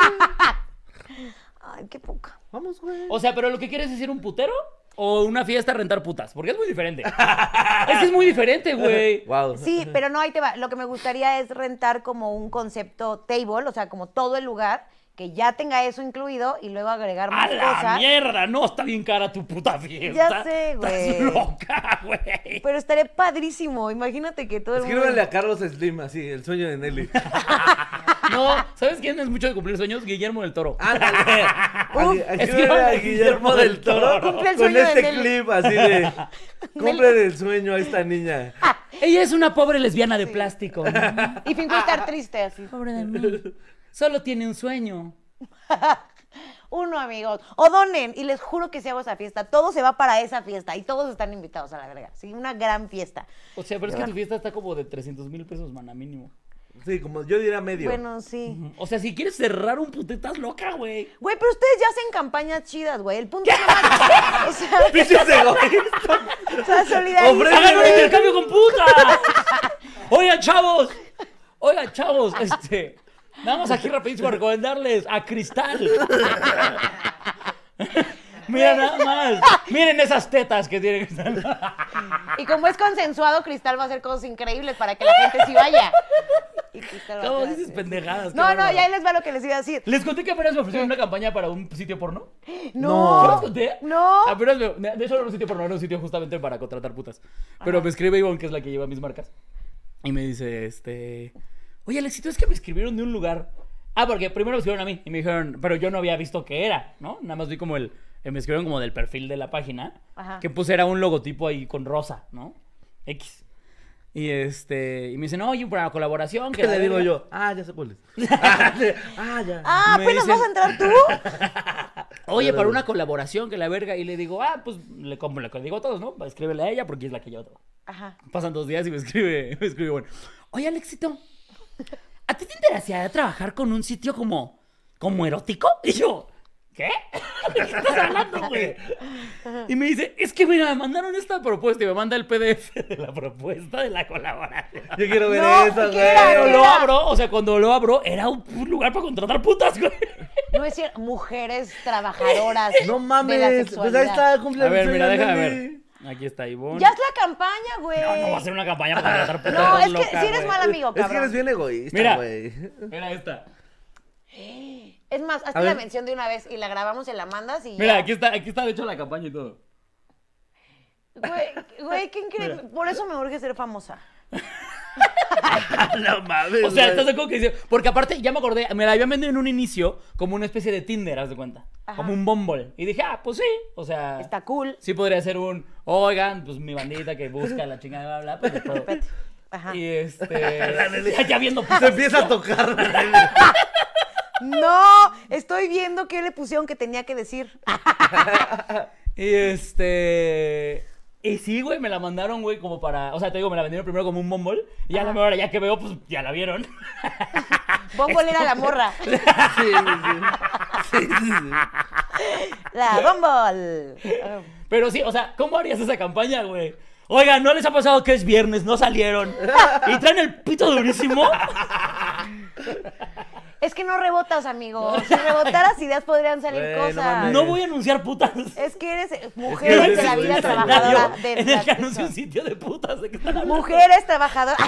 [SPEAKER 3] Ay, qué poca.
[SPEAKER 2] Vamos, güey.
[SPEAKER 1] O sea, pero lo que quieres es ir a un putero o una fiesta a rentar putas, porque es muy diferente. es que es muy diferente, güey.
[SPEAKER 2] Wow.
[SPEAKER 3] Sí, pero no, ahí te va. Lo que me gustaría es rentar como un concepto table, o sea, como todo el lugar, que ya tenga eso incluido y luego agregar
[SPEAKER 1] ¡A
[SPEAKER 3] más
[SPEAKER 1] la
[SPEAKER 3] cosas.
[SPEAKER 1] mierda! No, está bien cara tu puta fiesta.
[SPEAKER 3] Ya sé, güey.
[SPEAKER 1] Estás loca, güey.
[SPEAKER 3] Pero estaré padrísimo. Imagínate que todo el mundo.
[SPEAKER 2] Escríbele a Carlos Slim, así, el sueño de Nelly.
[SPEAKER 3] Pues,
[SPEAKER 1] No, ¿sabes quién es mucho de cumplir sueños? Guillermo del Toro.
[SPEAKER 3] Ah.
[SPEAKER 2] Ándale. Así, Escríbele a
[SPEAKER 1] escríbele
[SPEAKER 2] Guillermo del Toro
[SPEAKER 3] Cumple el
[SPEAKER 2] con
[SPEAKER 3] sueño de
[SPEAKER 2] este
[SPEAKER 3] Nelly.
[SPEAKER 2] clip así de cumple el sueño a esta niña.
[SPEAKER 1] Ella es una pobre lesbiana de plástico.
[SPEAKER 3] Y finco estar triste así.
[SPEAKER 1] Pobre de mí. Solo tiene un sueño.
[SPEAKER 3] Uno, amigos. O donen. Y les juro que si hago esa fiesta, todo se va para esa fiesta. Y todos están invitados a la verga. Sí, una gran fiesta.
[SPEAKER 1] O sea, pero es que tu fiesta está como de 300 mil pesos, mana, mínimo.
[SPEAKER 2] Sí, como yo diría medio.
[SPEAKER 3] Bueno, sí.
[SPEAKER 1] O sea, si quieres cerrar un puto, estás loca, güey.
[SPEAKER 3] Güey, pero ustedes ya hacen campañas chidas, güey. El punto es que más- o sea,
[SPEAKER 2] Pinches egoístas.
[SPEAKER 3] o sea, solidaridad.
[SPEAKER 2] Hombre,
[SPEAKER 1] ¡Hagan un
[SPEAKER 2] güey.
[SPEAKER 1] intercambio con putas! Oigan, chavos. Oigan, chavos, este. Nada más aquí rapidísimo a recomendarles a Cristal. Mira nada más. Miren esas tetas que tiene Cristal.
[SPEAKER 3] Y como es consensuado, Cristal va a hacer cosas increíbles para que la gente sí vaya. Y Cristal va a
[SPEAKER 1] ¿Cómo
[SPEAKER 3] hacer
[SPEAKER 1] dices
[SPEAKER 3] así.
[SPEAKER 1] pendejadas?
[SPEAKER 3] No, no,
[SPEAKER 1] cabrón?
[SPEAKER 3] ya les va lo que les iba a decir.
[SPEAKER 1] Les conté que apenas me ofrecieron una campaña para un sitio porno.
[SPEAKER 3] No.
[SPEAKER 1] ¿No les conté?
[SPEAKER 3] No.
[SPEAKER 1] Apenas me- de hecho, no era un sitio porno, era un sitio justamente para contratar putas. Pero me escribe Ivonne, que es la que lleva mis marcas. Y me dice, este... Oye, Alexito, es que me escribieron de un lugar. Ah, porque primero me escribieron a mí y me dijeron, pero yo no había visto qué era, ¿no? Nada más vi como el... eh, Me escribieron como del perfil de la página.
[SPEAKER 3] Ajá.
[SPEAKER 1] Que pues era un logotipo ahí con rosa, ¿no? X. Y este... Y me dicen, oye, para colaboración. que
[SPEAKER 2] ¿Qué
[SPEAKER 1] la
[SPEAKER 2] le digo
[SPEAKER 1] verga".
[SPEAKER 2] yo? Ah, ya sé cuál es. Ah, ya.
[SPEAKER 3] Ah,
[SPEAKER 1] Me
[SPEAKER 3] apenas
[SPEAKER 1] dicen-
[SPEAKER 3] vas a entrar tú.
[SPEAKER 1] Oye, para una colaboración que la verga. Y le digo, ah, pues le, como le digo a todos, ¿no? Escríbele a ella porque es la que lleva todo.
[SPEAKER 3] Ajá.
[SPEAKER 1] Pasan dos días y me escribe, me escribe, bueno. Oye, Alexito, ¿a ti te interesaría trabajar con un sitio como, como erótico? Y yo, ¿qué? ¿De qué estás hablando, güey? Y me dice, es que mira, me mandaron esta propuesta y me manda el PDF de la propuesta de la colaboración.
[SPEAKER 2] Yo quiero ver
[SPEAKER 3] No,
[SPEAKER 2] eso,
[SPEAKER 3] quiera,
[SPEAKER 1] Pero
[SPEAKER 2] güey.
[SPEAKER 1] lo abro, o sea, cuando lo abro, era un lugar para contratar putas, güey.
[SPEAKER 3] No es cierto, mujeres trabajadoras.
[SPEAKER 2] No
[SPEAKER 3] De la
[SPEAKER 2] mames. Pues
[SPEAKER 3] sexualidad.
[SPEAKER 2] ahí está, cumple
[SPEAKER 1] A
[SPEAKER 2] el
[SPEAKER 1] ver,
[SPEAKER 2] sueño
[SPEAKER 1] mira,
[SPEAKER 2] de
[SPEAKER 1] déjame ver.
[SPEAKER 2] Nelly.
[SPEAKER 1] Aquí está Ivonne. Ah,
[SPEAKER 3] Ya es la campaña, güey.
[SPEAKER 1] No, no va a ser una campaña para contratar putas.
[SPEAKER 3] No,
[SPEAKER 1] estás
[SPEAKER 3] es que
[SPEAKER 1] loca,
[SPEAKER 3] si eres
[SPEAKER 1] güey.
[SPEAKER 3] mal amigo,
[SPEAKER 2] Es que eres
[SPEAKER 3] cabrón.
[SPEAKER 2] bien egoísta,
[SPEAKER 1] Mira.
[SPEAKER 2] güey.
[SPEAKER 1] Mira esta.
[SPEAKER 3] Es más, hazte
[SPEAKER 2] A
[SPEAKER 3] la
[SPEAKER 2] ver.
[SPEAKER 3] mención de una vez y la grabamos y la mandas y ya.
[SPEAKER 1] Mira, aquí está, aquí está de hecho la campaña y todo.
[SPEAKER 3] Güey, güey, qué increíble. Por eso me urge ser famosa.
[SPEAKER 2] Ah, No mames.
[SPEAKER 1] O sea,
[SPEAKER 2] güey.
[SPEAKER 1] estás de acuerdo que dice. Porque aparte, ya me acordé, me la habían vendido en un inicio como una especie de Tinder, haz de cuenta.
[SPEAKER 3] Ajá.
[SPEAKER 1] Como un Bumble. Y dije, ah, pues sí. O sea.
[SPEAKER 3] Está cool.
[SPEAKER 1] Sí podría ser un, oigan, pues mi bandita que busca la chingada, bla, bla, pues, les puedo".
[SPEAKER 3] Ajá.
[SPEAKER 1] Y este. ya, ya viendo
[SPEAKER 2] Se
[SPEAKER 1] putas.
[SPEAKER 2] empieza a tocar la Nelly.
[SPEAKER 3] No, estoy viendo qué le pusieron que tenía que decir.
[SPEAKER 1] Y este. Y sí, güey, me la mandaron, güey, como para. O sea, te digo, me la vendieron primero como un Bumble. Y ya a la mejor, ya que veo, pues ya la vieron.
[SPEAKER 3] Bumble era la morra.
[SPEAKER 2] Sí, sí, sí. Sí, sí, sí.
[SPEAKER 3] La Bumble.
[SPEAKER 1] Pero sí, o sea, ¿cómo harías esa campaña, güey? Oiga, ¿no les ha pasado que es viernes? No salieron. Y traen el pito durísimo.
[SPEAKER 3] Es que no rebotas, amigo. Si rebotaras ideas podrían salir
[SPEAKER 2] Güey, no
[SPEAKER 3] cosas.
[SPEAKER 2] mames.
[SPEAKER 1] No voy a anunciar putas.
[SPEAKER 3] Es que eres eh,
[SPEAKER 2] que
[SPEAKER 3] mujeres
[SPEAKER 2] eres
[SPEAKER 3] de la vida
[SPEAKER 2] egoísta, güey.
[SPEAKER 3] trabajadora.
[SPEAKER 1] escenario
[SPEAKER 3] De
[SPEAKER 1] en el que
[SPEAKER 3] la-
[SPEAKER 1] anuncio un sitio de putas. ¿De qué están hablando?
[SPEAKER 3] Mujeres trabajadoras.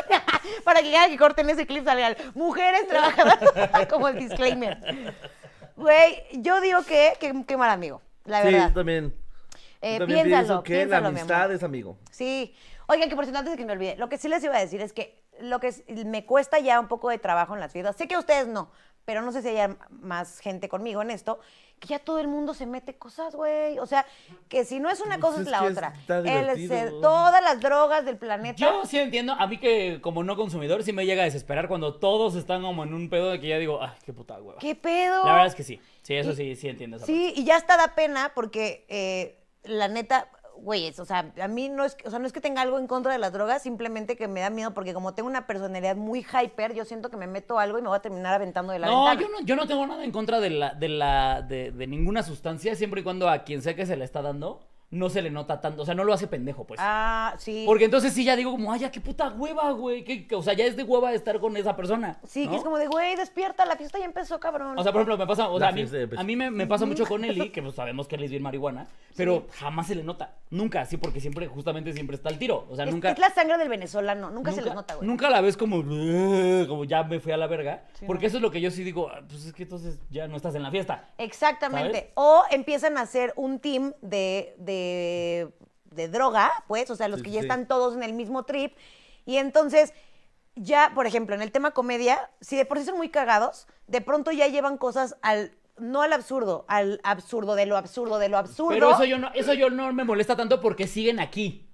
[SPEAKER 3] Para que cada que corten ese clip salga el, mujeres trabajadoras. Como el disclaimer. Güey, yo digo que, que, qué mal amigo. La
[SPEAKER 2] Sí,
[SPEAKER 3] verdad.
[SPEAKER 2] yo también.
[SPEAKER 3] Eh,
[SPEAKER 2] Yo también pienso
[SPEAKER 3] piénsalo,
[SPEAKER 2] que la
[SPEAKER 3] piénsalo, mi amor.
[SPEAKER 2] amistad es amigo.
[SPEAKER 3] Sí. Oigan, que por cierto, antes de que me olvide, lo que sí les iba a decir es que lo que es- me cuesta ya un poco de trabajo en las fiestas, sé que a ustedes no, pero no sé si haya más gente conmigo en esto, que ya todo el mundo se mete cosas, güey. O sea, que si no es una
[SPEAKER 2] Pues
[SPEAKER 3] cosa es
[SPEAKER 2] es
[SPEAKER 3] la
[SPEAKER 2] que
[SPEAKER 3] otra.
[SPEAKER 2] está
[SPEAKER 3] El,
[SPEAKER 2] divertido.
[SPEAKER 3] ser- todas las drogas del planeta.
[SPEAKER 1] Yo sí entiendo, a mí que como no consumidor sí me llega a desesperar cuando todos están como en un pedo de que ya digo, ay, qué puta hueva.
[SPEAKER 3] ¿Qué pedo?
[SPEAKER 1] La verdad es que sí. Sí, eso sí, sí entiendo. Esa
[SPEAKER 3] Sí, y ya está da pena porque eh, la neta, güeyes, o sea, a mí no es, que- o sea, no es que tenga algo en contra de las drogas, simplemente que me da miedo porque como tengo una personalidad muy hyper, yo siento que me meto algo y me voy a terminar aventando de la
[SPEAKER 1] No,
[SPEAKER 3] ventana.
[SPEAKER 1] yo no, yo no tengo nada en contra de la, de la, de, de ninguna sustancia, siempre y cuando a quien sea que se le está dando no se le nota tanto. O sea, no lo hace pendejo, pues.
[SPEAKER 3] Ah, sí.
[SPEAKER 1] Porque entonces sí ya digo como, ay, ya qué puta hueva, güey. que- que- o sea, ya es de hueva estar con esa persona.
[SPEAKER 3] sí, que
[SPEAKER 1] ¿no?
[SPEAKER 3] es como de, güey, despierta, la fiesta ya empezó, cabrón.
[SPEAKER 1] O sea, por ejemplo, me pasa, o sea,
[SPEAKER 2] La
[SPEAKER 1] a mí,
[SPEAKER 2] fiesta ya empezó.
[SPEAKER 1] a mí me, me pasa mucho con Eli, que pues, sabemos que Eli es bien marihuana, pero jamás se le nota. Nunca, sí, porque siempre, justamente siempre está al tiro. O sea,
[SPEAKER 3] es,
[SPEAKER 1] nunca.
[SPEAKER 3] es la sangre del venezolano, nunca, se les nota, güey.
[SPEAKER 1] nunca la ves como, "Ugh", como ya me fui a la verga.
[SPEAKER 3] Sí,
[SPEAKER 1] porque
[SPEAKER 3] no.
[SPEAKER 1] eso es lo que yo sí digo, "Ah, pues es que entonces ya no estás en la fiesta.
[SPEAKER 3] Exactamente.
[SPEAKER 1] ¿Sabes?
[SPEAKER 3] O empiezan a hacer un team de, de, de droga, pues, o sea, los
[SPEAKER 2] Sí,
[SPEAKER 3] que
[SPEAKER 2] sí,
[SPEAKER 3] ya
[SPEAKER 2] sí.
[SPEAKER 3] están todos en el mismo trip. Y entonces, ya, por ejemplo, en el tema comedia, si de por sí son muy cagados, de pronto ya llevan cosas al, no al absurdo, al absurdo de lo absurdo de lo absurdo.
[SPEAKER 1] Pero eso yo no, eso yo no me molesta tanto porque siguen aquí.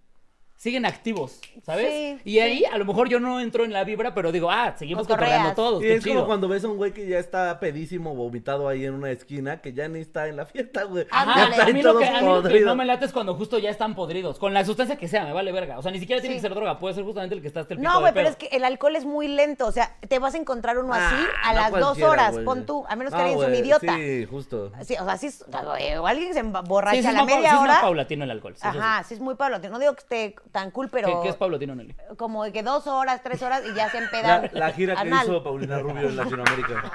[SPEAKER 1] Siguen activos, ¿sabes?
[SPEAKER 3] Sí,
[SPEAKER 1] y
[SPEAKER 3] sí.
[SPEAKER 1] ahí a lo mejor yo no entro en la vibra, pero digo, ah, seguimos
[SPEAKER 3] Cotorreas.
[SPEAKER 1] cotorreando todos.
[SPEAKER 2] Y
[SPEAKER 1] qué
[SPEAKER 2] es
[SPEAKER 1] chido.
[SPEAKER 2] como cuando ves a un güey que ya está pedísimo, vomitado ahí en una esquina, que ya ni está en la fiesta, güey.
[SPEAKER 1] Ajá,
[SPEAKER 2] ya
[SPEAKER 3] Ándale.
[SPEAKER 2] está
[SPEAKER 1] Ah, a
[SPEAKER 2] ahí
[SPEAKER 1] mí lo
[SPEAKER 2] todo
[SPEAKER 1] que, a mí lo que
[SPEAKER 2] podrido.
[SPEAKER 1] no me late es cuando justo ya están podridos. Con la sustancia que sea, me vale verga. O sea, ni siquiera tiene
[SPEAKER 3] Sí.
[SPEAKER 1] que ser droga, puede ser justamente el que está hasta el pico
[SPEAKER 3] No,
[SPEAKER 1] de
[SPEAKER 3] güey, pero
[SPEAKER 1] pedo.
[SPEAKER 3] es que el alcohol es muy lento. O sea, te vas a encontrar uno así
[SPEAKER 2] Ah,
[SPEAKER 3] a
[SPEAKER 2] no
[SPEAKER 3] las dos
[SPEAKER 2] cualquiera,
[SPEAKER 3] horas,
[SPEAKER 2] güey.
[SPEAKER 3] pon tú, a menos que
[SPEAKER 2] No,
[SPEAKER 3] alguien sea un
[SPEAKER 2] güey,
[SPEAKER 3] idiota.
[SPEAKER 2] Sí, justo.
[SPEAKER 3] Sí, o sea, sí, es- o alguien
[SPEAKER 1] Sí,
[SPEAKER 3] se emborracha
[SPEAKER 1] sí,
[SPEAKER 3] a
[SPEAKER 1] es
[SPEAKER 3] la
[SPEAKER 1] más pau-
[SPEAKER 3] media
[SPEAKER 1] sí es más
[SPEAKER 3] hora.
[SPEAKER 1] paulatino el alcohol. sí, sí, sí.
[SPEAKER 3] Ajá, sí es muy paulatino. No digo que esté tan cool,
[SPEAKER 1] ¿Qué,
[SPEAKER 3] pero
[SPEAKER 1] qué es paulatino, Nelly?
[SPEAKER 3] como de que dos horas, tres horas y ya se
[SPEAKER 2] La,
[SPEAKER 3] empedan.
[SPEAKER 2] la gira que
[SPEAKER 3] anal.
[SPEAKER 2] hizo Paulina Rubio en Latinoamérica.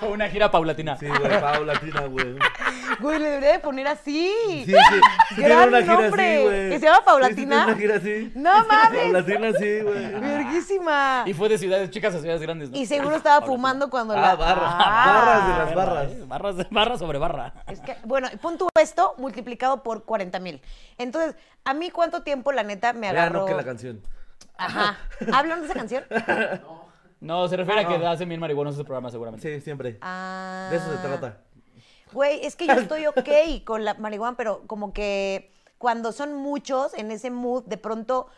[SPEAKER 1] Fue una gira paulatina.
[SPEAKER 2] Sí, güey, Paulatina, güey.
[SPEAKER 3] Güey, le debería de poner así.
[SPEAKER 2] Sí, sí. sí tiene
[SPEAKER 3] Gran
[SPEAKER 2] una gira
[SPEAKER 3] nombre.
[SPEAKER 2] así, güey.
[SPEAKER 3] ¿Que se llama
[SPEAKER 2] Sí, sí,
[SPEAKER 3] Paulatina?
[SPEAKER 2] tiene una gira así.
[SPEAKER 3] No mames.
[SPEAKER 2] Paulatina, sí, güey.
[SPEAKER 3] Verguísima.
[SPEAKER 1] Y fue de ciudades chicas a ciudades grandes. ¿no?
[SPEAKER 3] Y seguro estaba
[SPEAKER 1] Paulatina.
[SPEAKER 3] fumando cuando
[SPEAKER 2] Ah,
[SPEAKER 3] la.
[SPEAKER 2] barra. Barras de las
[SPEAKER 1] Barra,
[SPEAKER 2] barras.
[SPEAKER 1] ¿eh? Barras, de- barra sobre barra.
[SPEAKER 3] Es que, bueno, pon tú esto multiplicado por 40 mil. Entonces, ¿a mí cuánto tiempo, la neta, me
[SPEAKER 2] Ya no
[SPEAKER 3] agarró?
[SPEAKER 2] que la canción.
[SPEAKER 3] Ajá. ¿Hablan de esa canción?
[SPEAKER 1] No, se refiere a que
[SPEAKER 2] no.
[SPEAKER 1] hacen bien marihuanos ese programa seguramente.
[SPEAKER 2] Sí, siempre.
[SPEAKER 3] Ah.
[SPEAKER 2] De eso se trata.
[SPEAKER 3] Güey, es que yo estoy ok con la marihuana, pero como que cuando son muchos en ese mood, de pronto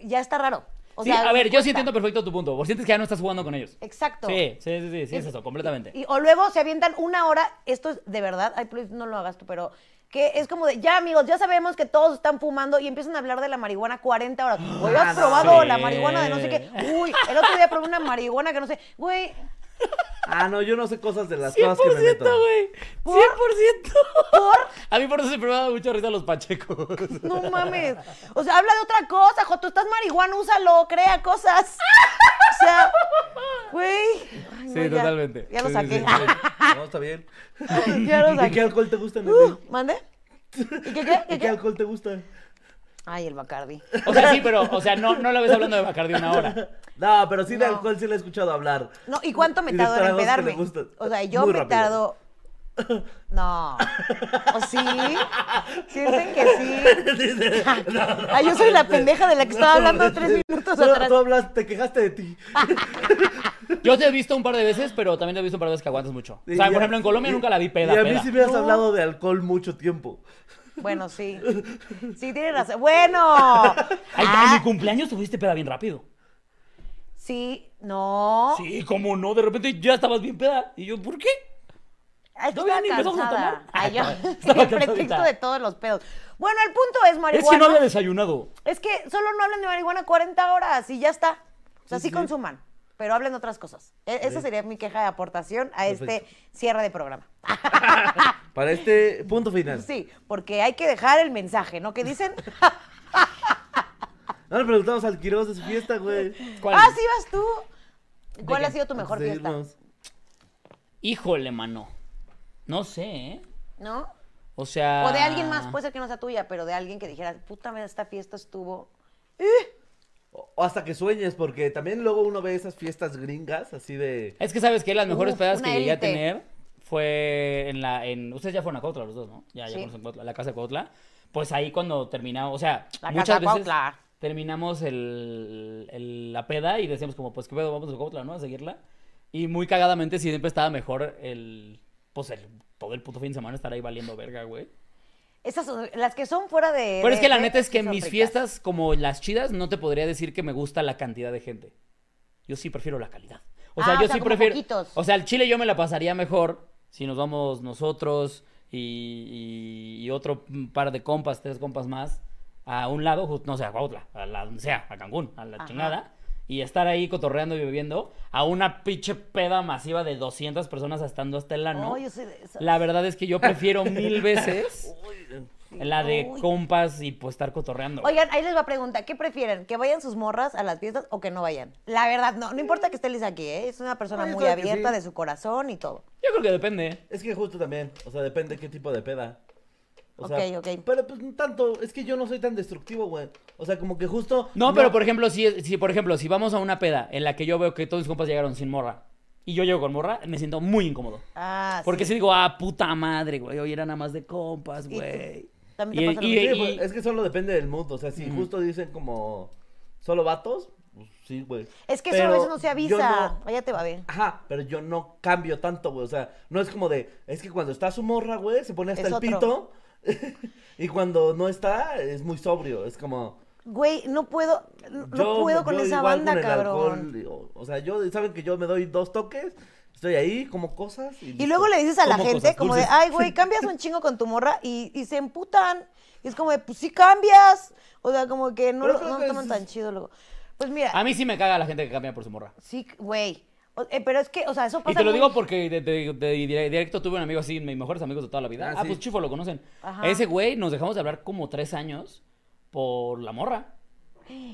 [SPEAKER 3] ya está raro. O
[SPEAKER 1] Sí,
[SPEAKER 3] sea,
[SPEAKER 1] a ver, yo sí
[SPEAKER 3] cuesta.
[SPEAKER 1] entiendo perfecto tu punto. Por sientes que ya no estás jugando con ellos.
[SPEAKER 3] Exacto.
[SPEAKER 1] Sí, sí, sí, sí, sí, es eso, completamente.
[SPEAKER 3] Y, o luego se avientan una hora, esto es de verdad, ay, please, no lo hagas tú, pero que es como de, ya amigos, ya sabemos que todos están fumando y empiezan a hablar de la marihuana 40 horas. Güey,
[SPEAKER 2] Ah,
[SPEAKER 3] ¿has
[SPEAKER 2] no.
[SPEAKER 3] probado
[SPEAKER 1] Sí.
[SPEAKER 3] la marihuana de no sé qué? Uy, el otro día probé una marihuana que no sé. Güey,
[SPEAKER 2] Ah, no, yo no sé cosas de las
[SPEAKER 1] 100%,
[SPEAKER 2] cosas que me meto.
[SPEAKER 1] güey. 100%.
[SPEAKER 3] ¿Por?
[SPEAKER 1] A mí por eso siempre me da mucha risa los pachecos.
[SPEAKER 3] no mames. O sea, habla de otra cosa, Joto, estás marihuana, úsalo, crea cosas. O sea, güey. Ay,
[SPEAKER 1] Sí,
[SPEAKER 3] no, ya.
[SPEAKER 1] totalmente.
[SPEAKER 3] Ya lo
[SPEAKER 1] Sí, sí,
[SPEAKER 3] saqué.
[SPEAKER 1] sí,
[SPEAKER 2] No, está bien.
[SPEAKER 3] ya lo
[SPEAKER 2] ¿Y qué
[SPEAKER 3] saqué.
[SPEAKER 2] alcohol te gusta,
[SPEAKER 3] Uh,
[SPEAKER 2] Nelly?
[SPEAKER 3] ¿Mande? ¿Y qué, qué,
[SPEAKER 2] ¿Y
[SPEAKER 3] qué,
[SPEAKER 2] qué
[SPEAKER 3] qué?
[SPEAKER 2] alcohol te gusta?
[SPEAKER 3] Ay, el Bacardi.
[SPEAKER 1] O sea, sí, pero, o sea, no, no la ves hablando de Bacardi una hora.
[SPEAKER 2] No, pero sí de
[SPEAKER 3] No.
[SPEAKER 2] alcohol sí le he escuchado hablar.
[SPEAKER 3] No, ¿y cuánto me
[SPEAKER 2] Y de
[SPEAKER 3] tardó en
[SPEAKER 2] tragos que le
[SPEAKER 3] empedarme?
[SPEAKER 2] gustan.
[SPEAKER 3] O sea, yo
[SPEAKER 2] Muy
[SPEAKER 3] me
[SPEAKER 2] rápido.
[SPEAKER 3] tardo. No. ¿O sí? ¿Sienten que sí?
[SPEAKER 2] Dice,
[SPEAKER 3] Ay, yo soy la pendeja de la que estaba
[SPEAKER 2] este,
[SPEAKER 3] hablando tres minutos
[SPEAKER 2] tú,
[SPEAKER 3] atrás.
[SPEAKER 2] Tú hablas, te quejaste de ti.
[SPEAKER 1] Yo te he visto un par de veces, pero también te he visto un par de veces que aguantas mucho. O
[SPEAKER 2] Y
[SPEAKER 1] sea,
[SPEAKER 2] ya-
[SPEAKER 1] por ejemplo, en Colombia
[SPEAKER 2] y-
[SPEAKER 1] nunca la vi peda,
[SPEAKER 2] Y a mí
[SPEAKER 1] peda.
[SPEAKER 2] sí me has
[SPEAKER 3] No.
[SPEAKER 2] hablado de alcohol mucho tiempo.
[SPEAKER 3] Bueno, sí. Sí, tiene razón. Bueno.
[SPEAKER 1] Ay, en
[SPEAKER 3] Ah,
[SPEAKER 1] mi cumpleaños tuviste peda bien rápido.
[SPEAKER 3] sí, no.
[SPEAKER 1] Sí, cómo no, de repente ya estabas bien peda. Y yo, ¿por qué?
[SPEAKER 3] Ay, que
[SPEAKER 1] No había
[SPEAKER 3] estaba
[SPEAKER 1] ni empezado a
[SPEAKER 3] cansada.
[SPEAKER 1] tomar.
[SPEAKER 3] Ay, yo.
[SPEAKER 1] Estaba
[SPEAKER 3] El pretexto
[SPEAKER 1] cansadita.
[SPEAKER 3] de todos los pedos. Bueno, el punto es
[SPEAKER 1] Es que no había
[SPEAKER 3] marihuana.
[SPEAKER 1] desayunado.
[SPEAKER 3] Es que solo no hablen de marihuana 40 horas y ya está. O sea, sí, consuman, pero hablen de otras cosas. E- Esa sería mi queja de aportación a este
[SPEAKER 2] Perfecto.
[SPEAKER 3] cierre de programa.
[SPEAKER 2] Para este punto final.
[SPEAKER 3] Sí, porque hay que dejar el mensaje, ¿no? Que dicen,
[SPEAKER 2] No le preguntamos al Quiroz de su fiesta, güey.
[SPEAKER 1] ¿Cuál?
[SPEAKER 3] ah, sí vas tú. ¿Cuál
[SPEAKER 1] qué?
[SPEAKER 3] ha sido tu mejor
[SPEAKER 2] Antes de
[SPEAKER 3] fiesta?
[SPEAKER 2] irnos.
[SPEAKER 1] Híjole, mano. No sé, ¿eh?
[SPEAKER 3] ¿No?
[SPEAKER 1] O sea.
[SPEAKER 3] O de alguien
[SPEAKER 1] Ah.
[SPEAKER 3] más, pues. puede ser que no sea tuya, pero de alguien que dijera, puta madre, esta fiesta estuvo.
[SPEAKER 2] O o hasta que sueñes, porque también luego uno ve esas fiestas gringas, así de...
[SPEAKER 1] Es que sabes que las mejores
[SPEAKER 3] Uf,
[SPEAKER 1] pedas
[SPEAKER 3] una
[SPEAKER 1] que llegué a
[SPEAKER 3] élite.
[SPEAKER 1] tener fue en la. En, ustedes ya fueron a Cuautla los dos, ¿no? Ya, ya
[SPEAKER 3] Sí.
[SPEAKER 1] conocen Cuautla, la casa de Cuautla. Pues ahí cuando terminamos, o sea,
[SPEAKER 3] La
[SPEAKER 1] muchas
[SPEAKER 3] casa de
[SPEAKER 1] veces
[SPEAKER 3] Cuautla.
[SPEAKER 1] terminamos el, el- la peda y decíamos como, pues qué pedo, vamos a Cuautla, ¿no? A seguirla. Y muy cagadamente siempre estaba mejor el, pues el, todo el puto fin de semana estar ahí valiendo verga, güey.
[SPEAKER 3] Esas son las que son fuera de.
[SPEAKER 1] Pero es
[SPEAKER 3] de-
[SPEAKER 1] que la
[SPEAKER 3] de-
[SPEAKER 1] neta es
[SPEAKER 3] sí
[SPEAKER 1] que
[SPEAKER 3] son
[SPEAKER 1] mis
[SPEAKER 3] ricas.
[SPEAKER 1] fiestas, como las chidas, no te podría decir que me gusta la cantidad de gente. Yo sí prefiero la calidad. O sea,
[SPEAKER 3] Ah, o
[SPEAKER 1] yo
[SPEAKER 3] sea,
[SPEAKER 1] sí
[SPEAKER 3] como
[SPEAKER 1] prefiero.
[SPEAKER 3] poquitos.
[SPEAKER 1] O sea, al Chile yo me la pasaría mejor si nos vamos nosotros y, y- y otro par de compas, tres compas más, a un lado, jus- no sé, a Cuautla, a la donde sea, a Cancún, a la
[SPEAKER 3] Ajá.
[SPEAKER 1] chingada. Y estar ahí cotorreando y bebiendo a una pinche peda masiva de 200 personas estando hasta el ano.
[SPEAKER 3] No, yo soy de esas.
[SPEAKER 1] La verdad es que yo prefiero mil veces la de
[SPEAKER 3] Uy.
[SPEAKER 1] compas y pues estar cotorreando. güey.
[SPEAKER 3] Oigan, ahí les va a preguntar, ¿qué prefieren? ¿Que vayan sus morras a las fiestas o que no vayan? La verdad, no, no importa que esté Liz aquí, ¿eh? es una persona
[SPEAKER 2] Ah, yo
[SPEAKER 3] muy
[SPEAKER 2] creo que
[SPEAKER 3] abierta
[SPEAKER 2] sí.
[SPEAKER 3] de su corazón y todo.
[SPEAKER 1] Yo creo que depende. ¿eh?
[SPEAKER 2] Es que justo también, o sea, depende qué tipo de peda. O sea,
[SPEAKER 3] Ok, ok.
[SPEAKER 2] Pero pues no tanto, es que yo no soy tan destructivo, güey. O sea, como que justo.
[SPEAKER 1] No, pero por ejemplo, si, es- si por ejemplo, si vamos a una peda en la que yo veo que todos mis compas llegaron sin morra y yo llego con morra, me siento muy incómodo.
[SPEAKER 3] Ah,
[SPEAKER 1] Porque
[SPEAKER 3] sí.
[SPEAKER 1] si digo, ah, puta madre, güey, hoy era nada más de compas,
[SPEAKER 3] Y tú-
[SPEAKER 1] güey.
[SPEAKER 3] También te pasa lo
[SPEAKER 1] y-
[SPEAKER 2] Sí,
[SPEAKER 3] mismo.
[SPEAKER 1] y-
[SPEAKER 2] pues, es que solo depende del mood. O sea, si justo dicen como solo vatos, pues sí, güey.
[SPEAKER 3] Es que
[SPEAKER 2] Pero
[SPEAKER 3] eso a veces no se
[SPEAKER 2] yo
[SPEAKER 3] avisa.
[SPEAKER 2] no-
[SPEAKER 3] Vaya te va a ver.
[SPEAKER 2] Ajá, pero yo no cambio tanto, güey. O sea, no es como de. Es que cuando está su morra, güey, se pone hasta
[SPEAKER 3] Es
[SPEAKER 2] el
[SPEAKER 3] otro.
[SPEAKER 2] pito. y cuando no está, es muy sobrio. Es como.
[SPEAKER 3] Güey, no puedo, no no
[SPEAKER 2] yo-
[SPEAKER 3] puedo con
[SPEAKER 2] yo
[SPEAKER 3] esa
[SPEAKER 2] igual
[SPEAKER 3] banda,
[SPEAKER 2] con el
[SPEAKER 3] cabrón.
[SPEAKER 2] alcohol, digo, o sea, yo. Saben que yo me doy dos toques. Estoy ahí, como cosas. Y,
[SPEAKER 3] Y
[SPEAKER 2] listo.
[SPEAKER 3] luego le dices a la
[SPEAKER 1] Como
[SPEAKER 3] gente
[SPEAKER 1] cosas
[SPEAKER 3] como de,
[SPEAKER 1] dulces.
[SPEAKER 3] ay, güey, cambias un chingo con tu morra y, y se emputan. Y es como de, pues sí cambias. O sea, como que no,
[SPEAKER 2] Pero
[SPEAKER 3] lo-
[SPEAKER 2] creo
[SPEAKER 3] no
[SPEAKER 2] que
[SPEAKER 3] toman
[SPEAKER 2] eso es-
[SPEAKER 3] tan chido luego. Pues mira,
[SPEAKER 1] A mí sí me caga la gente que cambia por su morra.
[SPEAKER 3] sí, güey. O- eh, pero es que, o sea, eso pasa
[SPEAKER 1] Y te lo
[SPEAKER 3] muy-
[SPEAKER 1] digo porque de, de- de- de directo tuve un amigo así, mis mejores amigos de toda la vida.
[SPEAKER 2] Ah,
[SPEAKER 1] Ah,
[SPEAKER 2] sí.
[SPEAKER 1] pues Chifo, lo conocen.
[SPEAKER 3] Ajá.
[SPEAKER 1] Ese güey nos dejamos de hablar como tres años por la morra.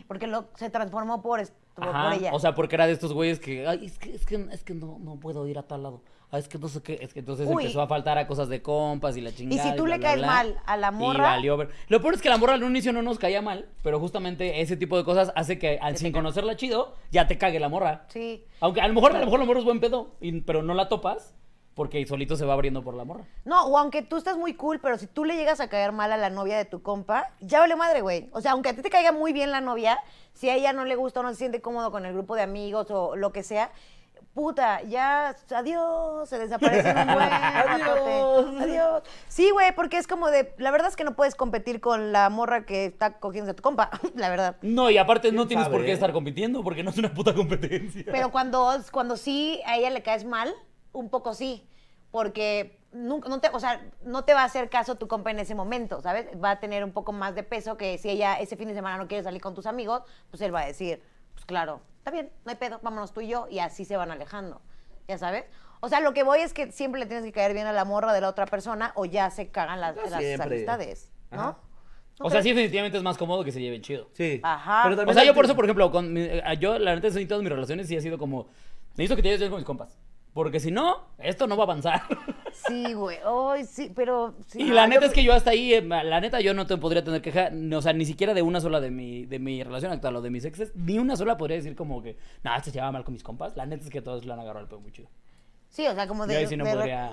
[SPEAKER 3] Porque lo, se transformó por, est- por,
[SPEAKER 1] Ajá,
[SPEAKER 3] por ella.
[SPEAKER 1] O sea, porque era de estos güeyes que, "Ay, es que, es que, es que no, no puedo ir a tal lado. Ah, es que no sé qué. Es que entonces
[SPEAKER 3] Uy.
[SPEAKER 1] empezó a faltar a cosas de compas y la chingada.
[SPEAKER 3] tú
[SPEAKER 1] bla,
[SPEAKER 3] le
[SPEAKER 1] bla,
[SPEAKER 3] caes
[SPEAKER 1] bla.
[SPEAKER 3] mal a la
[SPEAKER 1] Y
[SPEAKER 3] morra-
[SPEAKER 1] valió ver- Lo peor es que la morra al inicio no nos caía mal, pero justamente ese tipo de cosas hace que al, sin conocerla chido, ya te cague la morra.
[SPEAKER 3] sí.
[SPEAKER 1] Aunque a lo mejor, a lo mejor la morra es buen pedo, y- pero no la topas porque solito se va abriendo por la morra.
[SPEAKER 3] No, o aunque tú estás muy cool, pero si tú le llegas a caer mal a la novia de tu compa, ya vale madre, güey. O sea, aunque a ti te caiga muy bien la novia, si a ella no le gusta o no se siente cómodo con el grupo de amigos o lo que sea, puta, ya, adiós, se desaparece un buen ratote.
[SPEAKER 2] Adiós.
[SPEAKER 3] Adiós. Sí, güey, porque es como de, la verdad es que no puedes competir con la morra que está cogiendo a tu compa, la verdad.
[SPEAKER 1] No, y aparte no
[SPEAKER 2] ¿Quién
[SPEAKER 1] tienes por
[SPEAKER 2] sabe,
[SPEAKER 1] qué
[SPEAKER 2] eh?
[SPEAKER 1] estar compitiendo porque no es una puta competencia.
[SPEAKER 3] Pero cuando, cuando sí a ella le caes mal, un poco sí, porque nunca, no te, o sea, no te va a hacer caso tu compa en ese momento, ¿sabes? Va a tener un poco más de peso que si ella ese fin de semana no quiere salir con tus amigos, pues él va a decir, pues claro, está bien, no hay pedo, vámonos tú y yo, y así se van alejando, ¿ya sabes? O sea, lo que voy es que siempre le tienes que caer bien a la morra de la otra persona o ya se cagan las,
[SPEAKER 2] No
[SPEAKER 3] las
[SPEAKER 2] siempre.
[SPEAKER 3] amistades, ¿no?
[SPEAKER 2] Ajá.
[SPEAKER 3] ¿No
[SPEAKER 1] o sea,
[SPEAKER 3] crees?
[SPEAKER 1] sí, definitivamente es más cómodo que se lleven chido.
[SPEAKER 2] Sí.
[SPEAKER 3] Ajá.
[SPEAKER 2] Pero
[SPEAKER 1] O
[SPEAKER 2] también
[SPEAKER 1] sea, yo
[SPEAKER 2] antes-
[SPEAKER 1] por eso, por ejemplo, con mi- eh, yo la neta en todas mis relaciones sí ha sido como, necesito que te lleves bien con mis compas. Porque si no, esto no va a avanzar.
[SPEAKER 3] Sí, güey, ay, sí, pero... sí.
[SPEAKER 1] y la
[SPEAKER 3] Ah,
[SPEAKER 1] neta
[SPEAKER 3] yo-
[SPEAKER 1] es que yo hasta ahí, eh, la neta yo no te podría tener queja, ni- o sea, ni siquiera de una sola de mi, de mi relación actual o de mis exes, ni una sola podría decir como que, no, esto se llevaba mal con mis compas. La neta es que todos le han agarrado el pelo muy chido.
[SPEAKER 3] Sí, o sea, como
[SPEAKER 1] Yo
[SPEAKER 3] de...
[SPEAKER 1] ahí sí no
[SPEAKER 3] de re-
[SPEAKER 1] podría,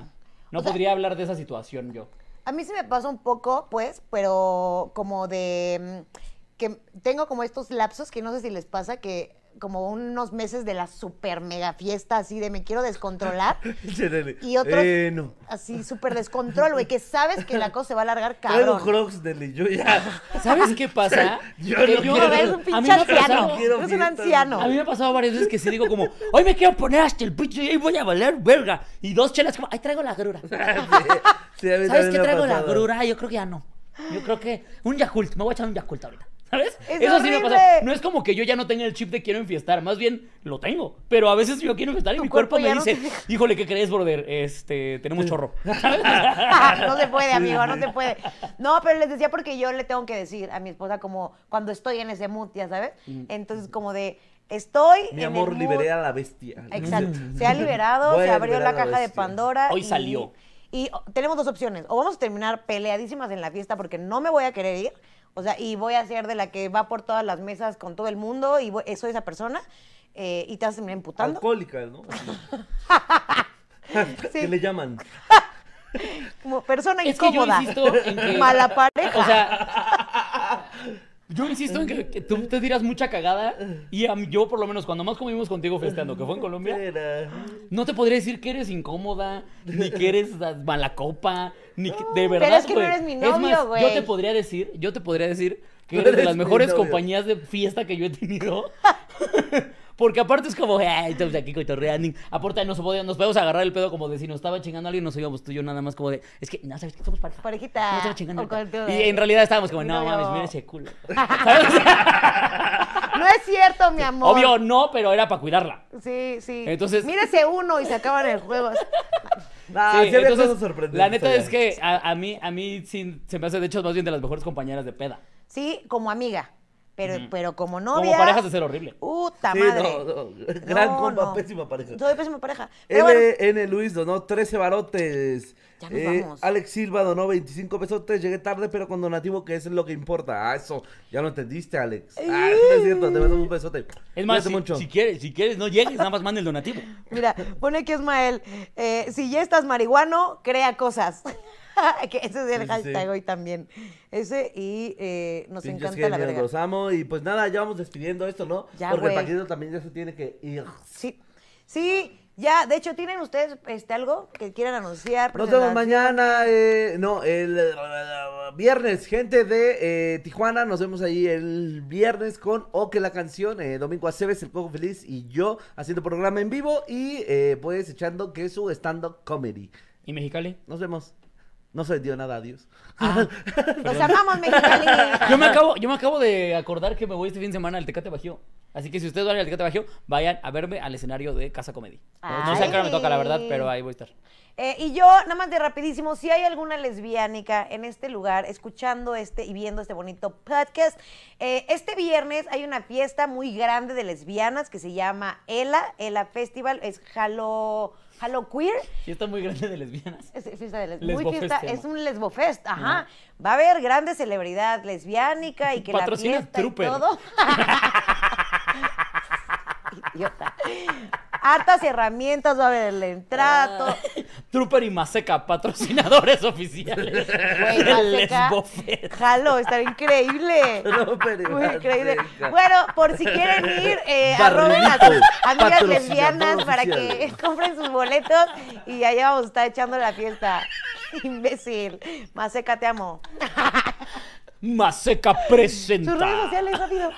[SPEAKER 1] no
[SPEAKER 3] o sea-
[SPEAKER 1] podría hablar de esa situación yo.
[SPEAKER 3] A mí sí me pasa un poco, pues, pero como de mm, que tengo como estos lapsos que no sé si les pasa que como unos meses de la super mega fiesta así de me quiero descontrolar y otros
[SPEAKER 2] Eh, no.
[SPEAKER 3] así super descontrol, güey, que sabes que la cosa se va a alargar
[SPEAKER 2] Traigo
[SPEAKER 3] cabrón.
[SPEAKER 2] crocs de yo ya.
[SPEAKER 1] ¿Sabes qué pasa?
[SPEAKER 2] Yo
[SPEAKER 1] Que
[SPEAKER 2] no
[SPEAKER 1] yo-
[SPEAKER 2] quiero-
[SPEAKER 3] No, eres un
[SPEAKER 1] a mí
[SPEAKER 3] pinche
[SPEAKER 1] me ha pasado-
[SPEAKER 3] anciano.
[SPEAKER 2] No quiero
[SPEAKER 3] Eres un
[SPEAKER 2] fiestas,
[SPEAKER 3] anciano.
[SPEAKER 1] A mí me ha pasado varias veces que sí digo como, hoy me quiero poner hasta el pinche y hoy voy a valer verga. Y dos chelas como, ay, traigo la grura.
[SPEAKER 2] Sí, a
[SPEAKER 1] ¿Sabes
[SPEAKER 2] mí también
[SPEAKER 1] qué
[SPEAKER 2] me ha
[SPEAKER 1] traigo la
[SPEAKER 2] pasado.
[SPEAKER 1] grura? Yo creo que ya no. Yo creo que un Yakult, me voy a echar un Yakult ahorita. ¿Sabes?
[SPEAKER 3] Es
[SPEAKER 1] Eso sí me
[SPEAKER 3] horrible.
[SPEAKER 1] pasa. No es como que yo ya no tenga el chip de quiero enfiestar, más bien lo tengo. Pero a veces yo quiero enfiestar y
[SPEAKER 3] Tu
[SPEAKER 1] mi cuerpo,
[SPEAKER 3] cuerpo ya
[SPEAKER 1] me
[SPEAKER 3] no
[SPEAKER 1] dice,
[SPEAKER 3] te deja.
[SPEAKER 1] híjole, ¿qué crees, brother? Este, tenemos chorro.
[SPEAKER 3] Ah, no se puede, amigo, no se puede. No, pero les decía porque yo le tengo que decir a mi esposa como cuando estoy en ese mood, ya sabes. Entonces como de estoy en
[SPEAKER 2] Mm. Mi
[SPEAKER 3] el
[SPEAKER 2] amor,
[SPEAKER 3] mood.
[SPEAKER 2] liberé a la bestia.
[SPEAKER 3] Exacto. Se ha liberado,
[SPEAKER 2] Voy
[SPEAKER 3] se
[SPEAKER 2] a
[SPEAKER 3] abrió la
[SPEAKER 2] liberar a
[SPEAKER 3] caja de
[SPEAKER 2] bestia.
[SPEAKER 3] Pandora.
[SPEAKER 1] Hoy
[SPEAKER 3] y-
[SPEAKER 1] salió.
[SPEAKER 3] Y oh, tenemos dos opciones. O vamos a terminar peleadísimas en la fiesta porque no me voy a querer ir. O sea, y voy a ser de la que va por todas las mesas con todo el mundo y voy- soy esa persona. eh, y te vas a terminar emputando.
[SPEAKER 2] Alcohólica, ¿no?
[SPEAKER 3] Sí.
[SPEAKER 2] ¿Qué le llaman?
[SPEAKER 3] Como persona
[SPEAKER 1] Es que yo
[SPEAKER 3] incómoda.
[SPEAKER 1] insisto en que-
[SPEAKER 3] Mala pareja.
[SPEAKER 1] O sea, yo insisto en que, que tú te tiras mucha cagada y a mí- yo por lo menos cuando más comimos contigo festando, que fue en Colombia,
[SPEAKER 2] Era-
[SPEAKER 1] no te podría decir que eres incómoda, ni que eres ah, mala copa, ni que, de
[SPEAKER 3] pero
[SPEAKER 1] verdad,
[SPEAKER 3] es que no
[SPEAKER 1] güey.
[SPEAKER 3] eres mi
[SPEAKER 1] Es
[SPEAKER 3] novio,
[SPEAKER 1] más,
[SPEAKER 3] güey.
[SPEAKER 1] yo te podría decir, yo te podría decir que
[SPEAKER 2] No
[SPEAKER 1] eres de
[SPEAKER 2] eres
[SPEAKER 1] las
[SPEAKER 2] mi
[SPEAKER 1] mejores
[SPEAKER 2] novio.
[SPEAKER 1] compañías de fiesta que yo he tenido. Porque aparte es como, ay, estamos aquí cotorreando. Aparte, nos podíamos, nos podíamos agarrar el pedo como de si nos estaba chingando alguien, nos íbamos tú y yo nada más como de, es que, no, ¿sabes que Somos pareja.
[SPEAKER 3] Parejita.
[SPEAKER 1] No estaba chingando
[SPEAKER 3] O con
[SPEAKER 1] ahorita.
[SPEAKER 3] tu-
[SPEAKER 1] Y en realidad estábamos como,
[SPEAKER 3] Mi
[SPEAKER 1] no
[SPEAKER 3] novio.
[SPEAKER 1] mames, mira ese culo. ¿Sabes? O sea,
[SPEAKER 3] No es cierto, mi amor.
[SPEAKER 1] Obvio no, pero era para cuidarla.
[SPEAKER 3] Sí, sí.
[SPEAKER 1] Entonces-
[SPEAKER 3] Mírese uno y se acaban el juego.
[SPEAKER 2] Nah, Ah, sí,
[SPEAKER 1] Sí,
[SPEAKER 2] había
[SPEAKER 1] entonces,
[SPEAKER 2] cosas sorprendentes
[SPEAKER 1] La neta
[SPEAKER 2] allá.
[SPEAKER 1] es que a, a mí, a mí sí, se me hace, de hecho, más bien de las mejores compañeras de peda.
[SPEAKER 3] Sí, como amiga. Pero,
[SPEAKER 1] Ujú.
[SPEAKER 3] pero como
[SPEAKER 1] Como
[SPEAKER 3] novia.
[SPEAKER 1] parejas de ser horrible.
[SPEAKER 3] Puta
[SPEAKER 2] Sí,
[SPEAKER 3] madre.
[SPEAKER 2] no, no, gran compa, pésima pareja.
[SPEAKER 3] Soy pésima pareja. Pero bueno,
[SPEAKER 2] LN Luis donó 13 barotes. Eh,
[SPEAKER 3] Ya nos vamos.
[SPEAKER 2] Alex Silva donó 25 pesotes. Llegué tarde, pero con donativo, que es lo que importa. Ah, eso. Ya lo entendiste, Alex. Ah, no es cierto. Te mando un besote.
[SPEAKER 1] Es más,
[SPEAKER 2] Cuídate
[SPEAKER 1] si,
[SPEAKER 2] mucho.
[SPEAKER 1] si quieres, si quieres, no llegues, nada más manda el donativo.
[SPEAKER 3] mira, pone aquí Ismael. eh, si ya estás marihuano, crea cosas. que ese es el
[SPEAKER 2] Sí, sí,
[SPEAKER 3] hashtag
[SPEAKER 2] sí.
[SPEAKER 3] hoy también. Ese y eh, nos
[SPEAKER 2] Pinches
[SPEAKER 3] encanta la
[SPEAKER 2] genios,
[SPEAKER 3] verga.
[SPEAKER 2] los amo. Y pues nada, ya vamos despidiendo esto, ¿no?
[SPEAKER 3] Ya,
[SPEAKER 2] Porque
[SPEAKER 3] güey.
[SPEAKER 2] Paquito también ya se tiene que ir.
[SPEAKER 3] Sí. Sí, ya. De hecho, ¿tienen ustedes este, algo que quieran anunciar?
[SPEAKER 2] Nos vemos
[SPEAKER 3] Presentación.
[SPEAKER 2] mañana, eh, no, el eh, viernes, gente de eh, Tijuana, nos vemos ahí el viernes con O que la canción, eh, Domingo Aceves, El Coco Feliz y yo haciendo programa en vivo y eh, pues echando que su stand-up comedy.
[SPEAKER 1] ¿Y Mexicali?
[SPEAKER 2] Nos vemos. No se dio nada, adiós.
[SPEAKER 3] Ah, Los amamos, Mexicali.
[SPEAKER 1] Yo me, acabo, yo me acabo de acordar que me voy este fin de semana al Tecate Bajío. Así que si ustedes van al Tecate Bajío, vayan a verme al escenario de Casa Comedy. No sé a qué hora me toca, la verdad,
[SPEAKER 3] Ay.
[SPEAKER 1] pero ahí voy a estar.
[SPEAKER 3] Eh, y yo, nada más de rapidísimo, si hay alguna lesbiánica en este lugar, escuchando este y viendo este bonito podcast, eh, este viernes hay una fiesta muy grande de lesbianas que se llama ELA, ELA Festival, es Halo, Halo Queer.
[SPEAKER 1] Y está muy grande de lesbianas.
[SPEAKER 3] Es fiesta de les-
[SPEAKER 1] Lesbofest
[SPEAKER 3] muy fiesta,
[SPEAKER 1] se llama.
[SPEAKER 3] es un lesbofest, ajá. Va a haber grande celebridad lesbiánica y que la
[SPEAKER 1] Patrocina
[SPEAKER 3] fiesta
[SPEAKER 1] Trooper.
[SPEAKER 3] y todo. Idiota. Hartas herramientas, va a haber el entrato.
[SPEAKER 1] Ah. Trooper y Maseca, patrocinadores oficiales.
[SPEAKER 3] Güey,
[SPEAKER 1] del
[SPEAKER 3] Maseca,
[SPEAKER 1] Lesbofest.
[SPEAKER 3] Jalo, estará increíble.
[SPEAKER 2] No, pero
[SPEAKER 3] Muy increíble.
[SPEAKER 2] Maseca.
[SPEAKER 3] Bueno, por si quieren ir, eh, arroben a sus
[SPEAKER 2] Barrilito,
[SPEAKER 3] amigas
[SPEAKER 2] patrocinador
[SPEAKER 3] lesbianas para que
[SPEAKER 2] oficial.
[SPEAKER 3] compren sus boletos y allá vamos a estar echando la fiesta. Imbécil. Maseca, te amo.
[SPEAKER 1] Maseca presenta.
[SPEAKER 3] Sus redes sociales, rápido.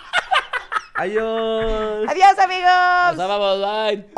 [SPEAKER 2] Adiós.
[SPEAKER 3] Adiós, amigos.
[SPEAKER 1] Nos vamos, bye.